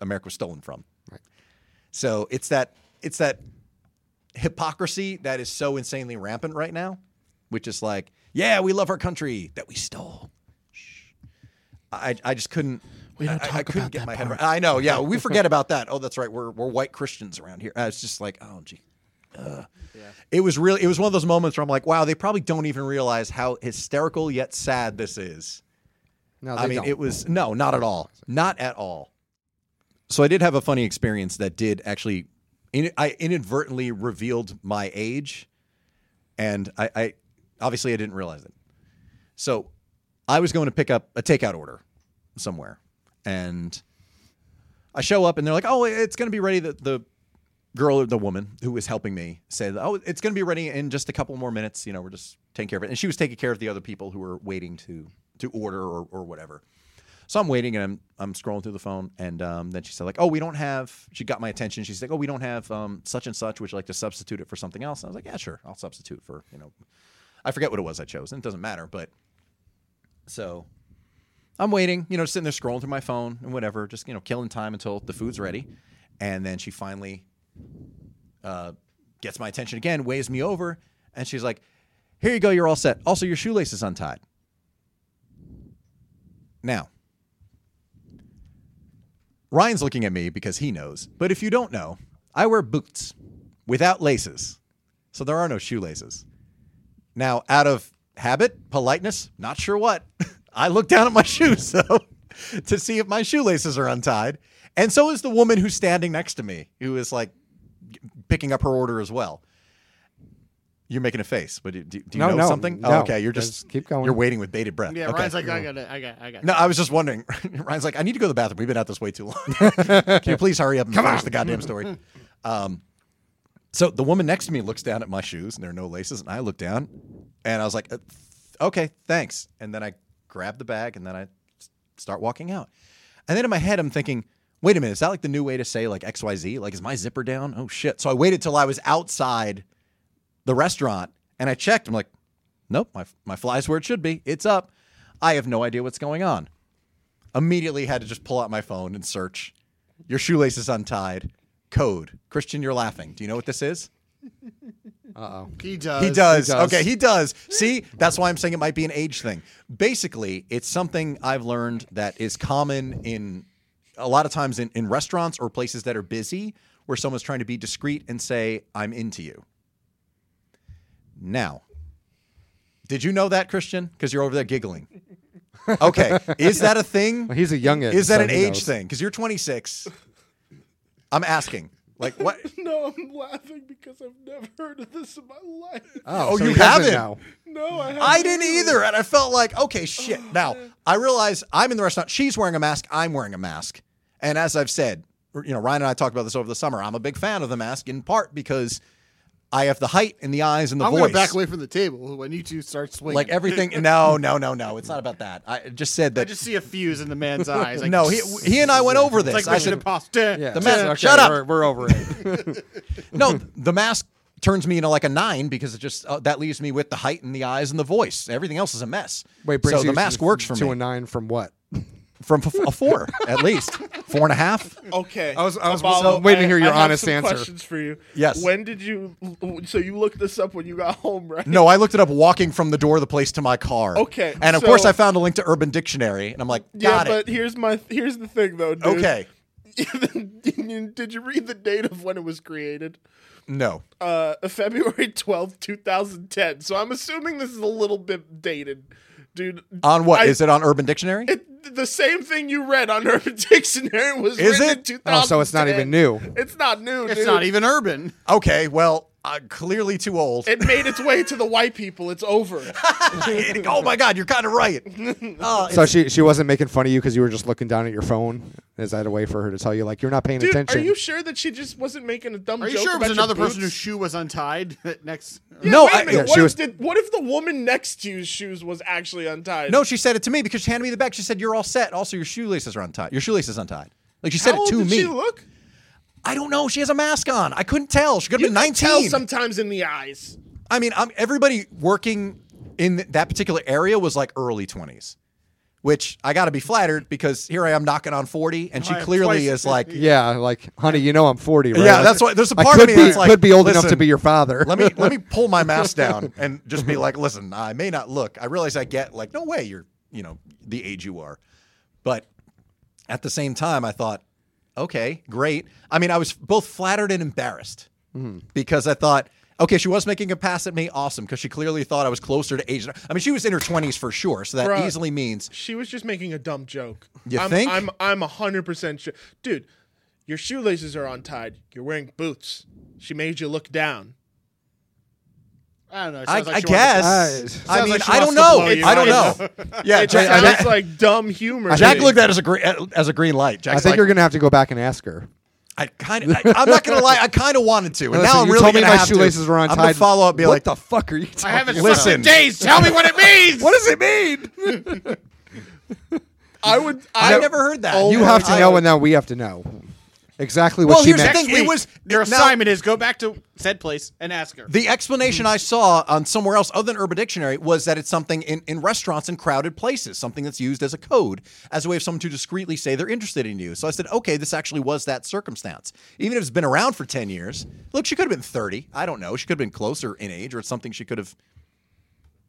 [SPEAKER 1] America was stolen from. Right. So it's that it's that hypocrisy that is so insanely rampant right now, which is like, yeah, we love our country that we stole. Shh. I I just couldn't.
[SPEAKER 3] We don't
[SPEAKER 1] I- I- I
[SPEAKER 3] talk
[SPEAKER 1] couldn't
[SPEAKER 3] about
[SPEAKER 1] get
[SPEAKER 3] that
[SPEAKER 1] my head around. I know. Yeah, we
[SPEAKER 3] <laughs>
[SPEAKER 1] forget about that. Oh, that's right. We're we're white Christians around here. Uh, it's just like, oh, gee. Ugh. It was really. It was one of those moments where I'm like, wow, they probably don't even realize how hysterical yet sad this is.
[SPEAKER 2] No, they
[SPEAKER 1] I mean,
[SPEAKER 2] don't.
[SPEAKER 1] it was no, not at all, not at all. So I did have a funny experience that did actually, in, I inadvertently revealed my age, and I, I obviously I didn't realize it. So I was going to pick up a takeout order somewhere, and I show up and they're like, "Oh, it's going to be ready." The, the girl or the woman who was helping me said, "Oh, it's going to be ready in just a couple more minutes. You know, we're just taking care of it." And she was taking care of the other people who were waiting to to order or, or whatever. So I'm waiting and I'm I'm scrolling through the phone and um, then she said like, "Oh, we don't have." She got my attention. She's like, "Oh, we don't have um, such and such. Would you like to substitute it for something else?" And I was like, "Yeah, sure. I'll substitute for you know." I forget what it was I chose. And it doesn't matter, but so I'm waiting, you know, sitting there scrolling through my phone and whatever, just you know, killing time until the food's ready. And then she finally uh, gets my attention again, waves me over, and she's like, "Here you go, you're all set. Also, your shoelace is untied." Now, Ryan's looking at me because he knows, but if you don't know, I wear boots without laces, so there are no shoelaces. Now, out of habit, politeness, not sure what, <laughs> I look down at my <laughs> shoes though to see if my shoelaces are untied. And so is the woman who's standing next to me, who is like g- picking up her order as well. You're making a face, but do, do you
[SPEAKER 2] No,
[SPEAKER 1] know
[SPEAKER 2] no,
[SPEAKER 1] something?
[SPEAKER 2] no.
[SPEAKER 1] okay, you're just,
[SPEAKER 2] Just keep going.
[SPEAKER 1] You're waiting with bated breath.
[SPEAKER 4] Yeah,
[SPEAKER 1] okay.
[SPEAKER 4] Ryan's like, I got it. I got I
[SPEAKER 1] <laughs>
[SPEAKER 4] got
[SPEAKER 1] No, I was just wondering. Ryan's like, I need to go to the <laughs> bathroom. We've been out this way too long. Can you please hurry up and finish the goddamn story? Um, So the woman next to me looks down at my shoes and there are no laces, and I look down and I was like, uh, th- okay, thanks. And then I grab the bag and then I s- start walking out. And then in my head, I'm thinking, wait a minute, is that like the new way to say like XYZ? Like, is my zipper down? Oh shit. So I waited till I was outside the restaurant and I checked. I'm like, nope, my, my fly's where it should be. It's up. I have no idea what's going on. Immediately had to just pull out my phone and search. Your shoelace is untied. Code. Christian, you're laughing. Do you know what this is?
[SPEAKER 4] He does.
[SPEAKER 1] He does.
[SPEAKER 2] he does.
[SPEAKER 1] Okay, he does. See, that's why I'm saying it might be an age thing. Basically, it's something I've learned that is common in a lot of times in, in restaurants or places that are busy where someone's trying to be discreet and say, I'm into you. Now, did you know that, Christian? Because you're over there giggling. Okay, is that a thing?
[SPEAKER 2] Well, he's a youngin',
[SPEAKER 1] Is that
[SPEAKER 2] so
[SPEAKER 1] an
[SPEAKER 2] he
[SPEAKER 1] age
[SPEAKER 2] knows.
[SPEAKER 1] thing? Because you're 26. I'm asking. Like, what?
[SPEAKER 3] <laughs> No, I'm laughing because I've never heard of this in my life.
[SPEAKER 1] Oh,
[SPEAKER 2] so
[SPEAKER 1] you
[SPEAKER 2] he does
[SPEAKER 1] haven't.
[SPEAKER 2] Now.
[SPEAKER 3] no,
[SPEAKER 1] <laughs>
[SPEAKER 3] I haven't.
[SPEAKER 1] I didn't either. And I felt like, okay, shit.
[SPEAKER 2] Oh,
[SPEAKER 1] Now, I realize I'm in the restaurant. She's wearing a mask. I'm wearing a mask. And as I've said, you know, Ryan and I talked about this over the summer. I'm a big fan of the mask in part because I have the height and the eyes and the
[SPEAKER 4] I'm
[SPEAKER 1] voice.
[SPEAKER 4] gonna back away from the table when you two start swinging.
[SPEAKER 1] like
[SPEAKER 4] <laughs>
[SPEAKER 1] everything. No, no, no, no. It's not about that. I just said
[SPEAKER 4] I
[SPEAKER 1] that.
[SPEAKER 4] just see a fuse in the man's eyes. Like, <laughs>
[SPEAKER 1] no, he, he and I went over this.
[SPEAKER 4] It's like
[SPEAKER 1] I said,
[SPEAKER 4] Mission Impossible.
[SPEAKER 2] Yeah.
[SPEAKER 1] The man-
[SPEAKER 2] Okay,
[SPEAKER 1] shut up.
[SPEAKER 2] We're, we're over it.
[SPEAKER 1] <laughs>
[SPEAKER 4] <laughs>
[SPEAKER 1] no, the mask turns me into like a nine because it just uh, that leaves me with the height and the eyes and the voice. Everything else is a mess.
[SPEAKER 2] Wait, brings
[SPEAKER 1] so the
[SPEAKER 2] you
[SPEAKER 1] mask
[SPEAKER 2] to,
[SPEAKER 1] works for
[SPEAKER 2] to
[SPEAKER 1] me
[SPEAKER 2] a nine from what?
[SPEAKER 1] from f- a four at least, four and a half.
[SPEAKER 3] Okay.
[SPEAKER 2] I was- I was
[SPEAKER 3] Apollo,
[SPEAKER 2] waiting to hear your
[SPEAKER 3] I, I have
[SPEAKER 2] honest
[SPEAKER 3] some
[SPEAKER 2] answer.
[SPEAKER 3] Questions for you.
[SPEAKER 1] Yes.
[SPEAKER 3] When did you? So you looked this up when you got home, right?
[SPEAKER 1] No, I looked it up walking from the door of the place to my car.
[SPEAKER 3] Okay,
[SPEAKER 1] And of
[SPEAKER 3] so-
[SPEAKER 1] course, I found a link to Urban Dictionary, and I'm like,
[SPEAKER 3] Yeah,
[SPEAKER 1] got it.
[SPEAKER 3] but here's my here's the thing though. Dude.
[SPEAKER 1] okay.
[SPEAKER 3] <laughs> did you read the date of when it was created?
[SPEAKER 1] No.
[SPEAKER 3] Uh, February <laughs> twelfth, two 2010. So I'm assuming this is a little bit dated, dude.
[SPEAKER 1] On what?
[SPEAKER 3] I-
[SPEAKER 1] Is it on Urban Dictionary?
[SPEAKER 3] It, the same thing you read on Urban <laughs> Dictionary was
[SPEAKER 1] Is
[SPEAKER 3] written in
[SPEAKER 1] it?
[SPEAKER 3] 2010.
[SPEAKER 2] Oh, so it's not even new. e-
[SPEAKER 3] It's not new.
[SPEAKER 4] It's
[SPEAKER 3] dude.
[SPEAKER 4] not even urban.
[SPEAKER 1] okay. Well, I'm clearly too old. <laughs>
[SPEAKER 3] It made its way to the white people. It's over.
[SPEAKER 1] oh my God, you're kind of
[SPEAKER 3] <laughs>
[SPEAKER 1] right. Oh,
[SPEAKER 2] So she she wasn't making fun of you because you were just looking down at your phone. Is that a way for her to tell you like you're not paying
[SPEAKER 3] Dude,
[SPEAKER 2] attention?
[SPEAKER 3] are you sure that she just wasn't making a dumb
[SPEAKER 4] Are you
[SPEAKER 3] joke
[SPEAKER 4] sure it was
[SPEAKER 3] about your
[SPEAKER 4] another person whose
[SPEAKER 3] boots?
[SPEAKER 4] shoe was untied? <laughs> Next.
[SPEAKER 3] Yeah,
[SPEAKER 1] No,
[SPEAKER 3] wait a
[SPEAKER 1] I-
[SPEAKER 3] minute,
[SPEAKER 1] yeah,
[SPEAKER 3] what,
[SPEAKER 2] she
[SPEAKER 3] if
[SPEAKER 2] was-
[SPEAKER 3] did, what if the woman next to you's shoes was actually untied?
[SPEAKER 1] no, she said it to me because she handed me the bag. She said, You're all set. Also, your shoelaces are untied. Your shoelaces untied. Like she said it
[SPEAKER 3] How old
[SPEAKER 1] to
[SPEAKER 3] did
[SPEAKER 1] me.
[SPEAKER 3] she look?
[SPEAKER 1] I don't know. She has a mask on. I couldn't tell. She could have
[SPEAKER 3] You
[SPEAKER 1] been 19.
[SPEAKER 3] can Tell sometimes in the eyes.
[SPEAKER 1] I mean, i everybody working in th- that particular area was like early 20s, which I got to be flattered because here I am knocking on 40, and she
[SPEAKER 4] I have
[SPEAKER 1] clearly
[SPEAKER 4] twice-
[SPEAKER 1] is like,
[SPEAKER 2] yeah, like honey, you know I'm 40. Right?
[SPEAKER 1] Yeah,
[SPEAKER 2] Like,
[SPEAKER 1] that's why- there's a
[SPEAKER 2] I
[SPEAKER 1] part of
[SPEAKER 2] could
[SPEAKER 1] me
[SPEAKER 2] be,
[SPEAKER 1] that's like,
[SPEAKER 2] could be old enough to
[SPEAKER 1] listen,
[SPEAKER 2] be your father.
[SPEAKER 1] let me let
[SPEAKER 4] <laughs>
[SPEAKER 1] me pull my mask down and just be like, listen, I may not look. I realize I get like, no way, you're you know the age you are, but at the same time, I thought, okay, great. I mean, I was both flattered and embarrassed
[SPEAKER 4] Hmm.
[SPEAKER 1] because I thought. Okay, she was making a pass at me. Awesome, because she clearly thought I was closer to age. I mean, she was in her twenties for sure, so that
[SPEAKER 3] Bruh.
[SPEAKER 1] easily means
[SPEAKER 3] She was just making a dumb joke.
[SPEAKER 1] You
[SPEAKER 3] I'm,
[SPEAKER 1] think?
[SPEAKER 3] I'm I'm hundred percent sure, dude. Your shoelaces are untied. You're wearing boots. She made you look down.
[SPEAKER 4] I don't know. It
[SPEAKER 1] I,
[SPEAKER 4] sounds like
[SPEAKER 1] I
[SPEAKER 4] she wanted to-
[SPEAKER 1] guess.
[SPEAKER 2] Sounds
[SPEAKER 1] I
[SPEAKER 4] like
[SPEAKER 1] mean,
[SPEAKER 4] she
[SPEAKER 1] I don't
[SPEAKER 4] wants to
[SPEAKER 1] know.
[SPEAKER 4] blow you.
[SPEAKER 1] Oh, I don't
[SPEAKER 4] It's-
[SPEAKER 1] know.
[SPEAKER 4] <laughs>
[SPEAKER 3] <laughs>
[SPEAKER 1] Yeah,
[SPEAKER 3] It
[SPEAKER 1] Jack,
[SPEAKER 3] sounds
[SPEAKER 1] Jack,
[SPEAKER 3] like dumb humor.
[SPEAKER 1] Jack
[SPEAKER 3] dude.
[SPEAKER 1] looked at it as a green as a green light.
[SPEAKER 2] I
[SPEAKER 1] Jack's
[SPEAKER 2] think
[SPEAKER 1] like,
[SPEAKER 2] you're gonna have to go back and ask her.
[SPEAKER 1] I kind of. I'm not gonna lie. I kind of wanted to, and
[SPEAKER 2] <laughs> Listen,
[SPEAKER 1] now I'm
[SPEAKER 2] you
[SPEAKER 1] really
[SPEAKER 2] told me
[SPEAKER 1] gonna
[SPEAKER 2] my
[SPEAKER 1] have
[SPEAKER 2] shoelaces
[SPEAKER 1] to.
[SPEAKER 2] were
[SPEAKER 1] I'm gonna
[SPEAKER 2] untied.
[SPEAKER 1] follow up, be
[SPEAKER 2] what
[SPEAKER 1] like,
[SPEAKER 2] the fuck are you?
[SPEAKER 4] I
[SPEAKER 2] Talking?
[SPEAKER 4] haven't slept
[SPEAKER 1] Listen.
[SPEAKER 4] in days. Tell me what it means.
[SPEAKER 2] What does it mean?
[SPEAKER 3] I would. I,
[SPEAKER 1] I never heard that.
[SPEAKER 2] you
[SPEAKER 1] Oh my
[SPEAKER 2] have to
[SPEAKER 1] God.
[SPEAKER 2] know, and now we have to know exactly what
[SPEAKER 1] Well,
[SPEAKER 2] she
[SPEAKER 1] here's the
[SPEAKER 2] meant.
[SPEAKER 1] thing. It was-
[SPEAKER 4] your
[SPEAKER 1] now-
[SPEAKER 4] assignment is go back to said place and ask her.
[SPEAKER 1] The explanation
[SPEAKER 3] Mm-hmm.
[SPEAKER 1] I saw on somewhere else other than Urban Dictionary was that it's something in, in restaurants and crowded places, something that's used as a code, as a way of someone to discreetly say they're interested in you. So I said, okay, this actually was that circumstance. Even if it's been around for 10 years, look, she could have been 30. I don't know. She could have been closer in age or it's something she could have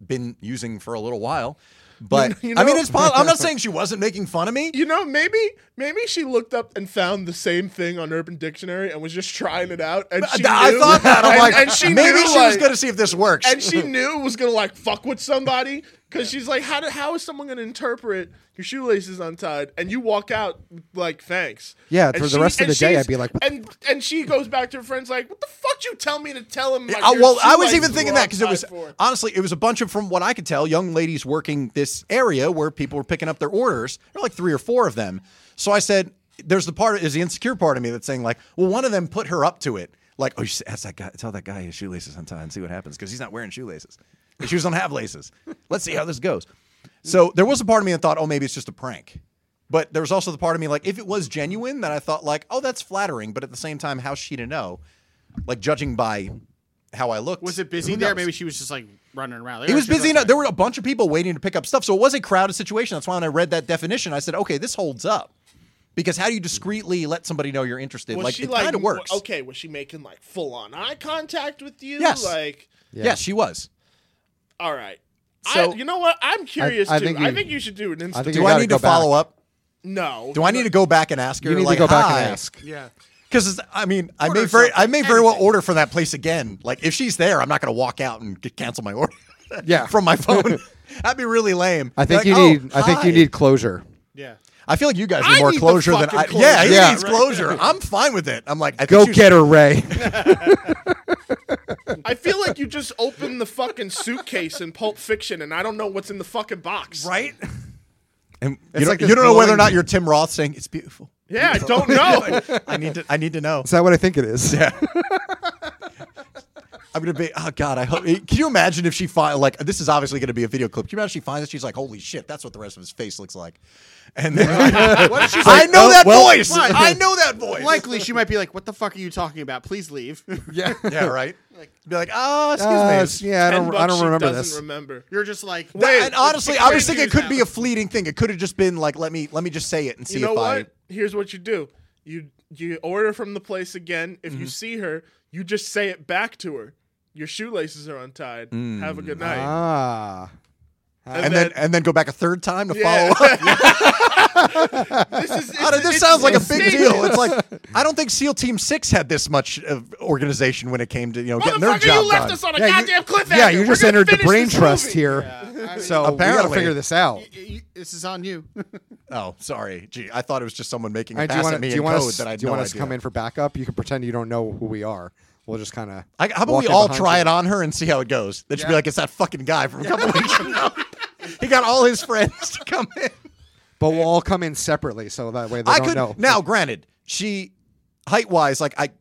[SPEAKER 1] been using for a little while. But
[SPEAKER 3] You
[SPEAKER 1] I mean,
[SPEAKER 3] know-
[SPEAKER 1] it's possible.
[SPEAKER 3] <laughs>
[SPEAKER 1] I'm not saying she wasn't making fun of me.
[SPEAKER 3] you know, maybe maybe she looked up and found the same thing on Urban Dictionary and was just trying it out. And she
[SPEAKER 1] I
[SPEAKER 3] knew-
[SPEAKER 1] thought that. I'm
[SPEAKER 3] and-
[SPEAKER 1] like,
[SPEAKER 3] and she
[SPEAKER 1] maybe
[SPEAKER 3] knew,
[SPEAKER 1] she was
[SPEAKER 3] like-
[SPEAKER 1] going to see if this works.
[SPEAKER 3] and she knew it was gonna like fuck with somebody because she's like, how do, how is someone gonna interpret your shoelaces untied? And you walk out like, thanks.
[SPEAKER 2] Yeah,
[SPEAKER 3] And
[SPEAKER 2] for the rest of
[SPEAKER 3] and
[SPEAKER 2] the day,
[SPEAKER 3] she's-
[SPEAKER 2] I'd be like, what
[SPEAKER 3] and and she goes back to her friends like, what the fuck you tell me to tell him? Like,
[SPEAKER 1] I,
[SPEAKER 3] your
[SPEAKER 1] well, I was
[SPEAKER 3] shoelaces
[SPEAKER 1] even thinking
[SPEAKER 3] were
[SPEAKER 1] that because it was
[SPEAKER 3] untied for?
[SPEAKER 1] honestly, it was a bunch of, from what I could tell, young ladies working this area where people were picking up their orders. There were like three or four of them. So I said, "There's the part is the insecure part of me that's saying like, well, one of them put her up to it." like, oh, you should ask that guy, tell that guy his shoelaces untie and see what happens because he's not wearing shoelaces. His shoes don't have laces. Let's see how this goes. So there was a part of me that thought, oh, maybe it's just a prank. But there was also the part of me like, if it was genuine, that I thought like, oh, that's flattering. But at the same time, how's she to know? Like judging by how I looked.
[SPEAKER 4] Was it busy
[SPEAKER 1] who
[SPEAKER 4] there?
[SPEAKER 1] knows?
[SPEAKER 4] Maybe she was just like running around.
[SPEAKER 1] It was busy enough. There were a bunch of people waiting to pick up stuff, so it was a crowded situation. That's why when I read that definition, I said, "Okay, this holds up," because how do you discreetly let somebody know you're interested?
[SPEAKER 3] Was
[SPEAKER 1] like
[SPEAKER 3] she
[SPEAKER 1] it
[SPEAKER 3] like
[SPEAKER 1] kind of
[SPEAKER 3] w-
[SPEAKER 1] works.
[SPEAKER 3] Okay, was she making like full on eye contact with you?
[SPEAKER 1] Yes.
[SPEAKER 3] Like,
[SPEAKER 1] Yes, she was.
[SPEAKER 3] all right.
[SPEAKER 1] So-
[SPEAKER 3] I, you know what? I'm curious
[SPEAKER 2] I
[SPEAKER 3] too.
[SPEAKER 2] think
[SPEAKER 3] I
[SPEAKER 2] you-
[SPEAKER 3] think you should do an Instagram.
[SPEAKER 2] I think
[SPEAKER 1] Do
[SPEAKER 2] you
[SPEAKER 1] I
[SPEAKER 2] gotta
[SPEAKER 1] need
[SPEAKER 2] go
[SPEAKER 1] to follow
[SPEAKER 2] back.
[SPEAKER 1] up?
[SPEAKER 2] <laughs>
[SPEAKER 3] no.
[SPEAKER 1] Do I need to go back and ask her?
[SPEAKER 2] You need
[SPEAKER 1] like,
[SPEAKER 2] to go back
[SPEAKER 1] "Hi."
[SPEAKER 2] and ask.
[SPEAKER 4] Yeah.
[SPEAKER 1] Because I mean, I
[SPEAKER 4] Order
[SPEAKER 1] may very, I
[SPEAKER 4] something,
[SPEAKER 1] may very well
[SPEAKER 4] anything.
[SPEAKER 1] order from that place again. Like if she's there, I'm not going to walk out and c- cancel my order.
[SPEAKER 2] Yeah.
[SPEAKER 1] <laughs> from
[SPEAKER 2] <laughs>
[SPEAKER 1] my phone. That'd be really lame.
[SPEAKER 2] I think
[SPEAKER 1] Like,
[SPEAKER 2] you
[SPEAKER 1] "Oh,
[SPEAKER 2] need. I think you
[SPEAKER 1] hi."
[SPEAKER 2] need closure.
[SPEAKER 4] Yeah.
[SPEAKER 1] I feel like you guys
[SPEAKER 3] I
[SPEAKER 1] need more
[SPEAKER 3] need the
[SPEAKER 1] closure than
[SPEAKER 3] fucking
[SPEAKER 1] I.
[SPEAKER 3] closure.
[SPEAKER 1] Yeah, he
[SPEAKER 2] Yeah,
[SPEAKER 1] needs
[SPEAKER 3] right.
[SPEAKER 1] closure. I'm fine with it. I'm like, I
[SPEAKER 2] Go
[SPEAKER 1] think she-
[SPEAKER 2] get
[SPEAKER 1] <laughs>
[SPEAKER 2] her, Ray.
[SPEAKER 3] I feel like you just opened the fucking suitcase in Pulp Fiction, and I don't know what's in the fucking box.
[SPEAKER 1] right? <laughs> And you
[SPEAKER 2] It's
[SPEAKER 1] don't,
[SPEAKER 2] like this
[SPEAKER 1] you don't know whether or
[SPEAKER 2] glowing-
[SPEAKER 1] not you're Tim Roth saying it's beautiful.
[SPEAKER 3] Yeah, I don't <laughs> know.
[SPEAKER 1] I need to. I need to know.
[SPEAKER 2] Is that what I think it is? Yeah.
[SPEAKER 1] <laughs> I'm gonna be. Oh God, I hope. Can you imagine if she find like this is obviously gonna be a video clip? Can you imagine she finds it? She's like, holy shit, that's what the rest of his face looks like. And then <laughs>
[SPEAKER 4] What if she's
[SPEAKER 1] I
[SPEAKER 4] like,
[SPEAKER 1] know
[SPEAKER 2] oh,
[SPEAKER 1] that
[SPEAKER 2] well-
[SPEAKER 1] voice. I know that <laughs> voice.
[SPEAKER 4] likely she might be like, "What the fuck are you talking about? Please leave."
[SPEAKER 2] Yeah.
[SPEAKER 1] <laughs> yeah, right. Be like, oh, excuse
[SPEAKER 2] Uh,
[SPEAKER 1] me.
[SPEAKER 2] s- yeah, <laughs> I
[SPEAKER 3] Ten
[SPEAKER 2] don't. I
[SPEAKER 3] bucks
[SPEAKER 2] don't
[SPEAKER 3] she
[SPEAKER 2] remember
[SPEAKER 3] doesn't
[SPEAKER 2] this.
[SPEAKER 3] Remember.
[SPEAKER 4] You're just like,
[SPEAKER 1] That-
[SPEAKER 3] Wait,
[SPEAKER 1] and honestly,
[SPEAKER 4] it's
[SPEAKER 1] I was thinking it
[SPEAKER 4] confused
[SPEAKER 1] could be <laughs>
[SPEAKER 4] now.
[SPEAKER 1] a fleeting thing. It could have just been like, let me, let me just say it and see
[SPEAKER 3] you know
[SPEAKER 1] if
[SPEAKER 3] what?
[SPEAKER 1] I.
[SPEAKER 3] Here's what you do. You you order from the place again. If
[SPEAKER 2] Mm-hmm.
[SPEAKER 3] you see her, you just say it back to her. Your shoelaces are untied. Have a good night.
[SPEAKER 2] Mm. Ah. uh,
[SPEAKER 1] And then, and then go back a third time to follow up.
[SPEAKER 3] <laughs> this is,
[SPEAKER 1] I don't-
[SPEAKER 3] it's-
[SPEAKER 1] this
[SPEAKER 3] it's-
[SPEAKER 1] sounds like a
[SPEAKER 3] it's
[SPEAKER 1] big
[SPEAKER 3] sneaky.
[SPEAKER 1] deal. It's like I don't think SEAL Team Six had this much of organization when it came to you know getting their
[SPEAKER 3] Motherfucker,
[SPEAKER 1] job
[SPEAKER 3] you left
[SPEAKER 1] done.
[SPEAKER 3] us on a
[SPEAKER 2] Yeah, you-
[SPEAKER 3] goddamn cliffhanger.
[SPEAKER 2] Yeah, you
[SPEAKER 3] We're
[SPEAKER 2] just
[SPEAKER 3] gonna
[SPEAKER 2] entered the
[SPEAKER 3] finish
[SPEAKER 2] brain
[SPEAKER 3] this
[SPEAKER 2] trust
[SPEAKER 3] movie.
[SPEAKER 2] here. So apparently,
[SPEAKER 1] Apparently.
[SPEAKER 2] we gotta figure this out.
[SPEAKER 4] Y- y- This is on you.
[SPEAKER 1] oh, sorry. Gee, I thought it was just someone making
[SPEAKER 2] All
[SPEAKER 1] a
[SPEAKER 2] right, do
[SPEAKER 1] pass
[SPEAKER 2] you want
[SPEAKER 1] at me
[SPEAKER 2] to? Do
[SPEAKER 1] in
[SPEAKER 2] you
[SPEAKER 1] code
[SPEAKER 2] want us?
[SPEAKER 1] that I had
[SPEAKER 2] do you
[SPEAKER 1] no
[SPEAKER 2] want us to
[SPEAKER 1] idea.
[SPEAKER 2] come in for backup? You can pretend you don't know who we are. We'll just kind of.
[SPEAKER 1] I, how about we all try it on her and see how it goes? Then she'll be
[SPEAKER 4] Yeah.
[SPEAKER 1] like, "It's that fucking guy from a couple weeks ago. He got all his friends to come in."
[SPEAKER 2] But we'll all come in separately, so that way they
[SPEAKER 1] I
[SPEAKER 2] don't
[SPEAKER 1] could
[SPEAKER 2] know.
[SPEAKER 1] now. Granted, she height wise, like I,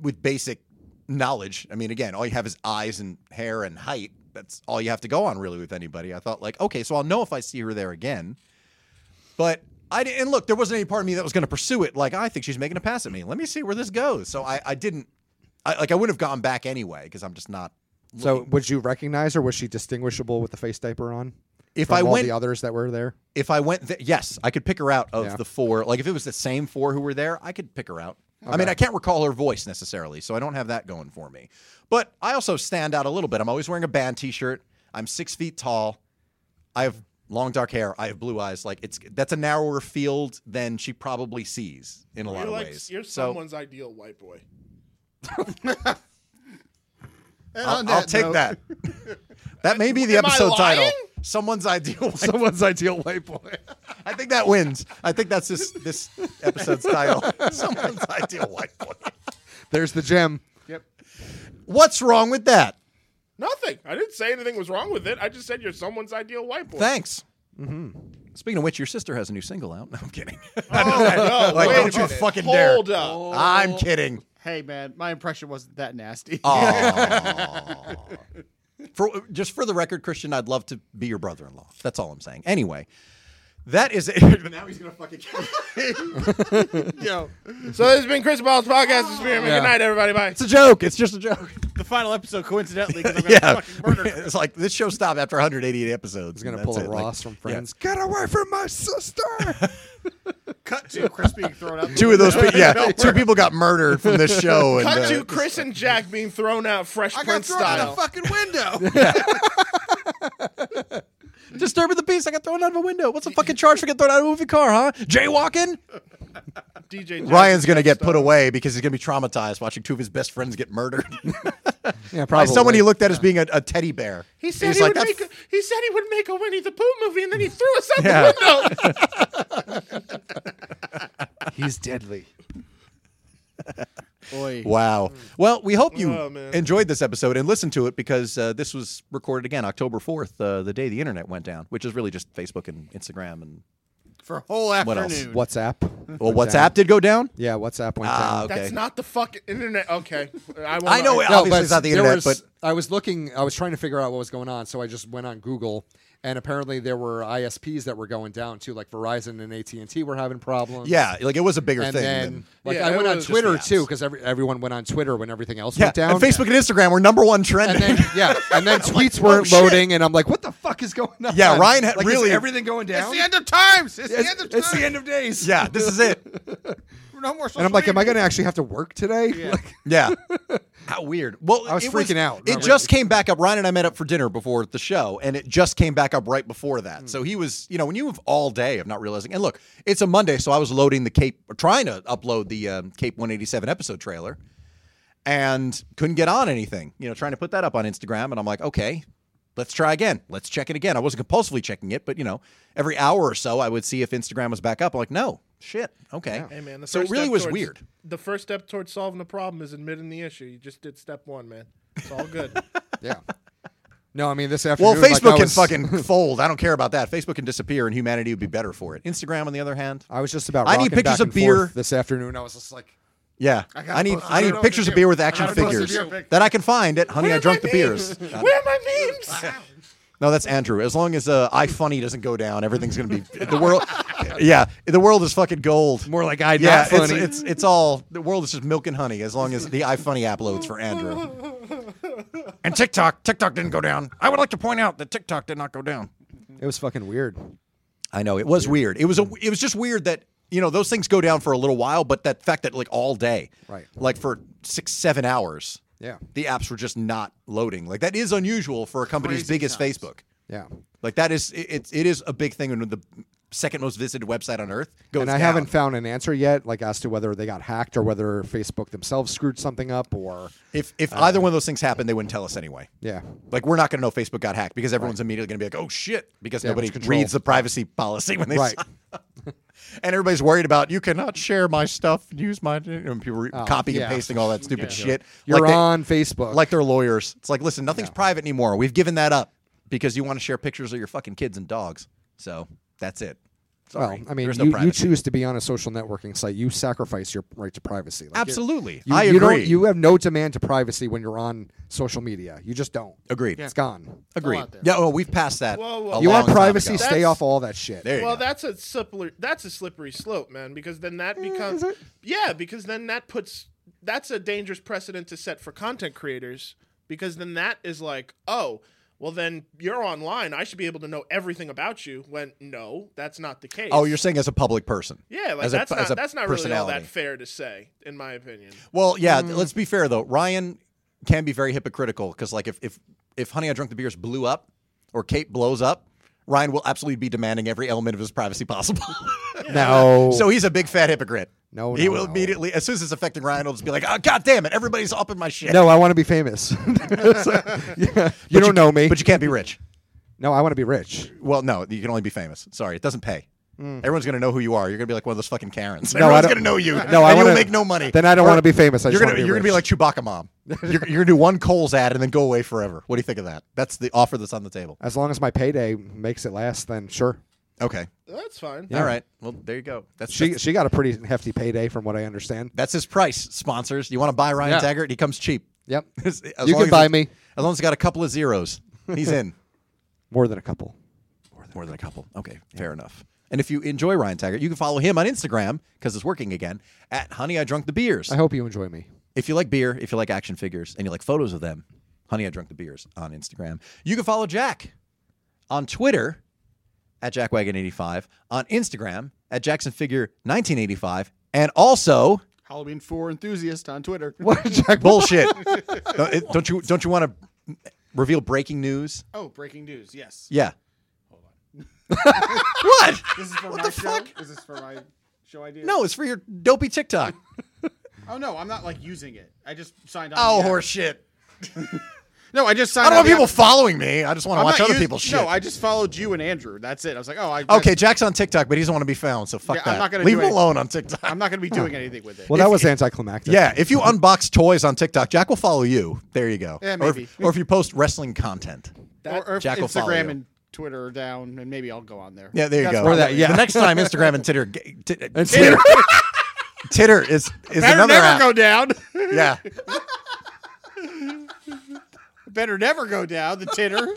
[SPEAKER 1] with basic knowledge. I mean, again, all you have is eyes and hair and height. That's all you have to go on really with anybody. I thought like, okay, so I'll know if I see her there again. But I didn't. And look, there wasn't any part of me that was going to pursue it. Like I think she's making a pass at me. Let me see where this goes. So I, I didn't. I, like I wouldn't have gone back anyway because I'm just not.
[SPEAKER 2] So would you recognize her? Was she distinguishable with the face diaper on?
[SPEAKER 1] If
[SPEAKER 2] from
[SPEAKER 1] I
[SPEAKER 2] all
[SPEAKER 1] went,
[SPEAKER 2] the others that were
[SPEAKER 1] <laughs>
[SPEAKER 2] there.
[SPEAKER 1] if I went, th- yes, I could pick her out of
[SPEAKER 2] Yeah.
[SPEAKER 1] the four. Like if it was the same four who were there, I could pick her out. I mean, I can't recall her voice necessarily, so I don't have that going for me. But I also stand out a little bit. I'm always wearing a band T-shirt. I'm six feet tall. I have long dark hair. I have blue eyes. Like it's that's a narrower field than she probably sees in a lot
[SPEAKER 3] You're
[SPEAKER 1] of
[SPEAKER 3] like
[SPEAKER 1] ways.
[SPEAKER 3] you're
[SPEAKER 1] so
[SPEAKER 3] someone's ideal white boy.
[SPEAKER 4] And
[SPEAKER 1] I'll,
[SPEAKER 4] on
[SPEAKER 1] I'll take
[SPEAKER 3] <laughs>
[SPEAKER 4] note-
[SPEAKER 1] that. that may be the
[SPEAKER 3] Am I
[SPEAKER 1] episode title.
[SPEAKER 3] lying?
[SPEAKER 1] Someone's ideal. Wife.
[SPEAKER 2] Someone's ideal white boy.
[SPEAKER 1] I think that wins. I think that's this this episode's title. <laughs> Someone's ideal white boy.
[SPEAKER 2] There's the gem.
[SPEAKER 4] Yep.
[SPEAKER 1] What's wrong with that?
[SPEAKER 3] Nothing. I didn't say anything was wrong with it. I just said you're someone's ideal white boy.
[SPEAKER 1] Thanks. Mm-hmm. Speaking of which, your sister has a new single out. No, I'm kidding.
[SPEAKER 3] Oh,
[SPEAKER 1] <laughs>
[SPEAKER 3] no,
[SPEAKER 1] Like,
[SPEAKER 3] wait
[SPEAKER 1] don't
[SPEAKER 3] a
[SPEAKER 1] you
[SPEAKER 3] minute.
[SPEAKER 1] fucking
[SPEAKER 3] Hold
[SPEAKER 1] dare.
[SPEAKER 3] up.
[SPEAKER 1] <laughs> I'm kidding.
[SPEAKER 4] Hey man, my impression wasn't that nasty.
[SPEAKER 1] Oh. For just for the record, Christian, I'd love to be your brother-in-law. That's all I'm saying. Anyway, that is it. <laughs> now he's gonna fucking.
[SPEAKER 4] <laughs> Yo,
[SPEAKER 3] So this has been Chris Ball's podcast experiment.
[SPEAKER 2] Yeah.
[SPEAKER 3] Good night, everybody. Bye.
[SPEAKER 1] it's a joke. It's just a
[SPEAKER 4] <laughs>
[SPEAKER 1] joke.
[SPEAKER 4] the final episode coincidentally because
[SPEAKER 1] <laughs>
[SPEAKER 4] I'm gonna
[SPEAKER 1] Yeah,
[SPEAKER 4] fucking murder.
[SPEAKER 1] it's like this show stopped after 188 episodes.
[SPEAKER 2] He's gonna
[SPEAKER 1] and
[SPEAKER 2] pull
[SPEAKER 1] that's
[SPEAKER 2] a
[SPEAKER 1] it. Like,
[SPEAKER 2] Ross from
[SPEAKER 1] yeah.
[SPEAKER 2] Friends. Get away from my sister.
[SPEAKER 4] Cut to Chris being thrown out. the
[SPEAKER 1] Two of those,
[SPEAKER 4] window.
[SPEAKER 1] pe- yeah, two people got murdered from this
[SPEAKER 2] <laughs>
[SPEAKER 1] show. and,
[SPEAKER 3] Cut
[SPEAKER 1] uh,
[SPEAKER 3] to Chris and Jack being thrown out Fresh
[SPEAKER 4] I got
[SPEAKER 3] Prince
[SPEAKER 4] thrown out
[SPEAKER 3] style.
[SPEAKER 4] a fucking window.
[SPEAKER 1] disturbing the peace. I got thrown out of a window. What's the fucking charge for getting thrown out of a moving car, huh? Jaywalking.
[SPEAKER 3] DJ Jack
[SPEAKER 1] Ryan's gonna
[SPEAKER 3] Jack
[SPEAKER 1] get
[SPEAKER 3] style.
[SPEAKER 1] put away because he's gonna be traumatized watching two of his best friends get
[SPEAKER 2] <laughs>
[SPEAKER 1] murdered
[SPEAKER 2] <laughs>
[SPEAKER 1] <laughs>
[SPEAKER 2] yeah,
[SPEAKER 1] by
[SPEAKER 2] probably.
[SPEAKER 1] someone he looked at as being a, a teddy bear.
[SPEAKER 3] He said
[SPEAKER 1] He's
[SPEAKER 3] he
[SPEAKER 1] like,
[SPEAKER 3] would
[SPEAKER 1] "That's
[SPEAKER 3] make. A, he said he would make a Winnie the Pooh movie, and then he threw us out
[SPEAKER 1] Yeah. <laughs>
[SPEAKER 3] the window.
[SPEAKER 2] He's deadly.
[SPEAKER 4] Boy,
[SPEAKER 1] Wow.
[SPEAKER 2] Hmm.
[SPEAKER 1] Well, we hope you
[SPEAKER 3] Oh, man.
[SPEAKER 1] enjoyed this episode and listened to it because uh, this was recorded again October 4th, uh, the day the internet went down, which is really just Facebook and Instagram and
[SPEAKER 4] for a whole
[SPEAKER 1] What else?
[SPEAKER 4] afternoon.
[SPEAKER 2] WhatsApp.
[SPEAKER 1] Well,
[SPEAKER 2] went
[SPEAKER 1] WhatsApp
[SPEAKER 2] down.
[SPEAKER 1] did go down.
[SPEAKER 2] Yeah, WhatsApp went
[SPEAKER 1] Ah,
[SPEAKER 2] down.
[SPEAKER 1] okay.
[SPEAKER 3] That's not the fucking internet. Okay, I, will
[SPEAKER 1] I know
[SPEAKER 3] not-
[SPEAKER 1] it- Obviously, it's not the
[SPEAKER 2] there
[SPEAKER 1] internet,
[SPEAKER 2] was- I was looking. I was trying to figure out what was going on, so I just went on Google, and apparently there were ISPs that were going down too, like Verizon and AT and T were having problems.
[SPEAKER 1] Yeah, like it was a bigger
[SPEAKER 2] and
[SPEAKER 1] thing.
[SPEAKER 2] then
[SPEAKER 1] than-
[SPEAKER 2] like
[SPEAKER 3] Yeah,
[SPEAKER 2] I
[SPEAKER 3] it
[SPEAKER 2] went on
[SPEAKER 3] was-
[SPEAKER 2] Twitter
[SPEAKER 1] Just the apps.
[SPEAKER 2] too because every, everyone went on Twitter when everything else
[SPEAKER 1] yeah,
[SPEAKER 2] went down.
[SPEAKER 1] and Facebook and Instagram were number one trending. <laughs>
[SPEAKER 2] And then yeah, and then tweets
[SPEAKER 1] "Whoa,
[SPEAKER 2] weren't
[SPEAKER 1] shit."
[SPEAKER 2] loading, and I'm like, what
[SPEAKER 1] <laughs>
[SPEAKER 2] the fuck is going on?
[SPEAKER 1] Yeah, Ryan had
[SPEAKER 2] like,
[SPEAKER 1] really-
[SPEAKER 2] is everything going down.
[SPEAKER 4] It's the end of times. It's, the
[SPEAKER 2] It's-
[SPEAKER 4] end of
[SPEAKER 2] it's
[SPEAKER 4] times.
[SPEAKER 2] the end of days.
[SPEAKER 1] yeah, this is it.
[SPEAKER 4] No more social
[SPEAKER 2] And I'm like, am I
[SPEAKER 4] media.
[SPEAKER 2] going to actually have to work
[SPEAKER 1] <laughs>
[SPEAKER 2] today? Like,
[SPEAKER 1] Yeah. How weird. Well,
[SPEAKER 2] I was
[SPEAKER 1] it
[SPEAKER 2] freaking out.
[SPEAKER 1] It
[SPEAKER 2] Not
[SPEAKER 1] just came back up. Ryan and I met up for dinner before the show, and it just came back up right before
[SPEAKER 2] Hmm.
[SPEAKER 1] that. So he was, you know, when you have all day of not realizing, and look, it's a Monday, so I was loading the Cape, or trying to upload the um, Cape 187 episode trailer, and couldn't get on anything, you know, trying to put that up on Instagram. And I'm like, okay, let's try again. Let's check it again. I wasn't compulsively checking it, but, you know, every hour or so I would see if Instagram was back up. I'm like, no, shit, okay.
[SPEAKER 3] Hey man, the
[SPEAKER 1] so it
[SPEAKER 3] first
[SPEAKER 1] really
[SPEAKER 3] step
[SPEAKER 1] was
[SPEAKER 3] towards-
[SPEAKER 1] weird.
[SPEAKER 3] The first step towards solving the problem is admitting the issue. You just did step one, man. It's all good.
[SPEAKER 1] <laughs>
[SPEAKER 2] yeah. No, I mean this afternoon.
[SPEAKER 1] Well,
[SPEAKER 2] like, I
[SPEAKER 1] Facebook
[SPEAKER 2] was-
[SPEAKER 1] can fucking fold. I don't care about that. Facebook can disappear, and humanity would be better for it. Instagram, on the other hand,
[SPEAKER 2] I was just about.
[SPEAKER 1] I need
[SPEAKER 2] rocking
[SPEAKER 1] pictures
[SPEAKER 2] back
[SPEAKER 1] of
[SPEAKER 2] and
[SPEAKER 1] beer.
[SPEAKER 2] forth this afternoon. I was just like,
[SPEAKER 1] yeah,
[SPEAKER 4] gotta
[SPEAKER 1] I, need
[SPEAKER 4] post a
[SPEAKER 1] I need
[SPEAKER 4] beer. I don't know what
[SPEAKER 1] pictures
[SPEAKER 4] to
[SPEAKER 1] of
[SPEAKER 4] do.
[SPEAKER 1] beer with
[SPEAKER 4] I
[SPEAKER 1] action
[SPEAKER 4] gotta post a
[SPEAKER 1] figures
[SPEAKER 4] beer pic.
[SPEAKER 1] that I can find at Honey I Drunk the Beers. <laughs> Uh,
[SPEAKER 3] Where are my memes?
[SPEAKER 1] No, that's Andrew. As long as uh, iFunny doesn't go down, everything's gonna be the world. Yeah, the world is fucking gold.
[SPEAKER 2] more like I
[SPEAKER 1] yeah,
[SPEAKER 2] not
[SPEAKER 1] it's,
[SPEAKER 2] funny.
[SPEAKER 1] it's it's all the world is just milk and honey. As long as the iFunny app loads for Andrew, and TikTok TikTok didn't go down. I would like to point out that TikTok did not go down.
[SPEAKER 2] it was fucking weird.
[SPEAKER 1] I know it was weird. It was a it was just weird that you know those things go down for a little while, but that fact that like all day,
[SPEAKER 2] Right.
[SPEAKER 1] Like for six seven hours,
[SPEAKER 2] Yeah.
[SPEAKER 1] the apps were just not loading. Like that is unusual for a company as
[SPEAKER 4] Crazy
[SPEAKER 1] big as
[SPEAKER 4] times.
[SPEAKER 1] Facebook.
[SPEAKER 2] Yeah.
[SPEAKER 1] Like that is it, it, it is a big thing when the second most visited website on earth goes
[SPEAKER 2] And I
[SPEAKER 1] down.
[SPEAKER 2] haven't found an answer yet, like as to whether they got hacked or whether Facebook themselves screwed something up or
[SPEAKER 1] If if
[SPEAKER 2] Uh-huh.
[SPEAKER 1] either one of those things happened, they wouldn't tell us anyway.
[SPEAKER 2] yeah.
[SPEAKER 1] Like we're not going to know Facebook got hacked because everyone's immediately going to be like, "Oh shit," because
[SPEAKER 2] Damage
[SPEAKER 1] nobody
[SPEAKER 2] control.
[SPEAKER 1] reads the privacy policy when they
[SPEAKER 2] Right.
[SPEAKER 1] sign up. and everybody's worried about you cannot share my stuff, use my you know, people re- copying
[SPEAKER 2] Oh, yeah.
[SPEAKER 1] and pasting all that stupid shit.
[SPEAKER 2] You're
[SPEAKER 1] like they-
[SPEAKER 2] on Facebook.
[SPEAKER 1] like they're lawyers. It's like, listen, nothing's private anymore. We've given that up because you want to share pictures of your fucking kids and dogs. So that's it. Sorry,
[SPEAKER 2] well, I mean,
[SPEAKER 1] there's no
[SPEAKER 2] you, you
[SPEAKER 1] privacy.
[SPEAKER 2] choose to be on a social networking site. You sacrifice your right to privacy. Like, you're-
[SPEAKER 1] Absolutely,
[SPEAKER 2] You,
[SPEAKER 1] I
[SPEAKER 2] you
[SPEAKER 1] agree.
[SPEAKER 2] Don't, you have no demand to privacy when you're on social media. You just don't.
[SPEAKER 1] Agreed.
[SPEAKER 2] It's gone.
[SPEAKER 1] Agreed.
[SPEAKER 4] out there.
[SPEAKER 1] Yeah, well, we've passed that.
[SPEAKER 3] Whoa, whoa.
[SPEAKER 1] a
[SPEAKER 2] you
[SPEAKER 1] long
[SPEAKER 2] want
[SPEAKER 1] time
[SPEAKER 2] privacy?
[SPEAKER 1] ago.
[SPEAKER 2] Stay
[SPEAKER 3] That's-
[SPEAKER 2] off all that shit.
[SPEAKER 1] There you
[SPEAKER 3] Well,
[SPEAKER 1] go.
[SPEAKER 3] that's a slippery that's a slippery slope, man. Because then that becomes
[SPEAKER 2] is it?
[SPEAKER 3] yeah, because then that puts that's a dangerous precedent to set for content creators. Because then that is like, oh, well then you're online. I should be able to know everything about you. When no, that's not the case.
[SPEAKER 1] Oh, you're saying as a public person?
[SPEAKER 3] yeah, like
[SPEAKER 1] as a-
[SPEAKER 3] that's
[SPEAKER 1] as a
[SPEAKER 3] not that's not really all that Mm.
[SPEAKER 1] personality.
[SPEAKER 3] fair to say, in my opinion.
[SPEAKER 1] Well, yeah. th- Let's be fair though. Ryan can be very hypocritical because, like, if if if Honey I Drunk the Beers blew up or Kate blows up, Ryan will absolutely be demanding every element of his privacy possible.
[SPEAKER 3] <laughs>
[SPEAKER 2] No.
[SPEAKER 1] so he's a big fat hypocrite.
[SPEAKER 2] No,
[SPEAKER 1] he
[SPEAKER 2] no,
[SPEAKER 1] will
[SPEAKER 2] no.
[SPEAKER 1] immediately, as soon as it's affecting Ryan, he'll just be like, "Oh, god damn it! Everybody's up in my shit." <laughs>
[SPEAKER 2] no, I want to be famous. <laughs> So, yeah, you
[SPEAKER 1] But
[SPEAKER 2] don't know me.
[SPEAKER 1] but you can't be rich.
[SPEAKER 2] no, I want to be rich.
[SPEAKER 1] Well, no, you can only be famous. Sorry, it doesn't pay. Everyone's gonna know who you are. You're gonna be like one of those fucking Karens.
[SPEAKER 2] I
[SPEAKER 1] Everyone's
[SPEAKER 2] don't-
[SPEAKER 1] gonna know you.
[SPEAKER 2] <laughs> No, I
[SPEAKER 1] and
[SPEAKER 2] wanna-
[SPEAKER 1] you'll make no money.
[SPEAKER 2] Then I don't
[SPEAKER 1] Or
[SPEAKER 2] want to be famous. I
[SPEAKER 1] you're
[SPEAKER 2] just
[SPEAKER 1] gonna
[SPEAKER 2] want to be
[SPEAKER 1] you're
[SPEAKER 2] rich.
[SPEAKER 1] gonna be like Chewbacca
[SPEAKER 2] <laughs>
[SPEAKER 1] mom. You're, you're gonna do one Coles ad and then go away forever. What do you think of that? That's the offer that's on the table.
[SPEAKER 2] As long as my payday makes it last, then sure.
[SPEAKER 1] Okay.
[SPEAKER 3] That's fine.
[SPEAKER 1] All right. Well, there you go. That's
[SPEAKER 2] She
[SPEAKER 1] that's,
[SPEAKER 2] she got a pretty hefty payday from what I understand.
[SPEAKER 1] that's his price. Sponsors, you want to buy Ryan
[SPEAKER 2] Yeah.
[SPEAKER 1] Taggart? He comes cheap.
[SPEAKER 2] Yep.
[SPEAKER 1] <laughs> As
[SPEAKER 2] you
[SPEAKER 1] long
[SPEAKER 2] can
[SPEAKER 1] as
[SPEAKER 2] buy
[SPEAKER 1] it's-
[SPEAKER 2] me
[SPEAKER 1] as long as he got a couple of zeros. He's in.
[SPEAKER 2] <laughs> <laughs> more than a couple.
[SPEAKER 1] More than a couple. Okay, fair enough. And if you enjoy Ryan Taggart, you can follow him on Instagram because it's working again at Honey I Drunk the Beers.
[SPEAKER 2] I hope you enjoy me.
[SPEAKER 1] If you like beer, if you like action figures, and you like photos of them, Honey I Drunk the Beers on Instagram. You can follow Jack on Twitter at JackWagon85, on Instagram at JacksonFigure1985, and also
[SPEAKER 4] Halloween four enthusiast on Twitter.
[SPEAKER 2] <laughs> What, Jack?
[SPEAKER 1] bullshit.
[SPEAKER 2] <laughs>
[SPEAKER 1] Don't- it- don't you don't you want to reveal breaking news?
[SPEAKER 4] Oh, breaking news! Yes.
[SPEAKER 1] Yeah.
[SPEAKER 2] <laughs>
[SPEAKER 1] what?
[SPEAKER 4] This is for
[SPEAKER 1] What
[SPEAKER 4] my
[SPEAKER 1] the
[SPEAKER 4] show.
[SPEAKER 1] fuck?
[SPEAKER 4] Is this for my show idea?
[SPEAKER 1] No, it's for your dopey TikTok.
[SPEAKER 4] Oh no, I'm not like using it. I just signed on.
[SPEAKER 1] Oh,
[SPEAKER 4] the app.
[SPEAKER 1] horseshit.
[SPEAKER 4] No, I just signed.
[SPEAKER 1] I don't
[SPEAKER 4] on
[SPEAKER 1] want
[SPEAKER 4] the
[SPEAKER 1] people
[SPEAKER 4] app.
[SPEAKER 1] following me. I just want to
[SPEAKER 4] I'm
[SPEAKER 1] watch
[SPEAKER 4] not
[SPEAKER 1] other
[SPEAKER 4] us-
[SPEAKER 1] people's shit.
[SPEAKER 4] No, I just followed you and Andrew. That's it. I was like, oh, I.
[SPEAKER 1] okay, Jack's on TikTok, but he doesn't want to be found, so fuck
[SPEAKER 4] Yeah, I'm
[SPEAKER 1] that.
[SPEAKER 4] not gonna
[SPEAKER 1] Leave
[SPEAKER 4] do
[SPEAKER 1] him
[SPEAKER 4] anything.
[SPEAKER 1] alone on TikTok.
[SPEAKER 4] I'm not going to be doing anything with it.
[SPEAKER 2] Well, that was
[SPEAKER 1] <laughs>
[SPEAKER 2] anticlimactic.
[SPEAKER 1] yeah, if you unbox toys on TikTok, Jack will follow you. There you go.
[SPEAKER 4] Yeah,
[SPEAKER 1] Or if-
[SPEAKER 4] maybe.
[SPEAKER 1] Or if, you post wrestling content.
[SPEAKER 4] or, or if
[SPEAKER 1] Jack will follow
[SPEAKER 4] Instagram
[SPEAKER 1] you.
[SPEAKER 4] and Twitter down, and maybe I'll go on there.
[SPEAKER 1] Yeah, there you
[SPEAKER 4] That's
[SPEAKER 1] go.
[SPEAKER 4] probably-
[SPEAKER 1] yeah. The next time Instagram and Titter, g- t- Titter, Titter is is
[SPEAKER 4] Better
[SPEAKER 1] another
[SPEAKER 4] never
[SPEAKER 1] app.
[SPEAKER 4] go down. <laughs>
[SPEAKER 1] yeah.
[SPEAKER 4] Better never go down. The titter.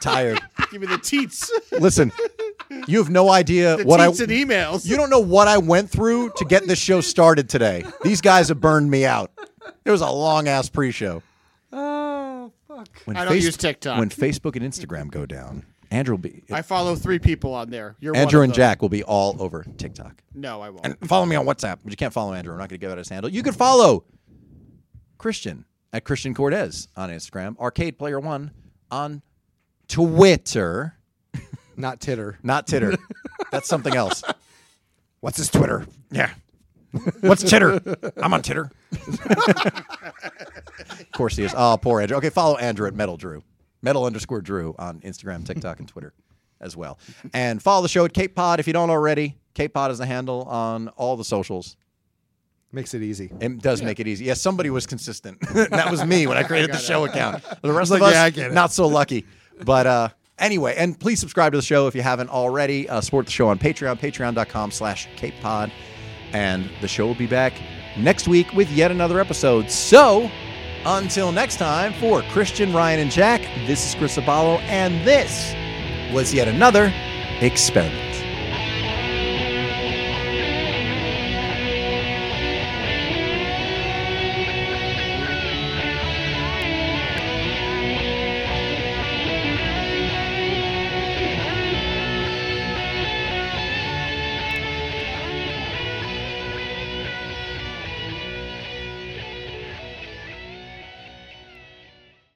[SPEAKER 1] Tired.
[SPEAKER 4] <laughs> Give me the teats.
[SPEAKER 1] Listen, you have no idea
[SPEAKER 4] The
[SPEAKER 1] what I
[SPEAKER 4] teats and emails.
[SPEAKER 1] you don't know what I went through to get this show started today. These guys have burned me out. It was a long ass pre-show.
[SPEAKER 2] Oh fuck.
[SPEAKER 1] When
[SPEAKER 4] I don't use TikTok.
[SPEAKER 1] When Facebook and Instagram go down, Andrew will be
[SPEAKER 4] I follow three people on there. You're
[SPEAKER 1] Andrew
[SPEAKER 4] one of
[SPEAKER 1] and
[SPEAKER 4] them.
[SPEAKER 1] Jack will be all over TikTok.
[SPEAKER 4] No, I won't.
[SPEAKER 1] And follow me on WhatsApp, but you can't follow Andrew. I'm not going to give out his handle. You can follow Christian at Christian Cortez on Instagram, Arcade Player One on Twitter,
[SPEAKER 2] <laughs> Not titter.
[SPEAKER 1] not Titter.
[SPEAKER 4] <laughs>
[SPEAKER 1] That's something else.
[SPEAKER 2] What's his Twitter?
[SPEAKER 1] Yeah. What's Titter? I'm on Titter. of course he is. Oh, poor Andrew. Okay, follow Andrew at Metal Drew. Metal underscore Drew on Instagram, TikTok, and Twitter as well. And follow the show at Cape Pod if you don't already. Cape Pod is the handle on all the socials.
[SPEAKER 2] Makes it easy.
[SPEAKER 1] It does make it easy. Yes, somebody was consistent. <laughs> that was me when
[SPEAKER 2] <laughs>
[SPEAKER 1] I created the show account. The rest of
[SPEAKER 2] like,
[SPEAKER 1] us,
[SPEAKER 2] yeah, I get it.
[SPEAKER 1] not so lucky. But uh, anyway, and please subscribe to the show if you haven't already. Uh, support the show on Patreon, patreon.com slash capepod. And the show will be back next week with yet another episode. So until next time, for Christian, Ryan, and Jack, this is Chris Abalo, and this was yet another experiment.